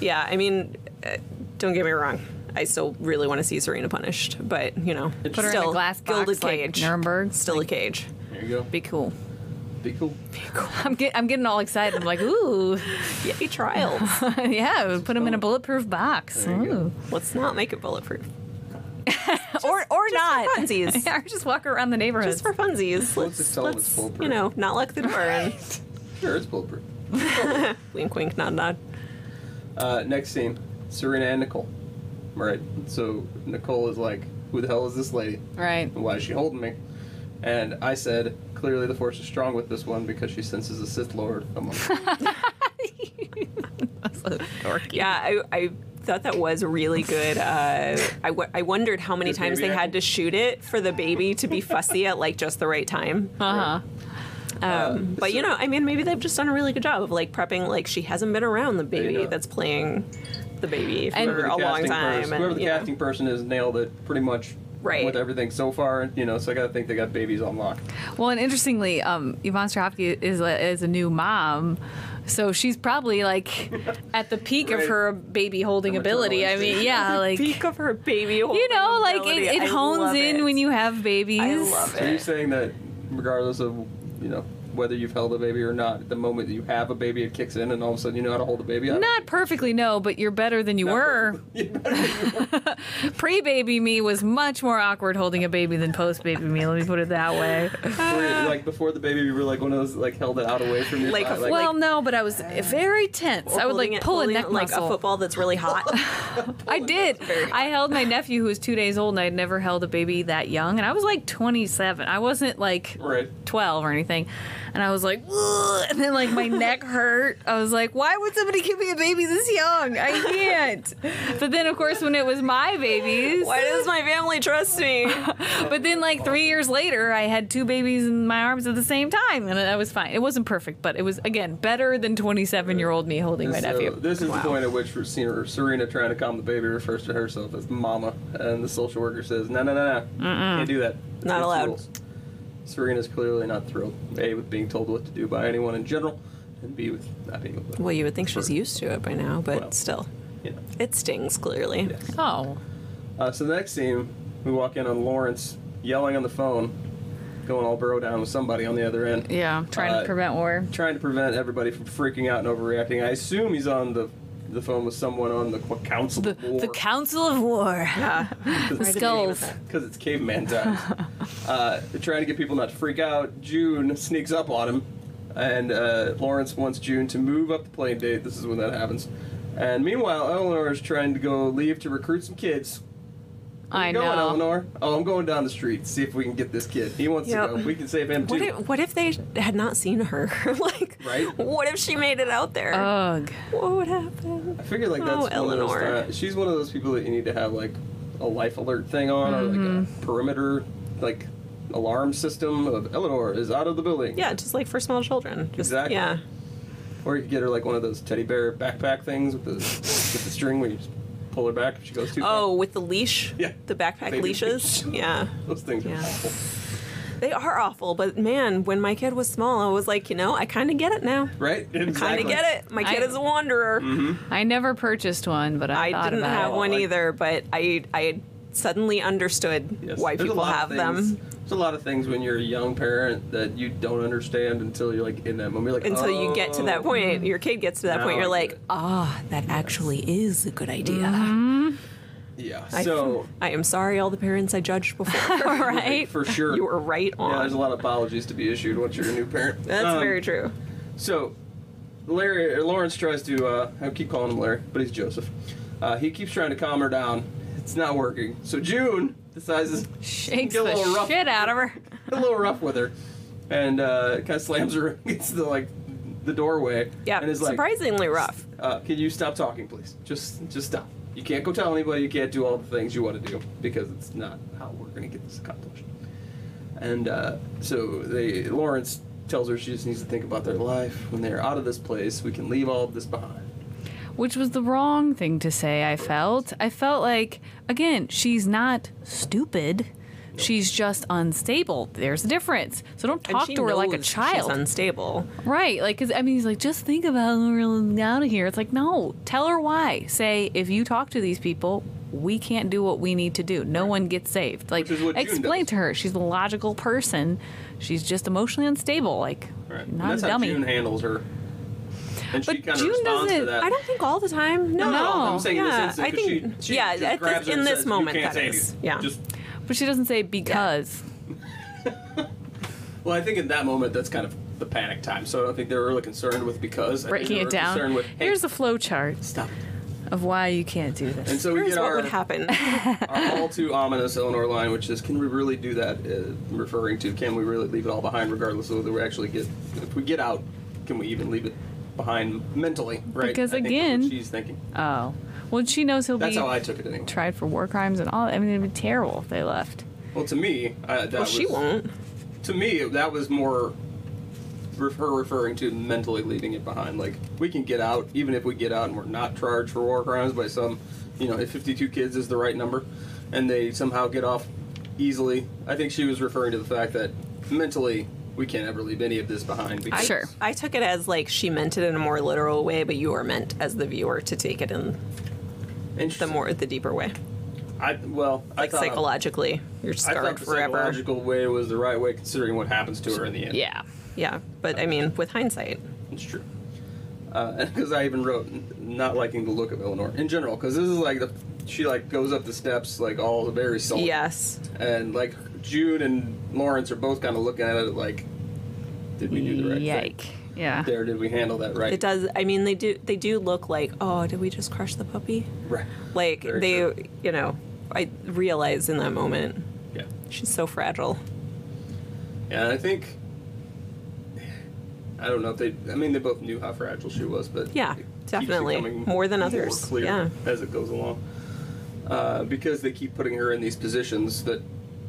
Speaker 2: Yeah, I mean, uh, don't get me wrong. I still really want to see Serena punished, but you know,
Speaker 1: Put
Speaker 4: her in a
Speaker 2: still
Speaker 4: glass box
Speaker 2: gilded
Speaker 4: like
Speaker 2: cage,
Speaker 4: Nuremberg.
Speaker 2: still a cage.
Speaker 1: There you go.
Speaker 4: Be cool.
Speaker 1: Be cool.
Speaker 4: I'm, get, I'm getting all excited. I'm like, ooh,
Speaker 2: Yay, trials!
Speaker 4: yeah, put them in a bulletproof box.
Speaker 1: There you go.
Speaker 4: Ooh.
Speaker 2: Let's not make it bulletproof.
Speaker 4: or or not.
Speaker 2: for funsies.
Speaker 4: yeah, or just walk around the neighborhood.
Speaker 2: Just for
Speaker 1: Let's
Speaker 2: funsies, let's,
Speaker 1: just tell 'em it's
Speaker 2: let's
Speaker 1: bulletproof.
Speaker 2: you know not lock the door and
Speaker 1: Sure, it's bulletproof.
Speaker 2: wink, wink, nod, nod.
Speaker 1: Uh, next scene, Serena and Nicole. All right, so Nicole is like, "Who the hell is this lady?
Speaker 4: right.
Speaker 1: And why is she holding me?" And I said, "Clearly, the Force is strong with this one because she senses a Sith Lord among." them."
Speaker 2: Yeah, I, I thought that was really good. Uh, I, w- I wondered how many
Speaker 1: Good
Speaker 2: times
Speaker 1: baby
Speaker 2: they had
Speaker 1: acting.
Speaker 2: to shoot it for the baby to be fussy at like just the right time.
Speaker 4: Uh huh.
Speaker 2: Um, but you
Speaker 1: Uh, so-
Speaker 2: know, I mean, maybe they've just done a really good job of like prepping. Like she hasn't been around the baby
Speaker 1: know.
Speaker 2: that's playing the baby for
Speaker 4: And-
Speaker 1: Whoever the
Speaker 2: a long
Speaker 1: casting
Speaker 2: time.
Speaker 1: Person,
Speaker 2: and,
Speaker 1: whoever the
Speaker 2: you know.
Speaker 1: casting person is nailed it pretty much
Speaker 2: Right.
Speaker 1: with everything so far. You know, so I gotta think they got babies on lock.
Speaker 4: Well, and interestingly, um, Yvonne Strahovski is a, is a new mom, so she's probably like at the peak
Speaker 1: Right.
Speaker 4: of her baby holding
Speaker 1: maternal
Speaker 4: ability. I mean,
Speaker 1: instinct.
Speaker 4: yeah, like
Speaker 2: Peak of her baby.
Speaker 4: you know, like it, it hones in when you have babies.
Speaker 2: I love
Speaker 1: So you're
Speaker 2: it.
Speaker 1: saying that regardless of you know whether you've held a baby or not, the moment that you have a baby, it kicks in, and all of a sudden you know how to hold a baby. I-
Speaker 4: Not perfectly, no, but you're better than you were. Pre baby me was much more awkward holding a baby than post baby me, let me put it that way.
Speaker 1: Were you, like before the baby, you were like one of those like held it out away from your
Speaker 2: Uh, Like,
Speaker 1: side,
Speaker 4: well, no, but I was very tense. I
Speaker 2: uh,
Speaker 4: would
Speaker 2: Holding
Speaker 4: like
Speaker 2: it-
Speaker 4: pull a
Speaker 2: holding
Speaker 4: neck
Speaker 2: it like
Speaker 4: muscle.
Speaker 2: a football that's really hot.
Speaker 4: I did. I held my nephew who was two days old, and I'd never held a baby that young. And I was like 27. I wasn't like
Speaker 1: Right.
Speaker 4: 12 or anything. And I was like, "Ugh," and then like my neck hurt. I was like, why would somebody give me a baby this young? I can't. But then, of course, when it was my babies,
Speaker 2: Why does my family trust me?
Speaker 4: but then like three years later, I had two babies in my arms at the same time, and I was fine. It wasn't perfect, but it was again better than 27 year old me holding my
Speaker 1: So
Speaker 4: nephew.
Speaker 1: this is the point at which Serena, Serena trying to calm the baby refers to herself as mama, and the social worker says, "No, no, no, no, can't do that.
Speaker 2: Not
Speaker 1: It's
Speaker 2: allowed."
Speaker 1: rules." Serena's clearly not thrilled a with being told what to do by anyone in general, and b with not being able to.
Speaker 2: Well, you would think she's used to it by now, but
Speaker 1: Well.
Speaker 2: still,
Speaker 1: You know.
Speaker 2: it stings clearly.
Speaker 4: Oh,
Speaker 1: Uh, so the next scene, we walk in on Lawrence yelling on the phone, going all bro down with somebody on the other end.
Speaker 4: yeah, trying
Speaker 1: Uh,
Speaker 4: to prevent war.
Speaker 1: Trying to prevent everybody from freaking out and overreacting. I assume he's on the the phone with someone on the qu- council
Speaker 4: The, the Council of War. The skulls.
Speaker 1: because it's caveman times. uh, they're trying to get people not to freak out. June sneaks up on him, and uh, Lawrence wants June to move up the plane date. This is when that happens. And meanwhile, Eleanor is trying to go leave to recruit some kids. Where
Speaker 4: I
Speaker 1: you going,
Speaker 4: know.
Speaker 1: Eleanor. Oh, I'm going down the street. See if we can get this kid. He wants
Speaker 2: Yep.
Speaker 1: to go. We can save him
Speaker 2: What
Speaker 1: too.
Speaker 2: if, what if they had not seen her? like,
Speaker 1: Right? Uh.
Speaker 2: what if she made it out there?
Speaker 4: Ugh.
Speaker 2: what would happen?
Speaker 1: I figure like that's
Speaker 2: Oh,
Speaker 1: one Of
Speaker 2: Eleanor.
Speaker 1: those, ti- she's one of those people that you need to have like a life alert thing on or
Speaker 2: Mm-hmm.
Speaker 1: like a perimeter like alarm system of Eleanor is out of the building.
Speaker 2: Yeah, just like for small children. Just,
Speaker 1: Exactly.
Speaker 2: Yeah.
Speaker 1: Or you could get her like one of those teddy bear backpack things with the with the string where you just pull her back if she goes too far.
Speaker 2: Oh, with the leash?
Speaker 1: Yeah.
Speaker 2: The backpack
Speaker 1: Baby
Speaker 2: leashes? Yeah.
Speaker 1: Those things are
Speaker 2: Yeah.
Speaker 1: awful.
Speaker 2: They are awful, but man, when my kid was small, I was like, you know, I kind of get it now.
Speaker 1: Right?
Speaker 2: Kind
Speaker 1: Exactly. Mm-hmm.
Speaker 2: of get it. My kid
Speaker 4: I-
Speaker 2: is a wanderer.
Speaker 4: I never purchased one, but I,
Speaker 2: I
Speaker 4: thought
Speaker 2: didn't
Speaker 4: about
Speaker 2: have
Speaker 4: it.
Speaker 2: one
Speaker 1: Like-
Speaker 2: either, but I I suddenly understood
Speaker 1: Yes.
Speaker 2: why
Speaker 1: There's a
Speaker 2: people
Speaker 1: lot of
Speaker 2: have
Speaker 1: things-
Speaker 2: them
Speaker 1: There's a lot of things when you're a young parent that you don't understand until you're like in that moment. You're like,
Speaker 2: until you get to that
Speaker 1: "Oh."
Speaker 2: point. Your kid gets to that
Speaker 1: Now
Speaker 2: point. You're
Speaker 1: I get
Speaker 2: like,
Speaker 1: it.
Speaker 2: ah, that actually is a good idea.
Speaker 4: Mm-hmm.
Speaker 1: Yeah.
Speaker 2: I-
Speaker 1: So
Speaker 2: I am sorry, all the parents I judged before. right?
Speaker 1: for sure.
Speaker 2: You were right on.
Speaker 1: Yeah, there's a lot of apologies to be issued once you're a new parent.
Speaker 2: That's
Speaker 1: Um,
Speaker 2: very true.
Speaker 1: So, Larry or Lawrence tries to. Uh, I keep calling him Larry, but he's Joseph. Uh, he keeps trying to calm her down. It's not working. So June decides to
Speaker 4: Shakes
Speaker 1: get a little
Speaker 4: the
Speaker 1: rough,
Speaker 4: shit out of her.
Speaker 1: a little rough with her, and uh, kind of slams her against the like the doorway.
Speaker 2: Yeah,
Speaker 1: and is like,
Speaker 2: surprisingly rough.
Speaker 1: uh, "Can you stop talking, please? Just, just stop." You can't go tell anybody. You can't do all the things you want to do because it's not how we're going to get this accomplished. And uh, so they, Lawrence tells her she just needs to think about their life. When they're out of this place, we can leave all of this behind.
Speaker 4: which was the wrong thing to say, I felt. I felt like, again, she's not stupid. She's just unstable. There's a difference. So don't
Speaker 2: And
Speaker 4: talk
Speaker 2: she
Speaker 4: to her like a
Speaker 2: knows
Speaker 4: child.
Speaker 2: She's unstable.
Speaker 4: Right. Like, 'cause, I mean, he's like, just think about when we're out of here. It's like, no, tell her why. Say, if you talk to these people, we can't do what we need to do. No one gets saved. Like,
Speaker 1: is what June
Speaker 4: explain
Speaker 1: does.
Speaker 4: to her. She's a logical person. She's just emotionally unstable. Like,
Speaker 1: Right. and
Speaker 4: not a
Speaker 1: that's
Speaker 4: dummy.
Speaker 1: how June handles her. And she
Speaker 4: But
Speaker 1: kind of
Speaker 4: June
Speaker 1: responds to
Speaker 4: doesn't-
Speaker 1: that.
Speaker 2: I don't think all the time.
Speaker 1: No,
Speaker 2: No,
Speaker 1: no, I'm saying in this
Speaker 2: yeah,
Speaker 1: instance,
Speaker 2: I
Speaker 1: 'cause
Speaker 2: think
Speaker 1: she, she
Speaker 2: yeah,
Speaker 1: just
Speaker 2: at
Speaker 1: grabs
Speaker 2: this,
Speaker 1: her
Speaker 2: in
Speaker 1: and
Speaker 2: this
Speaker 1: says,
Speaker 2: moment
Speaker 1: you can't
Speaker 2: that
Speaker 1: say
Speaker 2: is
Speaker 1: anything.
Speaker 2: yeah.
Speaker 1: Just,
Speaker 4: But she doesn't say because.
Speaker 1: well, I think in that moment that's kind of the panic time. So I don't think they're really concerned with because I think
Speaker 4: Breaking
Speaker 1: they
Speaker 4: it
Speaker 1: were
Speaker 4: down.
Speaker 1: Concerned with, hey,
Speaker 4: Here's a flow chart
Speaker 1: stop.
Speaker 4: of why you can't do
Speaker 1: And
Speaker 4: this.
Speaker 1: so we
Speaker 2: Here's
Speaker 1: get
Speaker 2: what
Speaker 1: our,
Speaker 2: would happen.
Speaker 1: our all too ominous Eleanor line, which is, "Can we really do that?" Uh, referring to, can we really leave it all behind, regardless of whether we actually get, if we get out, can we even leave it behind mentally? Right?
Speaker 4: Because
Speaker 1: I think that's what
Speaker 4: again-
Speaker 1: she's thinking.
Speaker 4: Oh. Well, she knows he'll
Speaker 1: That's
Speaker 4: be
Speaker 1: how I took it anyway.
Speaker 4: tried for war crimes and all. I mean, it'd be terrible if they left.
Speaker 1: Well, to me, uh, that
Speaker 2: well,
Speaker 1: was,
Speaker 2: she won't.
Speaker 1: To me, that was more re- her referring to mentally leaving it behind. Like we can get out, even if we get out and we're not charged for war crimes by some, you know, if 52 kids is the right number, and they somehow get off easily. I think she was referring to the fact that mentally we can't ever leave any of this behind. Because
Speaker 4: Sure.
Speaker 2: I took it as like she meant it in a more literal way, but you were meant as the viewer to take it in the
Speaker 1: Interesting.
Speaker 2: more the deeper way,
Speaker 1: I well, I
Speaker 2: like
Speaker 1: thought,
Speaker 2: psychologically. You're
Speaker 1: I thought
Speaker 2: scarred
Speaker 1: the
Speaker 2: forever.
Speaker 1: psychological way was the right way, considering what happens to her in the end.
Speaker 4: Yeah.
Speaker 2: Yeah, but I mean, with hindsight,
Speaker 1: It's true. Because I even wrote n- not liking the look of Eleanor in general. Because this is like the she like goes up the steps like all very sullen.
Speaker 2: yes,
Speaker 1: And like June and Lawrence are both kind of looking at it like, did we do the right thing?
Speaker 4: Yike. Yeah.
Speaker 1: There, did we handle that right?
Speaker 2: it does. I mean, they do. They do look like, oh, did we just crush the puppy?
Speaker 1: Right.
Speaker 2: Like
Speaker 1: Very
Speaker 2: they,
Speaker 1: true.
Speaker 2: you know, I realized in that moment
Speaker 1: Yeah.
Speaker 2: she's so fragile.
Speaker 1: Yeah, and I think. I don't know if they. I mean, they both knew how fragile she was, but
Speaker 2: Yeah,
Speaker 1: it keeps
Speaker 2: definitely.
Speaker 1: becoming
Speaker 2: More than others,
Speaker 1: clear
Speaker 2: yeah.
Speaker 1: as it goes along, uh, because they keep putting her in these positions that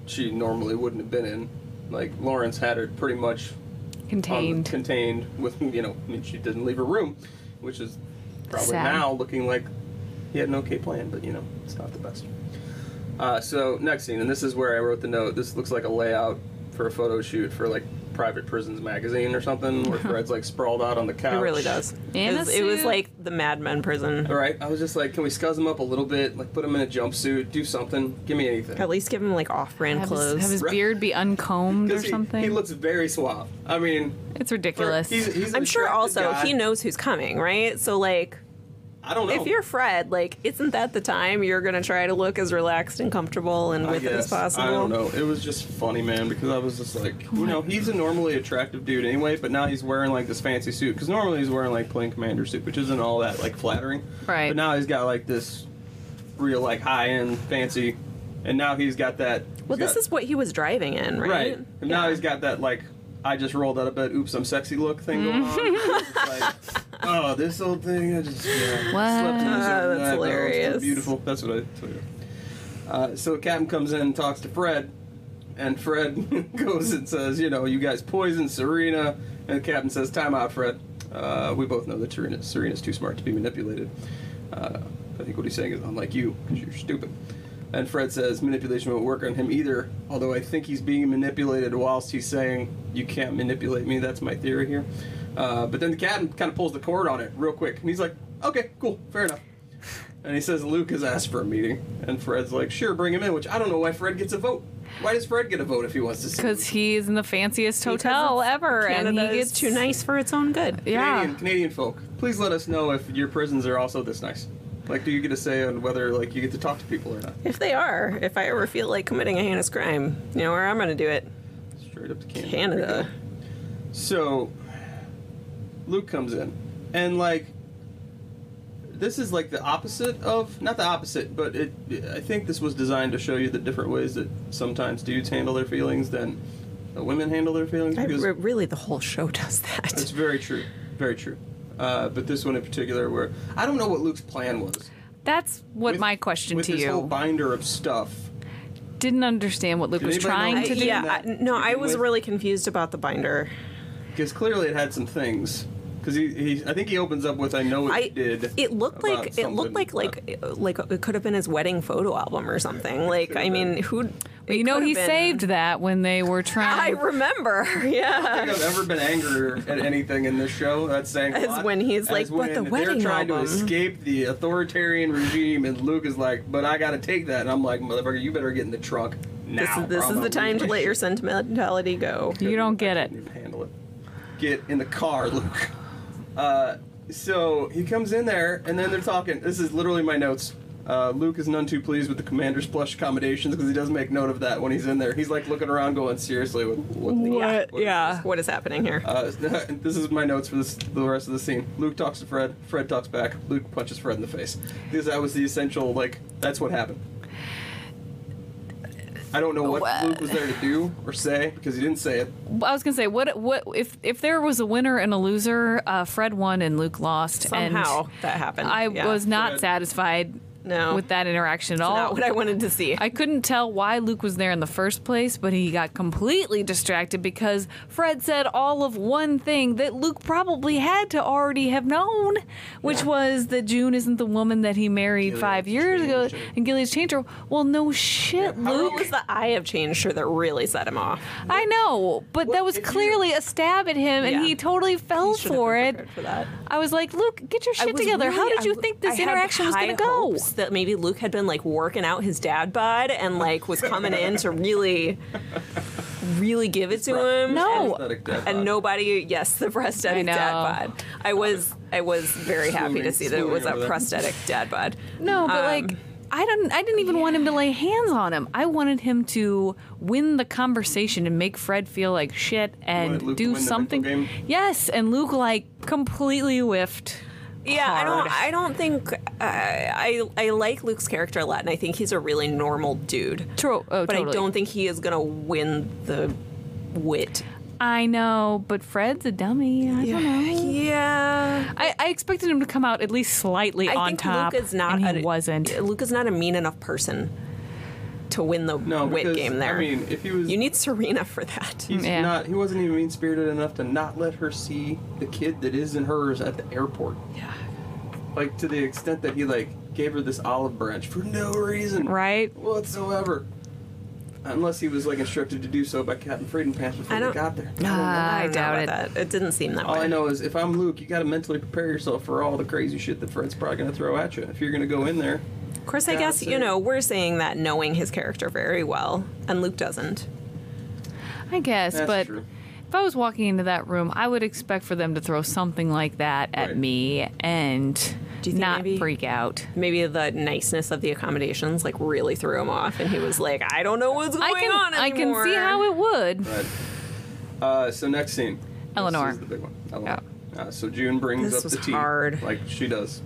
Speaker 1: she normally wouldn't have been in. Like Lawrence had her pretty much on-
Speaker 4: Contained.
Speaker 1: Um, contained with you know, I mean, she didn't leave her room, which is probably
Speaker 4: Sad.
Speaker 1: now looking like he had an okay plan, but you know, it's not the best. Uh, so next scene, and this is where I wrote the note. This looks like a layout for a photo shoot for like Private Prisons magazine or something, where Fred's like sprawled out on the couch.
Speaker 2: It really does. it
Speaker 4: In a
Speaker 2: was, it was
Speaker 4: suit.
Speaker 2: like the Mad Men prison.
Speaker 1: All right, I was just like, can we scuzz him up a little bit? Like, put him in a jumpsuit, do something, give me anything.
Speaker 2: At least give him like off-brand
Speaker 4: Have his,
Speaker 2: clothes.
Speaker 4: have his beard be uncombed or
Speaker 1: 'Cause he-
Speaker 4: something.
Speaker 1: He, looks very suave. I mean,
Speaker 4: it's
Speaker 1: for-
Speaker 4: ridiculous.
Speaker 1: he's- he's an
Speaker 2: I'm sure
Speaker 1: attractive
Speaker 2: also
Speaker 1: guy.
Speaker 2: he knows who's coming, right? So like
Speaker 1: I don't know
Speaker 2: if you're Fred, like isn't that the time you're going to try to look as relaxed and comfortable and
Speaker 1: I
Speaker 2: with it as
Speaker 1: guess.
Speaker 2: possible?
Speaker 1: I don't know. It was just funny, man, because I was just like, you know, he's a normally attractive dude anyway, but now he's wearing like this fancy suit because normally he's wearing like plain commander suit, which isn't all that like flattering.
Speaker 4: Right.
Speaker 1: But now he's got like this real like high end fancy, and now he's got that.
Speaker 2: Well,
Speaker 1: he's
Speaker 2: this
Speaker 1: got-
Speaker 2: is what he was driving in, right?
Speaker 1: right. And now he's got that like. I just rolled out of bed. Oops, I'm sexy. Look, thing going on.
Speaker 2: Mm-hmm.
Speaker 1: It's like, oh, this old thing. I just yeah, slept in
Speaker 4: Wow,
Speaker 1: this overnight,
Speaker 2: that's
Speaker 1: but I was too
Speaker 2: hilarious.
Speaker 1: Beautiful. That's what I. That's what I uh, so Captain comes in and talks to Fred, and Fred goes and says, "You know, you guys poisoned Serena." And Captain says, "Time out, Fred. Uh, we both know that Serena, Serena's too smart to be manipulated. Uh, I think what he's saying is, unlike you, because you're stupid." And Fred says, "Manipulation won't work on him either. Although I think he's being manipulated whilst he's saying you can't manipulate me. That's my theory here." Uh, but then the captain kind of pulls the cord on it real quick, and he's like, "Okay, cool, fair enough." And he says Luke has asked for a meeting, and Fred's like, "Sure, bring him in." Which I don't know why Fred gets a vote. Why does Fred get a vote if he wants to? see
Speaker 4: Because
Speaker 1: Luke?
Speaker 4: he is in the fanciest hotel ever, and
Speaker 2: Canada
Speaker 4: he
Speaker 2: is
Speaker 4: gets
Speaker 2: too nice for its own good.
Speaker 4: Yeah.
Speaker 1: Canadian, Canadian folk, please let us know if your prisons are also this nice. Like, do you get a say on whether like you get to talk to people or not?
Speaker 2: If they are, if I ever feel like committing a heinous crime, you know where I'm going to do it?
Speaker 1: Straight up to Canada.
Speaker 2: Canada.
Speaker 1: So Luke comes in, and like this is like the opposite of not the opposite, but it. I think this was designed to show you the different ways that sometimes dudes handle their feelings than that women handle their feelings.
Speaker 2: I,
Speaker 1: because-
Speaker 2: re- really, the whole show does that.
Speaker 1: It's very true. Very true. Uh, but this one in particular, where I don't know what Luke's plan was.
Speaker 4: That's what
Speaker 1: With-
Speaker 4: my question
Speaker 1: with
Speaker 4: to
Speaker 1: this
Speaker 4: you.
Speaker 1: whole binder of stuff.
Speaker 4: Didn't understand what Luke
Speaker 1: Did
Speaker 4: was
Speaker 1: anybody know
Speaker 4: trying
Speaker 1: what
Speaker 4: to
Speaker 1: was
Speaker 4: do.
Speaker 1: in
Speaker 2: yeah, I,
Speaker 1: that
Speaker 2: no,
Speaker 1: to
Speaker 2: I
Speaker 1: begin
Speaker 2: was
Speaker 1: with?
Speaker 2: really confused about the binder.
Speaker 1: Because clearly it had some things. Because he, he, I think he opens up with, "I know it
Speaker 2: I
Speaker 1: did."
Speaker 2: It looked
Speaker 1: about
Speaker 2: like it
Speaker 1: something.
Speaker 2: looked like like like it could have been his wedding photo album or something. Like I
Speaker 1: could've
Speaker 2: mean,
Speaker 1: been.
Speaker 2: who?
Speaker 4: But
Speaker 2: it
Speaker 4: you know,
Speaker 2: could have
Speaker 4: he
Speaker 2: been-
Speaker 4: saved that when they were
Speaker 2: I
Speaker 4: trying.
Speaker 2: remember.
Speaker 1: I
Speaker 2: Yeah.
Speaker 1: don't think I've ever been angrier at anything in this show. That's saying a
Speaker 2: As
Speaker 1: lot.
Speaker 2: when he's
Speaker 1: As
Speaker 2: like, "But
Speaker 1: when
Speaker 2: the
Speaker 1: they're
Speaker 2: wedding
Speaker 1: trying
Speaker 2: album."
Speaker 1: to escape the authoritarian regime, and Luke is like, "But I got to take that," and I'm like, "Motherfucker, you better get in the truck
Speaker 2: This,
Speaker 1: now."
Speaker 2: is this is the
Speaker 1: probably."
Speaker 2: time to let your sentimentality go.
Speaker 4: you don't get
Speaker 1: I
Speaker 4: it.
Speaker 1: couldn't even handle it. Get in the car, Luke. Uh, so he comes in there, and then they're talking. This is literally my notes. Uh, Luke is none too pleased with the commander's plush accommodations because he does make note of that when he's in there. He's like looking around, going, "Seriously, what? what the-
Speaker 2: Yeah.
Speaker 1: what is
Speaker 2: yeah. What is happening here?
Speaker 1: uh, this is my notes for this, the rest of the scene. Luke talks to Fred. Fred talks back. Luke punches Fred in the face. Because that was the essential. Like that's what happened. I don't know what
Speaker 4: Well-
Speaker 1: Luke was there to do or say because he didn't say it.
Speaker 4: I was gonna say, what, what if if there was a winner and a loser? Uh, Fred won and Luke lost.
Speaker 2: Somehow
Speaker 4: and
Speaker 2: that happened.
Speaker 4: I
Speaker 2: Yeah.
Speaker 4: was not
Speaker 1: Fred-
Speaker 4: satisfied
Speaker 2: No.
Speaker 4: with that interaction at all.
Speaker 2: not what I wanted to see.
Speaker 4: I couldn't tell why Luke was there in the first place, but he got completely distracted because Fred said all of one thing that Luke probably had to already have known, which was that June isn't the woman that he married
Speaker 1: Gilead's
Speaker 4: five years ago,
Speaker 1: changed her.
Speaker 4: and Gillies changed her. Well, no shit,
Speaker 1: how-
Speaker 2: What
Speaker 4: Luke.
Speaker 2: was the eye of change sure that really set him off?
Speaker 4: I know, but that
Speaker 1: What
Speaker 4: was
Speaker 1: if you-
Speaker 4: clearly a stab at him,
Speaker 2: Yeah.
Speaker 4: and he totally fell
Speaker 2: He should have
Speaker 4: for
Speaker 2: been
Speaker 4: it.
Speaker 2: prepared For that.
Speaker 4: I was like, Luke, get your
Speaker 2: I
Speaker 4: shit
Speaker 2: was
Speaker 4: together. How
Speaker 2: really-
Speaker 4: did you
Speaker 2: I-
Speaker 4: think this
Speaker 2: I had
Speaker 4: interaction was
Speaker 2: high
Speaker 4: going to go?
Speaker 2: hopes That maybe Luke had been like working out his dad bod and like was coming in to really, really give it to him.
Speaker 4: No.
Speaker 1: Aesthetic dad bod.
Speaker 2: and nobody. Yes, the prosthetic
Speaker 4: I
Speaker 2: dad
Speaker 4: know.
Speaker 2: bod. I was, I was very happy
Speaker 1: Swooning-
Speaker 2: to see that it
Speaker 1: swooning
Speaker 2: was a
Speaker 1: over that.
Speaker 2: prosthetic dad bod.
Speaker 4: No, but
Speaker 2: Um,
Speaker 4: like I didn't I didn't even want him to lay hands on him. I wanted him to win the conversation and make Fred feel like shit and
Speaker 1: wanted Luke to
Speaker 4: do
Speaker 1: win the mental
Speaker 4: something.
Speaker 1: game?
Speaker 4: Yes, and Luke like completely whiffed.
Speaker 2: Yeah, I
Speaker 4: hard.
Speaker 2: don't. I don't think uh, I, I. I like Luke's character a lot, and I think he's a really normal dude.
Speaker 4: Tro- oh,
Speaker 2: but
Speaker 4: totally.
Speaker 2: I don't think he is gonna win the wit.
Speaker 4: I know, but Fred's a dummy. I don't know.
Speaker 2: Yeah.
Speaker 4: I, I expected him to come out at least slightly
Speaker 2: I
Speaker 4: on
Speaker 2: think
Speaker 4: top.
Speaker 2: Luke is not.
Speaker 4: and he
Speaker 2: a,
Speaker 4: wasn't.
Speaker 2: Luke is not a mean enough person to win the
Speaker 1: No,
Speaker 2: wit
Speaker 1: because,
Speaker 2: game there.
Speaker 1: I mean, if he was,
Speaker 2: you need Serena for that.
Speaker 1: he's
Speaker 4: Yeah.
Speaker 1: not. He wasn't even mean spirited enough to not let her see the kid that is in hers at the airport. Yeah. Like to the extent that he like gave her this olive branch for no reason.
Speaker 4: Right?
Speaker 1: whatsoever. Unless he was like instructed to do so by Captain Freedom Pants before
Speaker 2: I
Speaker 1: they
Speaker 2: don't-
Speaker 1: got there.
Speaker 2: don't
Speaker 4: I
Speaker 2: know
Speaker 4: doubt
Speaker 2: about That. It didn't seem that
Speaker 1: All
Speaker 2: way.
Speaker 1: I know is if I'm Luke, you got to mentally prepare yourself for all the crazy shit that Fred's probably going to throw at you. If you're going to go in there,
Speaker 2: Of course, I
Speaker 1: Yeah,
Speaker 2: guess
Speaker 1: so-
Speaker 2: you know we're saying that knowing his character very well, and Luke doesn't.
Speaker 4: I guess,
Speaker 1: That's
Speaker 4: but
Speaker 1: true.
Speaker 4: if I was walking into that room, I would expect for them to throw something like that at
Speaker 1: Right.
Speaker 4: me and
Speaker 2: Do you think
Speaker 4: not
Speaker 2: maybe-
Speaker 4: freak out.
Speaker 2: Maybe the niceness of the accommodations like really threw him off, and he was like, "I don't know what's going
Speaker 4: I can
Speaker 2: on
Speaker 4: I can see
Speaker 2: anymore."
Speaker 4: how it would.
Speaker 1: but uh, so next scene, This
Speaker 4: Eleanor.
Speaker 1: is the big one. Eleanor. Uh, so June brings
Speaker 2: This
Speaker 1: up the
Speaker 2: was
Speaker 1: tea
Speaker 2: hard. Mm.
Speaker 1: like she does,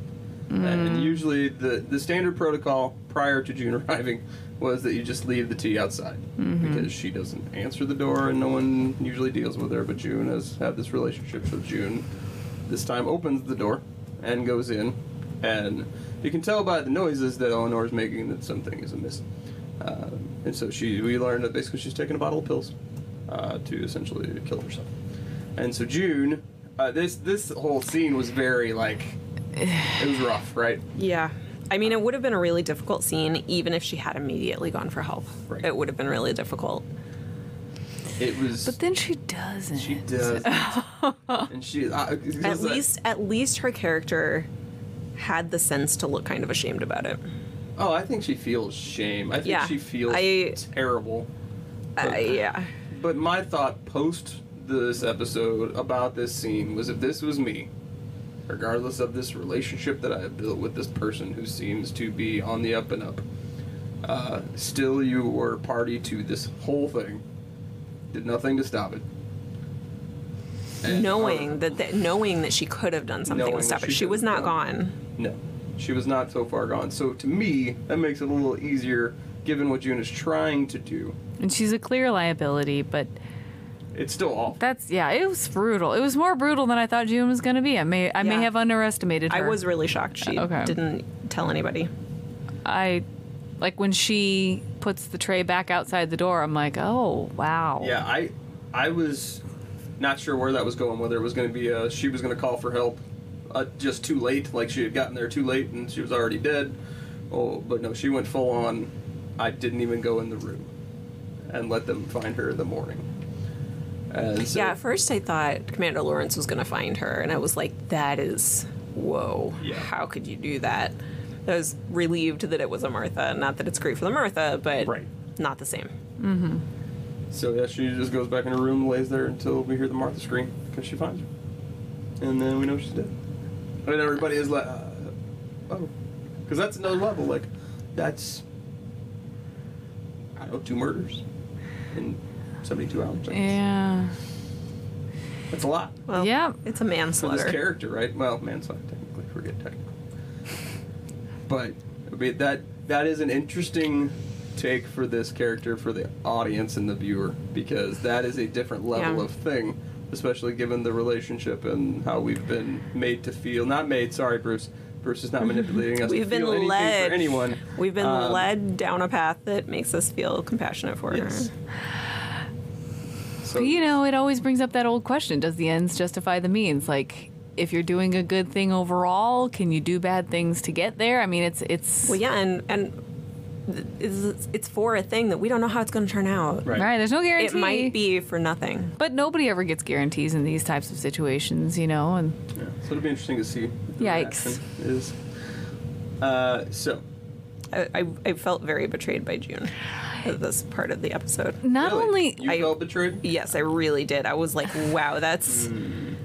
Speaker 1: and, and usually the the standard protocol prior to June arriving was that you just leave the tea outside
Speaker 2: Mm-hmm.
Speaker 1: because she doesn't answer the door and no one usually deals with her. But June has had this relationship, so June this time opens the door and goes in, and you can tell by the noises that Eleanor's making that something is amiss. Uh, and so she, we learned that basically she's taking a bottle of pills uh, to essentially kill herself. And so June, uh, this this whole scene was very like it was rough, right?
Speaker 2: Yeah. I mean, it would have been a really difficult scene, even if she had immediately gone for help.
Speaker 1: Right.
Speaker 2: It would have been really difficult.
Speaker 1: It was.
Speaker 4: But then she doesn't.
Speaker 1: she does, and she uh,
Speaker 2: At least, at least her character had the sense to look kind of ashamed about it.
Speaker 1: Oh, I think she feels shame. I think
Speaker 2: Yeah,
Speaker 1: she feels
Speaker 2: I-
Speaker 1: terrible.
Speaker 2: Uh, yeah.
Speaker 1: But my thought post this episode about this scene was if this was me, regardless of this relationship that I have built with this person who seems to be on the up and up, uh, still you were party to this whole thing, did nothing to stop it. And- uh,
Speaker 2: knowing that, that, knowing that she could have done something
Speaker 1: Knowing
Speaker 2: to stop
Speaker 1: that
Speaker 2: it,
Speaker 1: she
Speaker 2: she
Speaker 1: could
Speaker 2: was
Speaker 1: have
Speaker 2: not
Speaker 1: done.
Speaker 2: gone.
Speaker 1: No, she was not so far gone. So to me, that makes it a little easier given what June is trying to do.
Speaker 4: and she's a clear liability, but
Speaker 1: It's still awful.
Speaker 4: That's yeah. It was brutal. It was more brutal than I thought June was going to be. I may I
Speaker 2: Yeah.
Speaker 4: may have underestimated
Speaker 2: I
Speaker 4: her.
Speaker 2: was really shocked she
Speaker 1: Uh,
Speaker 4: Okay.
Speaker 2: didn't tell anybody.
Speaker 4: I like when she puts the tray back outside the door. I'm like, oh wow.
Speaker 1: Yeah, I I was not sure where that was going. Whether it was going to be uh she was going to call for help, uh, just too late. Like she had gotten there too late and she was already dead. Oh, but no, she went full on. I didn't even go in the room, and let them find her in the morning. And so,
Speaker 2: yeah, at first I thought Commander Lawrence was going to find her, and I was like, that is, whoa,
Speaker 1: Yeah.
Speaker 2: how could you do that? I was relieved that it was a Martha. Not that it's great for the Martha, but
Speaker 1: Right.
Speaker 2: not the same.
Speaker 1: so yeah, she just goes back in her room, lays there until we hear the Martha scream because she finds her, and then we know she's dead. And everybody is like, uh, oh, because that's another level. Like, that's I don't know, two murders in seventy-two hours. I guess.
Speaker 4: Yeah.
Speaker 1: that's a lot
Speaker 2: Well,
Speaker 4: Yeah.
Speaker 2: It's a
Speaker 1: for this
Speaker 2: manslaughter.
Speaker 1: character, right? Well, manslaughter technically, if we're getting technical. But I mean that that is an interesting take for this character for the audience and the viewer because that is a different level
Speaker 2: Yeah.
Speaker 1: of thing, especially given the relationship and how we've been made to feel not made. Sorry, Bruce. Bruce is not manipulating us. to
Speaker 2: We've been
Speaker 1: feel anything
Speaker 2: led.
Speaker 1: for anyone.
Speaker 2: We've been
Speaker 1: Um,
Speaker 2: led down a path that makes us feel compassionate for
Speaker 1: Yes.
Speaker 2: her.
Speaker 1: So
Speaker 4: But you know, it always brings up that old question: Does the ends justify the means? Like, if you're doing a good thing overall, can you do bad things to get there? I mean, it's it's
Speaker 2: Well, yeah, and and th- it's, it's for a thing that we don't know how it's going to turn out.
Speaker 1: Right.
Speaker 4: right. There's no guarantee.
Speaker 2: It might be for nothing.
Speaker 4: But nobody ever gets guarantees in these types of situations, you know. And
Speaker 1: Yeah, so it'll be interesting to see. what the
Speaker 4: Yikes.
Speaker 1: reaction Is uh, so
Speaker 2: I, I, I felt very betrayed by June at this part of the episode.
Speaker 4: not
Speaker 1: really,
Speaker 4: only
Speaker 1: you
Speaker 2: I-
Speaker 1: felt betrayed.
Speaker 2: Yes, I really did. I was like, wow, that's
Speaker 1: Mm.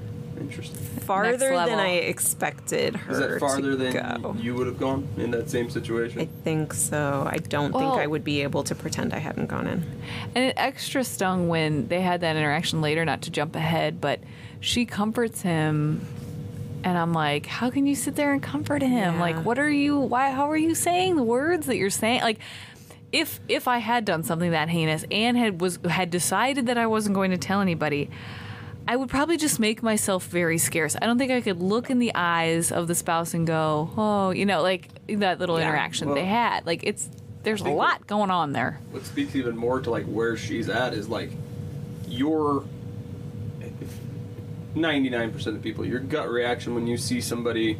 Speaker 1: Interesting.
Speaker 2: farther
Speaker 4: level.
Speaker 2: than I expected her
Speaker 1: Is that farther
Speaker 2: to
Speaker 1: than
Speaker 2: go.
Speaker 1: you would have gone in that same situation?
Speaker 2: I think so. I don't
Speaker 4: Well-
Speaker 2: think I would be able to pretend I hadn't gone in.
Speaker 4: And it extra stung when they had that interaction later, not to jump ahead, but she comforts him. And I'm like, how can you sit there and comfort him?
Speaker 2: Yeah.
Speaker 4: Like, what are you, why, how are you saying the words that you're saying? Like, if, if I had done something that heinous and had was had decided that I wasn't going to tell anybody, I would probably just make myself very scarce. I don't think I could look in the eyes of the spouse and go, oh, you know, like that little
Speaker 2: Yeah.
Speaker 4: interaction
Speaker 1: Well-
Speaker 4: they had. Like it's there's a
Speaker 1: think
Speaker 4: lot
Speaker 1: that-
Speaker 4: going on there.
Speaker 1: what speaks even more to like where she's at is like your 99% of people your gut reaction when you see somebody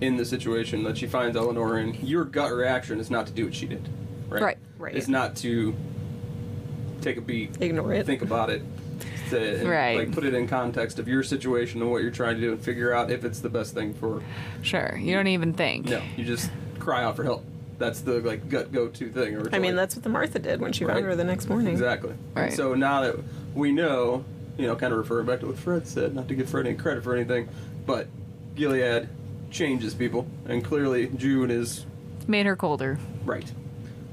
Speaker 1: in the situation that she finds eleanor in your gut reaction is not to do what she did right
Speaker 4: Right,
Speaker 2: right.
Speaker 1: it's not to take a beat
Speaker 2: Ignore it.
Speaker 1: think about it to, and,
Speaker 4: Right.
Speaker 1: like put it in context of your situation and what you're trying to do and figure out if it's the best thing for
Speaker 4: Sure. You don't even think.
Speaker 1: no you just cry out for help that's the like gut go-to thing or
Speaker 2: I mean,
Speaker 1: like,
Speaker 2: that's what the Martha did when she
Speaker 1: Right.
Speaker 2: found her the next morning.
Speaker 1: Exactly.
Speaker 4: Right.
Speaker 1: So now that we know, you know, kind of referring back to what Fred said, not to give Fred any credit for anything, but Gilead changes people, and clearly June is
Speaker 4: Made her colder.
Speaker 1: right.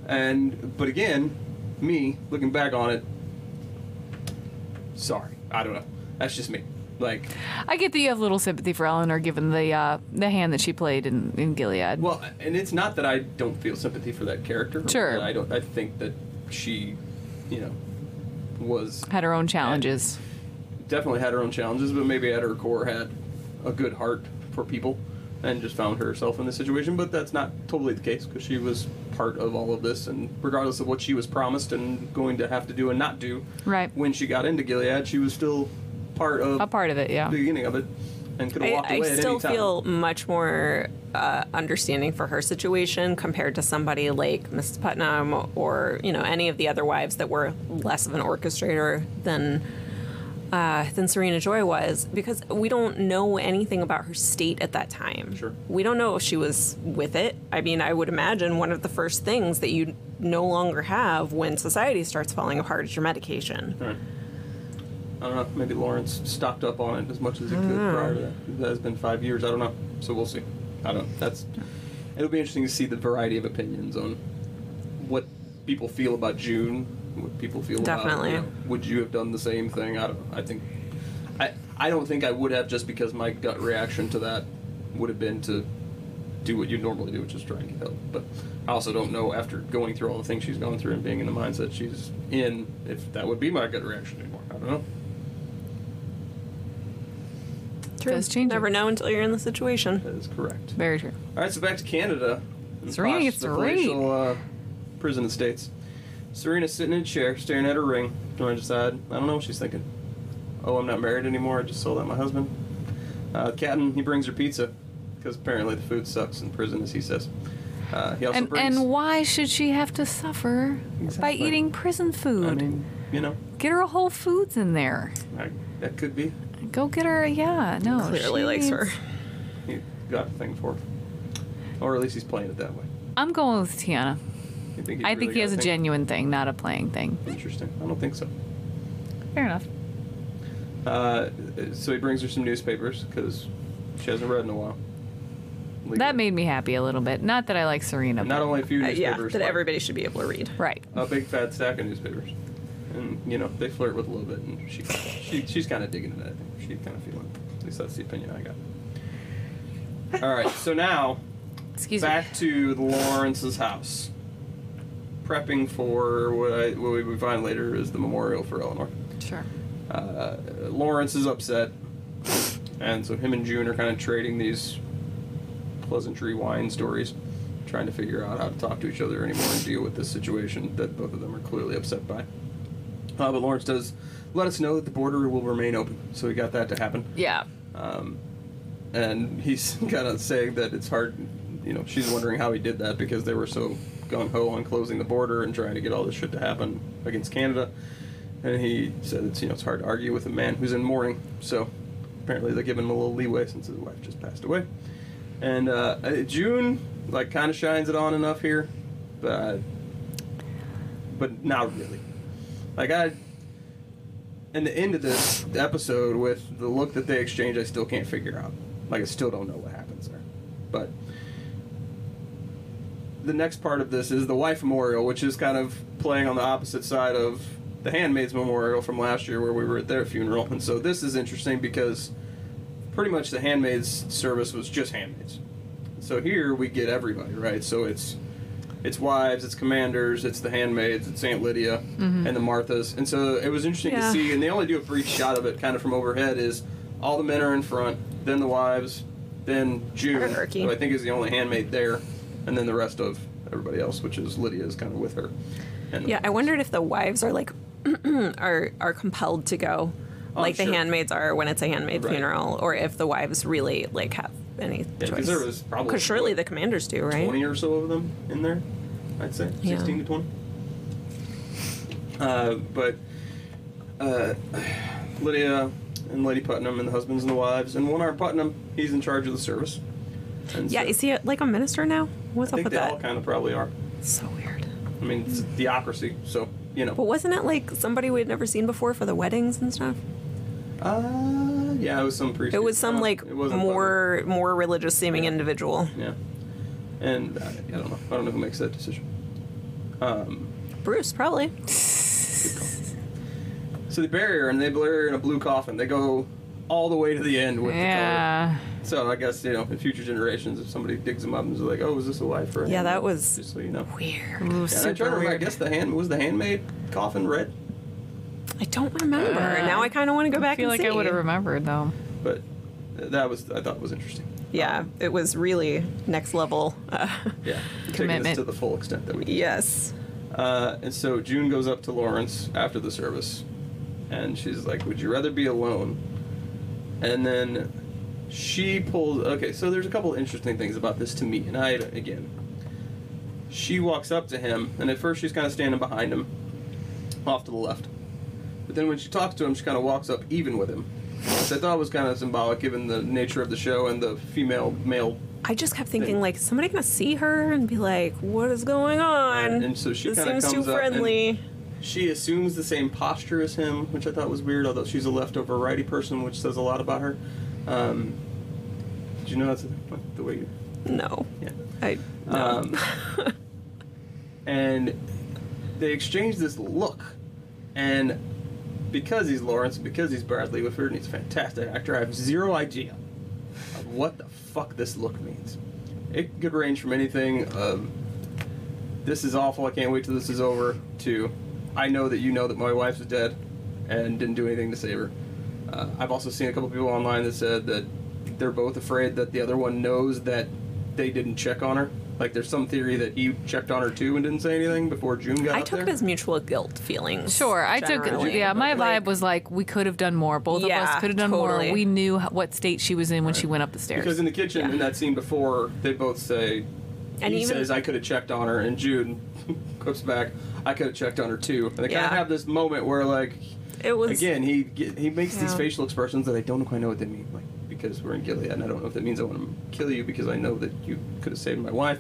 Speaker 1: And but again, me looking back on it, sorry, I don't know. That's just me. Like,
Speaker 4: I get that you have little sympathy for Eleanor given the uh, the hand that she played in, in Gilead.
Speaker 1: well, and it's not that I don't feel sympathy for that character. or
Speaker 4: Sure.
Speaker 1: that I don't. I think that she, you know, was
Speaker 4: had her own challenges.
Speaker 1: definitely had her own challenges, but maybe at her core had a good heart for people and just found herself in this situation. But that's not totally the case because she was part of all of this, and regardless of what she was promised and going to have to do and not do,
Speaker 4: Right.
Speaker 1: when she got into Gilead, she was still part of
Speaker 4: A part of it, yeah.
Speaker 1: the beginning of it and could have
Speaker 2: I,
Speaker 1: walked
Speaker 2: I
Speaker 1: away at
Speaker 2: still
Speaker 1: any time.
Speaker 2: feel much more uh, understanding for her situation compared to somebody like Mrs. Putnam or you know any of the other wives that were less of an orchestrator than uh, than Serena Joy was because we don't know anything about her state at that time.
Speaker 1: Sure.
Speaker 2: we don't know if she was with it. I mean, I would imagine one of the first things that you no longer have when society starts falling apart is your medication.
Speaker 1: Right. I don't know. Maybe Lawrence stocked up on it as much as he could prior to that. That has been five years. I don't know. So we'll see. I don't. That's. It'll be interesting to see the variety of opinions on what people feel about June. What people feel
Speaker 2: Definitely.
Speaker 1: about. you know, would you have done the same thing? I don't. I think. I. I don't think I would have just because my gut reaction to that would have been to do what you normally do, which is try and get help. But I also don't know after going through all the things she's gone through and being in the mindset she's in, if that would be my gut reaction anymore. I don't know.
Speaker 4: does change
Speaker 2: Never
Speaker 4: it.
Speaker 2: know until you're in the situation.
Speaker 1: That is correct.
Speaker 4: Very true.
Speaker 1: All right, so back to Canada. And
Speaker 4: Serena
Speaker 1: posh,
Speaker 4: gets
Speaker 1: the
Speaker 4: to
Speaker 1: palatial, uh, prison estates. Serena's sitting in a chair, staring at her ring, trying to decide. I don't know what she's thinking. Oh, I'm not married anymore. I just sold out my husband. Uh, the captain, he brings her pizza because apparently the food sucks in prison, as he says. Uh, he also
Speaker 4: And
Speaker 1: brings.
Speaker 4: and why should she have to suffer by
Speaker 1: Exactly.
Speaker 4: eating prison food?
Speaker 1: I mean, you know,
Speaker 4: get her a Whole Foods in there.
Speaker 1: I, that could be.
Speaker 4: Go get her. Yeah, no.
Speaker 2: Clearly
Speaker 4: she
Speaker 2: likes her.
Speaker 4: needs-
Speaker 1: He got a thing for, her. or at least he's playing it that way.
Speaker 4: I'm going with Tiana.
Speaker 1: You think he's
Speaker 4: I
Speaker 1: really
Speaker 4: think he
Speaker 1: got
Speaker 4: has a
Speaker 1: thing?
Speaker 4: genuine thing, not a playing thing.
Speaker 1: Interesting. I don't think so.
Speaker 4: Fair enough.
Speaker 1: Uh, so he brings her some newspapers because she hasn't read in a while. Legally.
Speaker 4: That made me happy a little bit. Not that I like Serena.
Speaker 1: not
Speaker 4: but-
Speaker 1: only Uh, a few
Speaker 2: Uh, yeah,
Speaker 1: newspapers,
Speaker 2: that
Speaker 1: but
Speaker 2: everybody should be able to read.
Speaker 4: right.
Speaker 1: a big fat stack of newspapers, and you know they flirt with a little bit, and she, she she's kind of digging it. I think she's kind of feeling. At least that's the opinion I got. All right, so now
Speaker 4: Excuse me.
Speaker 1: back to Lawrence's house, prepping for what I what we find later is the memorial for Eleanor.
Speaker 4: Sure.
Speaker 1: uh, Lawrence is upset, and so him and June are kind of trading these pleasantry wine stories, trying to figure out how to talk to each other anymore and deal with this situation that both of them are clearly upset by. Uh, but Lawrence does let us know that the border will remain open, so we got that to happen.
Speaker 4: Yeah.
Speaker 1: Um, and he's kind of saying that it's hard, you know, she's wondering how he did that because they were so gung ho on closing the border and trying to get all this shit to happen against Canada. And he said it's, you know, it's hard to argue with a man who's in mourning. So apparently they give him a little leeway since his wife just passed away. And uh, uh, June, like, kind of shines it on enough here, but, but not really. Like, I, and the end of this episode with the look that they exchange, I still can't figure out. Like, I still don't know what happens there. But the next part of this is the wife memorial, which is kind of playing on the opposite side of the handmaid's memorial from last year, where we were at their funeral. And so this is interesting because pretty much the handmaid's service was just handmaids. So here we get everybody right. So it's it's wives, it's commanders, it's the handmaids, it's Saint Lydia, and the Marthas. And so it was interesting to
Speaker 4: Yeah.
Speaker 1: see. And they only do a brief shot of it, kind of from overhead. Is all the men are in front, then the wives, then June,
Speaker 2: Hierarchy.
Speaker 1: who I think is the only handmaid there, and then the rest of everybody else, which is Lydia, is kind of with her. And the
Speaker 2: Yeah, I
Speaker 1: Marthas.
Speaker 2: wondered if the wives are like are are compelled to go,
Speaker 1: Oh,
Speaker 2: like
Speaker 1: sure.
Speaker 2: the handmaids are when it's a handmaid
Speaker 1: Right.
Speaker 2: funeral, or if the wives really like have any
Speaker 1: Yeah,
Speaker 2: choice.
Speaker 1: because there was probably
Speaker 2: 'Cause surely
Speaker 1: what,
Speaker 2: the commanders do, right?
Speaker 1: 20 or so of them in there, I'd say.
Speaker 2: Yeah.
Speaker 1: 16 to 20. Uh, but uh, Lydia and Lady Putnam and the husbands and the wives, and one arm Putnam, he's in charge of the service. And
Speaker 2: Yeah,
Speaker 1: so
Speaker 2: is he like a minister now? What's
Speaker 1: I
Speaker 2: up
Speaker 1: think
Speaker 2: with
Speaker 1: they
Speaker 2: that? Mm-hmm.
Speaker 1: all kind of probably are.
Speaker 2: so weird.
Speaker 1: I mean, it's theocracy, so, you know.
Speaker 2: But wasn't it like somebody we had never seen before for the weddings and stuff?
Speaker 1: Uh, yeah, it was some priest.
Speaker 2: It was some like
Speaker 1: it wasn't
Speaker 2: more more religious seeming individual.
Speaker 1: Putnam. Yeah. And uh, I, I don't know. I don't know who makes that decision. Um,
Speaker 2: Bruce, probably.
Speaker 1: So they bury her, and they bury her in a blue coffin. They go all the way to the end with
Speaker 4: Yeah.
Speaker 1: the color. So I guess you know, in future generations, if somebody digs them up and is like, "Oh, is this a wife or?" a
Speaker 2: Yeah,
Speaker 1: handmaid?"
Speaker 2: that was-
Speaker 1: Just so you know.
Speaker 2: Weird.
Speaker 1: Yeah,
Speaker 4: Ooh,
Speaker 1: and I, try to
Speaker 4: super
Speaker 1: remember, I
Speaker 4: weird.
Speaker 1: guess the hand was the handmaid coffin red,
Speaker 2: I don't remember.
Speaker 4: Uh,
Speaker 2: now I kind of want to go
Speaker 4: I
Speaker 2: back
Speaker 4: feel
Speaker 2: and
Speaker 4: like
Speaker 2: see.
Speaker 4: I would have remembered though.
Speaker 1: but that was I thought was interesting.
Speaker 2: Yeah, it was really next level. Uh,
Speaker 1: Yeah, taking this
Speaker 4: Commitment.
Speaker 1: to the full extent that we can.
Speaker 2: yes.
Speaker 1: Uh, and so June goes up to Lawrence after the service, and she's like, "Would you rather be alone?" And then she pulls. Okay, so there's a couple interesting things about this to me, and I again, she walks up to him, and at first she's kind of standing behind him, off to the left. But then when she talks to him, she kind of walks up even with him, which I thought was kind of symbolic given the nature of the show and the female male.
Speaker 2: I just kept
Speaker 1: Thing.
Speaker 2: thinking, like, is somebody gonna see her and be like, "What is going on?"
Speaker 1: And- and so she
Speaker 2: this
Speaker 1: kinda
Speaker 2: seems
Speaker 1: comes
Speaker 2: too
Speaker 1: up and-
Speaker 2: friendly.
Speaker 1: She assumes the same posture as him, which I thought was weird, although she's a leftover righty person, which says a lot about her. Um, did you know that's a- the way you.
Speaker 2: no,
Speaker 1: Yeah.
Speaker 2: I no.
Speaker 1: Um, and they exchange this look, and because he's Lawrence, because he's Bradley Whitford, and he's a fantastic actor, I have zero idea of what the fuck this look means. It could range from anything of this is awful, I can't wait till this is over, to I know that you know that my wife's dead and didn't do anything to save her. Uh, I've also seen a couple people online that said that they're both afraid that the other one knows that they didn't check on her. Like there's some theory that he checked on her too and didn't say anything before June got
Speaker 2: I
Speaker 1: up
Speaker 2: took
Speaker 1: there.
Speaker 2: it as mutual guilt feelings.
Speaker 4: Sure, I took.
Speaker 2: generally.
Speaker 4: Yeah, my
Speaker 2: Like,
Speaker 4: vibe was like we could have done more. Both
Speaker 2: Yeah,
Speaker 4: of us could have done
Speaker 2: totally.
Speaker 4: more. We knew h- what state she was in when she went up the stairs.
Speaker 1: because in the kitchen in that scene before, they both say
Speaker 2: And
Speaker 1: he
Speaker 2: even-
Speaker 1: says I could have checked on her, and June comes back. I could have checked on her too. And they kind
Speaker 2: Yeah.
Speaker 1: of have this moment where like
Speaker 2: It was
Speaker 1: again he ge- he makes these
Speaker 4: Yeah.
Speaker 1: facial expressions that I don't quite know what they mean. Like because we're in Gilead, and I don't know if that means I want to kill you because I know that you could have saved my wife.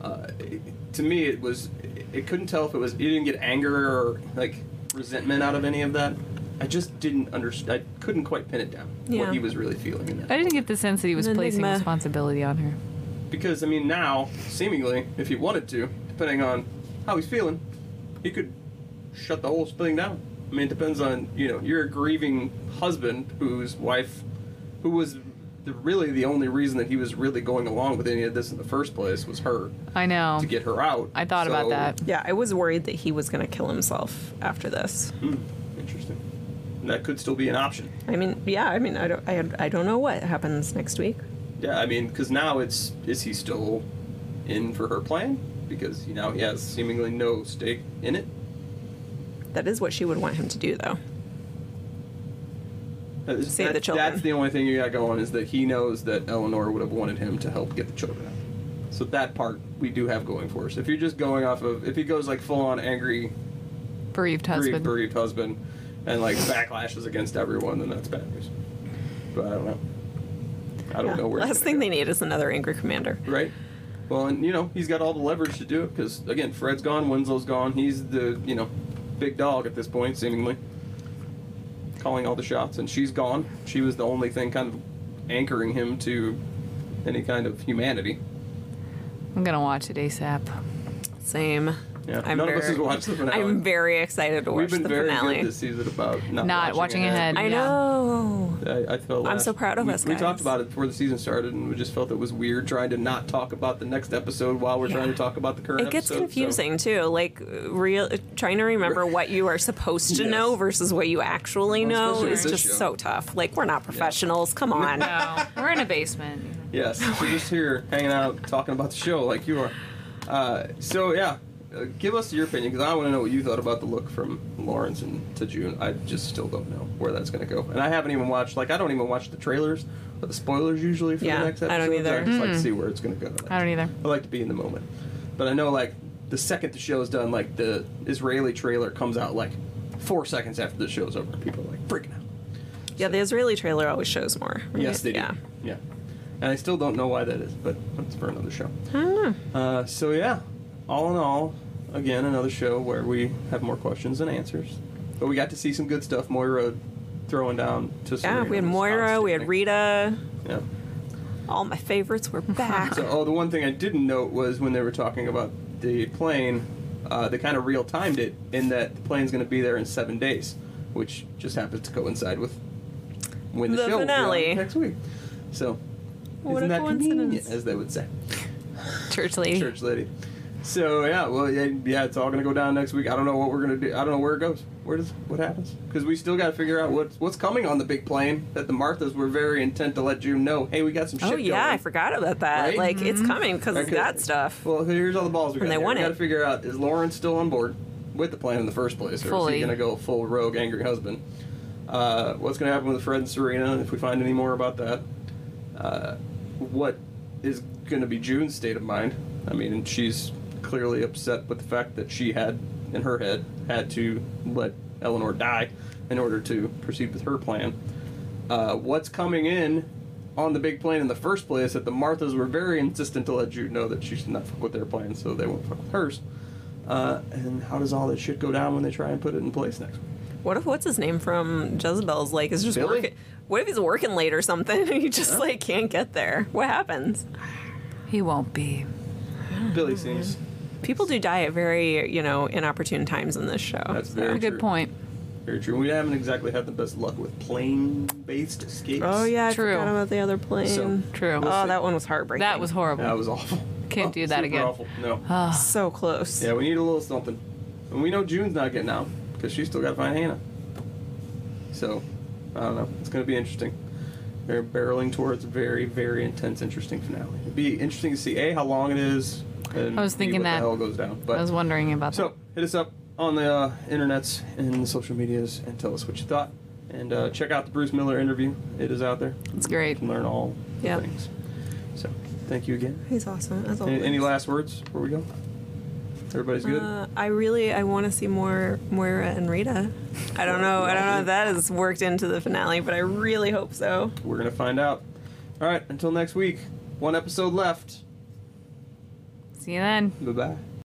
Speaker 1: Uh, it- to me, it was it couldn't tell if it was you didn't get anger or like resentment out of any of that. I just didn't understand. I couldn't quite pin it down
Speaker 2: Yeah.
Speaker 1: what he was really feeling in that.
Speaker 4: I didn't get the sense that he was
Speaker 2: An
Speaker 4: placing
Speaker 2: enigma.
Speaker 4: responsibility on her.
Speaker 1: Because I mean, now seemingly, if he wanted to, depending on how he's feeling, he could shut the whole thing down. I mean, it depends on you know you're a grieving husband whose wife, who was the, really the only reason that he was really going along with any of this in the first place was her
Speaker 4: I know.
Speaker 1: to get her out.
Speaker 4: Oh. I thought about
Speaker 1: So-
Speaker 4: that.
Speaker 2: Yeah, I was worried that he was going to kill himself after this.
Speaker 1: hmm, Interesting. And that could still be an option.
Speaker 2: I mean, yeah, I mean, I don't, I, I don't know what happens next week.
Speaker 1: Yeah, I mean, because now it's is he still in for her plan? Because you know he has seemingly no stake in it.
Speaker 2: That is what she would want him to do, though.
Speaker 1: That-
Speaker 2: Save
Speaker 1: Uh, that-
Speaker 2: the children.
Speaker 1: That's the only thing you got going is that he knows that Eleanor would have wanted him to help get the children out. So that part we do have going for us. If you're just going off of, if he goes like full on angry,
Speaker 4: Bereaved
Speaker 1: grieved,
Speaker 4: husband.
Speaker 1: bereaved husband, and like backlashes against everyone, then that's bad news. But I don't know. I don't
Speaker 2: Yeah.
Speaker 1: know where. it's
Speaker 2: Last
Speaker 1: gonna
Speaker 2: thing
Speaker 1: go.
Speaker 2: they need is another angry commander.
Speaker 1: Right. Well, and you know he's got all the leverage to do it because again, Fred's gone, Winslow's gone. He's the you know big dog at this point, seemingly calling all the shots, and she's gone. She was the only thing kind of anchoring him to any kind of humanity.
Speaker 4: I'm gonna watch it ASAP.
Speaker 2: Same.
Speaker 1: Yeah, none of us has watched the finale.
Speaker 2: I'm very excited to
Speaker 1: We've
Speaker 2: watch
Speaker 1: been
Speaker 2: the
Speaker 1: very
Speaker 2: finale.
Speaker 1: good this season about not,
Speaker 4: Not watching ahead.
Speaker 2: I
Speaker 4: Yeah.
Speaker 2: know.
Speaker 1: I, I felt
Speaker 2: I'm
Speaker 1: last-
Speaker 2: so proud of
Speaker 1: we,
Speaker 2: us,
Speaker 1: We talked
Speaker 2: guys.
Speaker 1: about it before the season started, and we just felt it was weird trying to not talk about the next episode while we're
Speaker 2: Yeah.
Speaker 1: trying to talk about the current.
Speaker 2: It gets
Speaker 1: episode, so-
Speaker 2: confusing too. Like real trying to remember what you are supposed to
Speaker 1: Yes.
Speaker 2: know versus what you actually
Speaker 1: Well,
Speaker 2: know
Speaker 1: especially
Speaker 2: is
Speaker 1: with this
Speaker 2: just
Speaker 1: show.
Speaker 2: so tough. Like we're not professionals. Come on.
Speaker 4: No, we're in a basement.
Speaker 1: Yes, we're just here hanging out, talking about the show like you are. Uh, so yeah, uh, give us your opinion because I want to know what you thought about the look from Lawrence and to June. I just still don't know where that's going to go, and I haven't even watched like I don't even watch the trailers or the spoilers usually for
Speaker 2: Yeah,
Speaker 1: the next
Speaker 2: I
Speaker 1: episode.
Speaker 2: don't either.
Speaker 1: I just like to see where it's going to go.
Speaker 4: Hmm. I don't either.
Speaker 1: I like to be in the moment, but I know like the second the show is done, like the Israeli trailer comes out like four seconds after the show's over, people are like freaking out.
Speaker 2: Yeah, the Israeli trailer always shows more. right?
Speaker 1: Yes, they do.
Speaker 2: Yeah.
Speaker 1: Yeah. And I still don't know why that is, but that's for another show. Uh, so, yeah, all in all, again, another show where we have more questions than answers. But we got to see some good stuff. Moira throwing down to Serena
Speaker 2: Yeah, we had
Speaker 1: was
Speaker 2: Moira, we had
Speaker 1: outstanding.
Speaker 2: Rita.
Speaker 1: Yeah.
Speaker 2: All my favorites were back.
Speaker 1: So, oh, the one thing I didn't note was when they were talking about the plane, uh, they kind of real timed it in that the plane's going to be there in seven days, which just happens to coincide with when the,
Speaker 2: The
Speaker 1: show will be on
Speaker 2: finale.
Speaker 1: next week. So,
Speaker 2: What
Speaker 1: isn't
Speaker 2: a
Speaker 1: that convenient,
Speaker 2: coincidence.
Speaker 1: as they would say,
Speaker 4: Church lady.
Speaker 1: church lady. So yeah, well yeah, yeah, it's all gonna go down next week. I don't know what we're gonna do. I don't know where it goes. Where does what happens? Because we still gotta figure out what's what's coming on the big plane. That the Marthas were very intent to let June know. Hey, we got some shit.
Speaker 2: oh yeah,
Speaker 1: going.
Speaker 2: I forgot about that.
Speaker 1: Right?
Speaker 2: Like it's coming because it's
Speaker 1: Okay.
Speaker 2: got stuff.
Speaker 1: Well, here's all the balls we got.
Speaker 2: And they
Speaker 1: here.
Speaker 2: want
Speaker 1: we
Speaker 2: it.
Speaker 1: got to figure out is Lauren still on board with the plan in the first place, or is he
Speaker 4: Fully.
Speaker 1: going to go full rogue angry husband? Uh, what's going to happen with Fred and Serena if we find any more about that? Uh, what is going to be June's state of mind? I mean, she's clearly upset with the fact that she had in her head had to let Eleanor die in order to proceed with her plan. Uh, what's coming in on the big plane in the first place that the Marthas were very insistent to let Jude know that she should not fuck with their plan, so they won't fuck with hers. Uh, and how does all this shit go down when they try and put it in place next? week?
Speaker 2: What if what's his name from Jezebel's like is just
Speaker 1: Billy?
Speaker 2: working? What if he's working late or something and he just like can't get there? What happens?
Speaker 4: He won't be.
Speaker 1: Billy seems
Speaker 2: People do die at very you know inopportune times in this show.
Speaker 1: that's
Speaker 4: A
Speaker 1: very
Speaker 4: good
Speaker 1: true.
Speaker 4: point.
Speaker 1: Very true. We haven't exactly had the best luck with plane-based escapes.
Speaker 2: oh yeah, I
Speaker 4: True.
Speaker 2: forgot about the other plane.
Speaker 1: So-
Speaker 4: True.
Speaker 2: oh,
Speaker 1: see.
Speaker 2: that one was heartbreaking.
Speaker 4: that was horrible.
Speaker 1: that was awful.
Speaker 4: Can't
Speaker 1: Oh,
Speaker 4: do that
Speaker 1: super
Speaker 4: again.
Speaker 1: Awful. No.
Speaker 2: so close.
Speaker 1: Yeah, we need a little something, and we know June's not getting out because she's still got to find Hannah. So I don't know. It's going to be interesting. They're barreling towards a very, very intense, interesting finale. It'd be interesting to see a how long it is. And
Speaker 4: I was
Speaker 1: B,
Speaker 4: thinking
Speaker 1: what
Speaker 4: that.
Speaker 1: the hell goes down. But
Speaker 4: I was wondering about
Speaker 1: so hit us up on the uh, internets and the social medias and tell us what you thought. And uh, check out the Bruce Miller interview. It is out there.
Speaker 4: that. It's great.
Speaker 1: You can learn all the
Speaker 2: Yeah. Oh,
Speaker 1: things. So thank you again.
Speaker 2: He's awesome. As
Speaker 1: Any, any last words before we go? Everybody's good.
Speaker 2: Uh, I really I want to see more Moira and Rita. I don't know. I don't know if that has worked into the finale, but I really hope so.
Speaker 1: We're gonna find out. All right. Until next week. One episode left.
Speaker 4: See you then.
Speaker 1: Bye bye.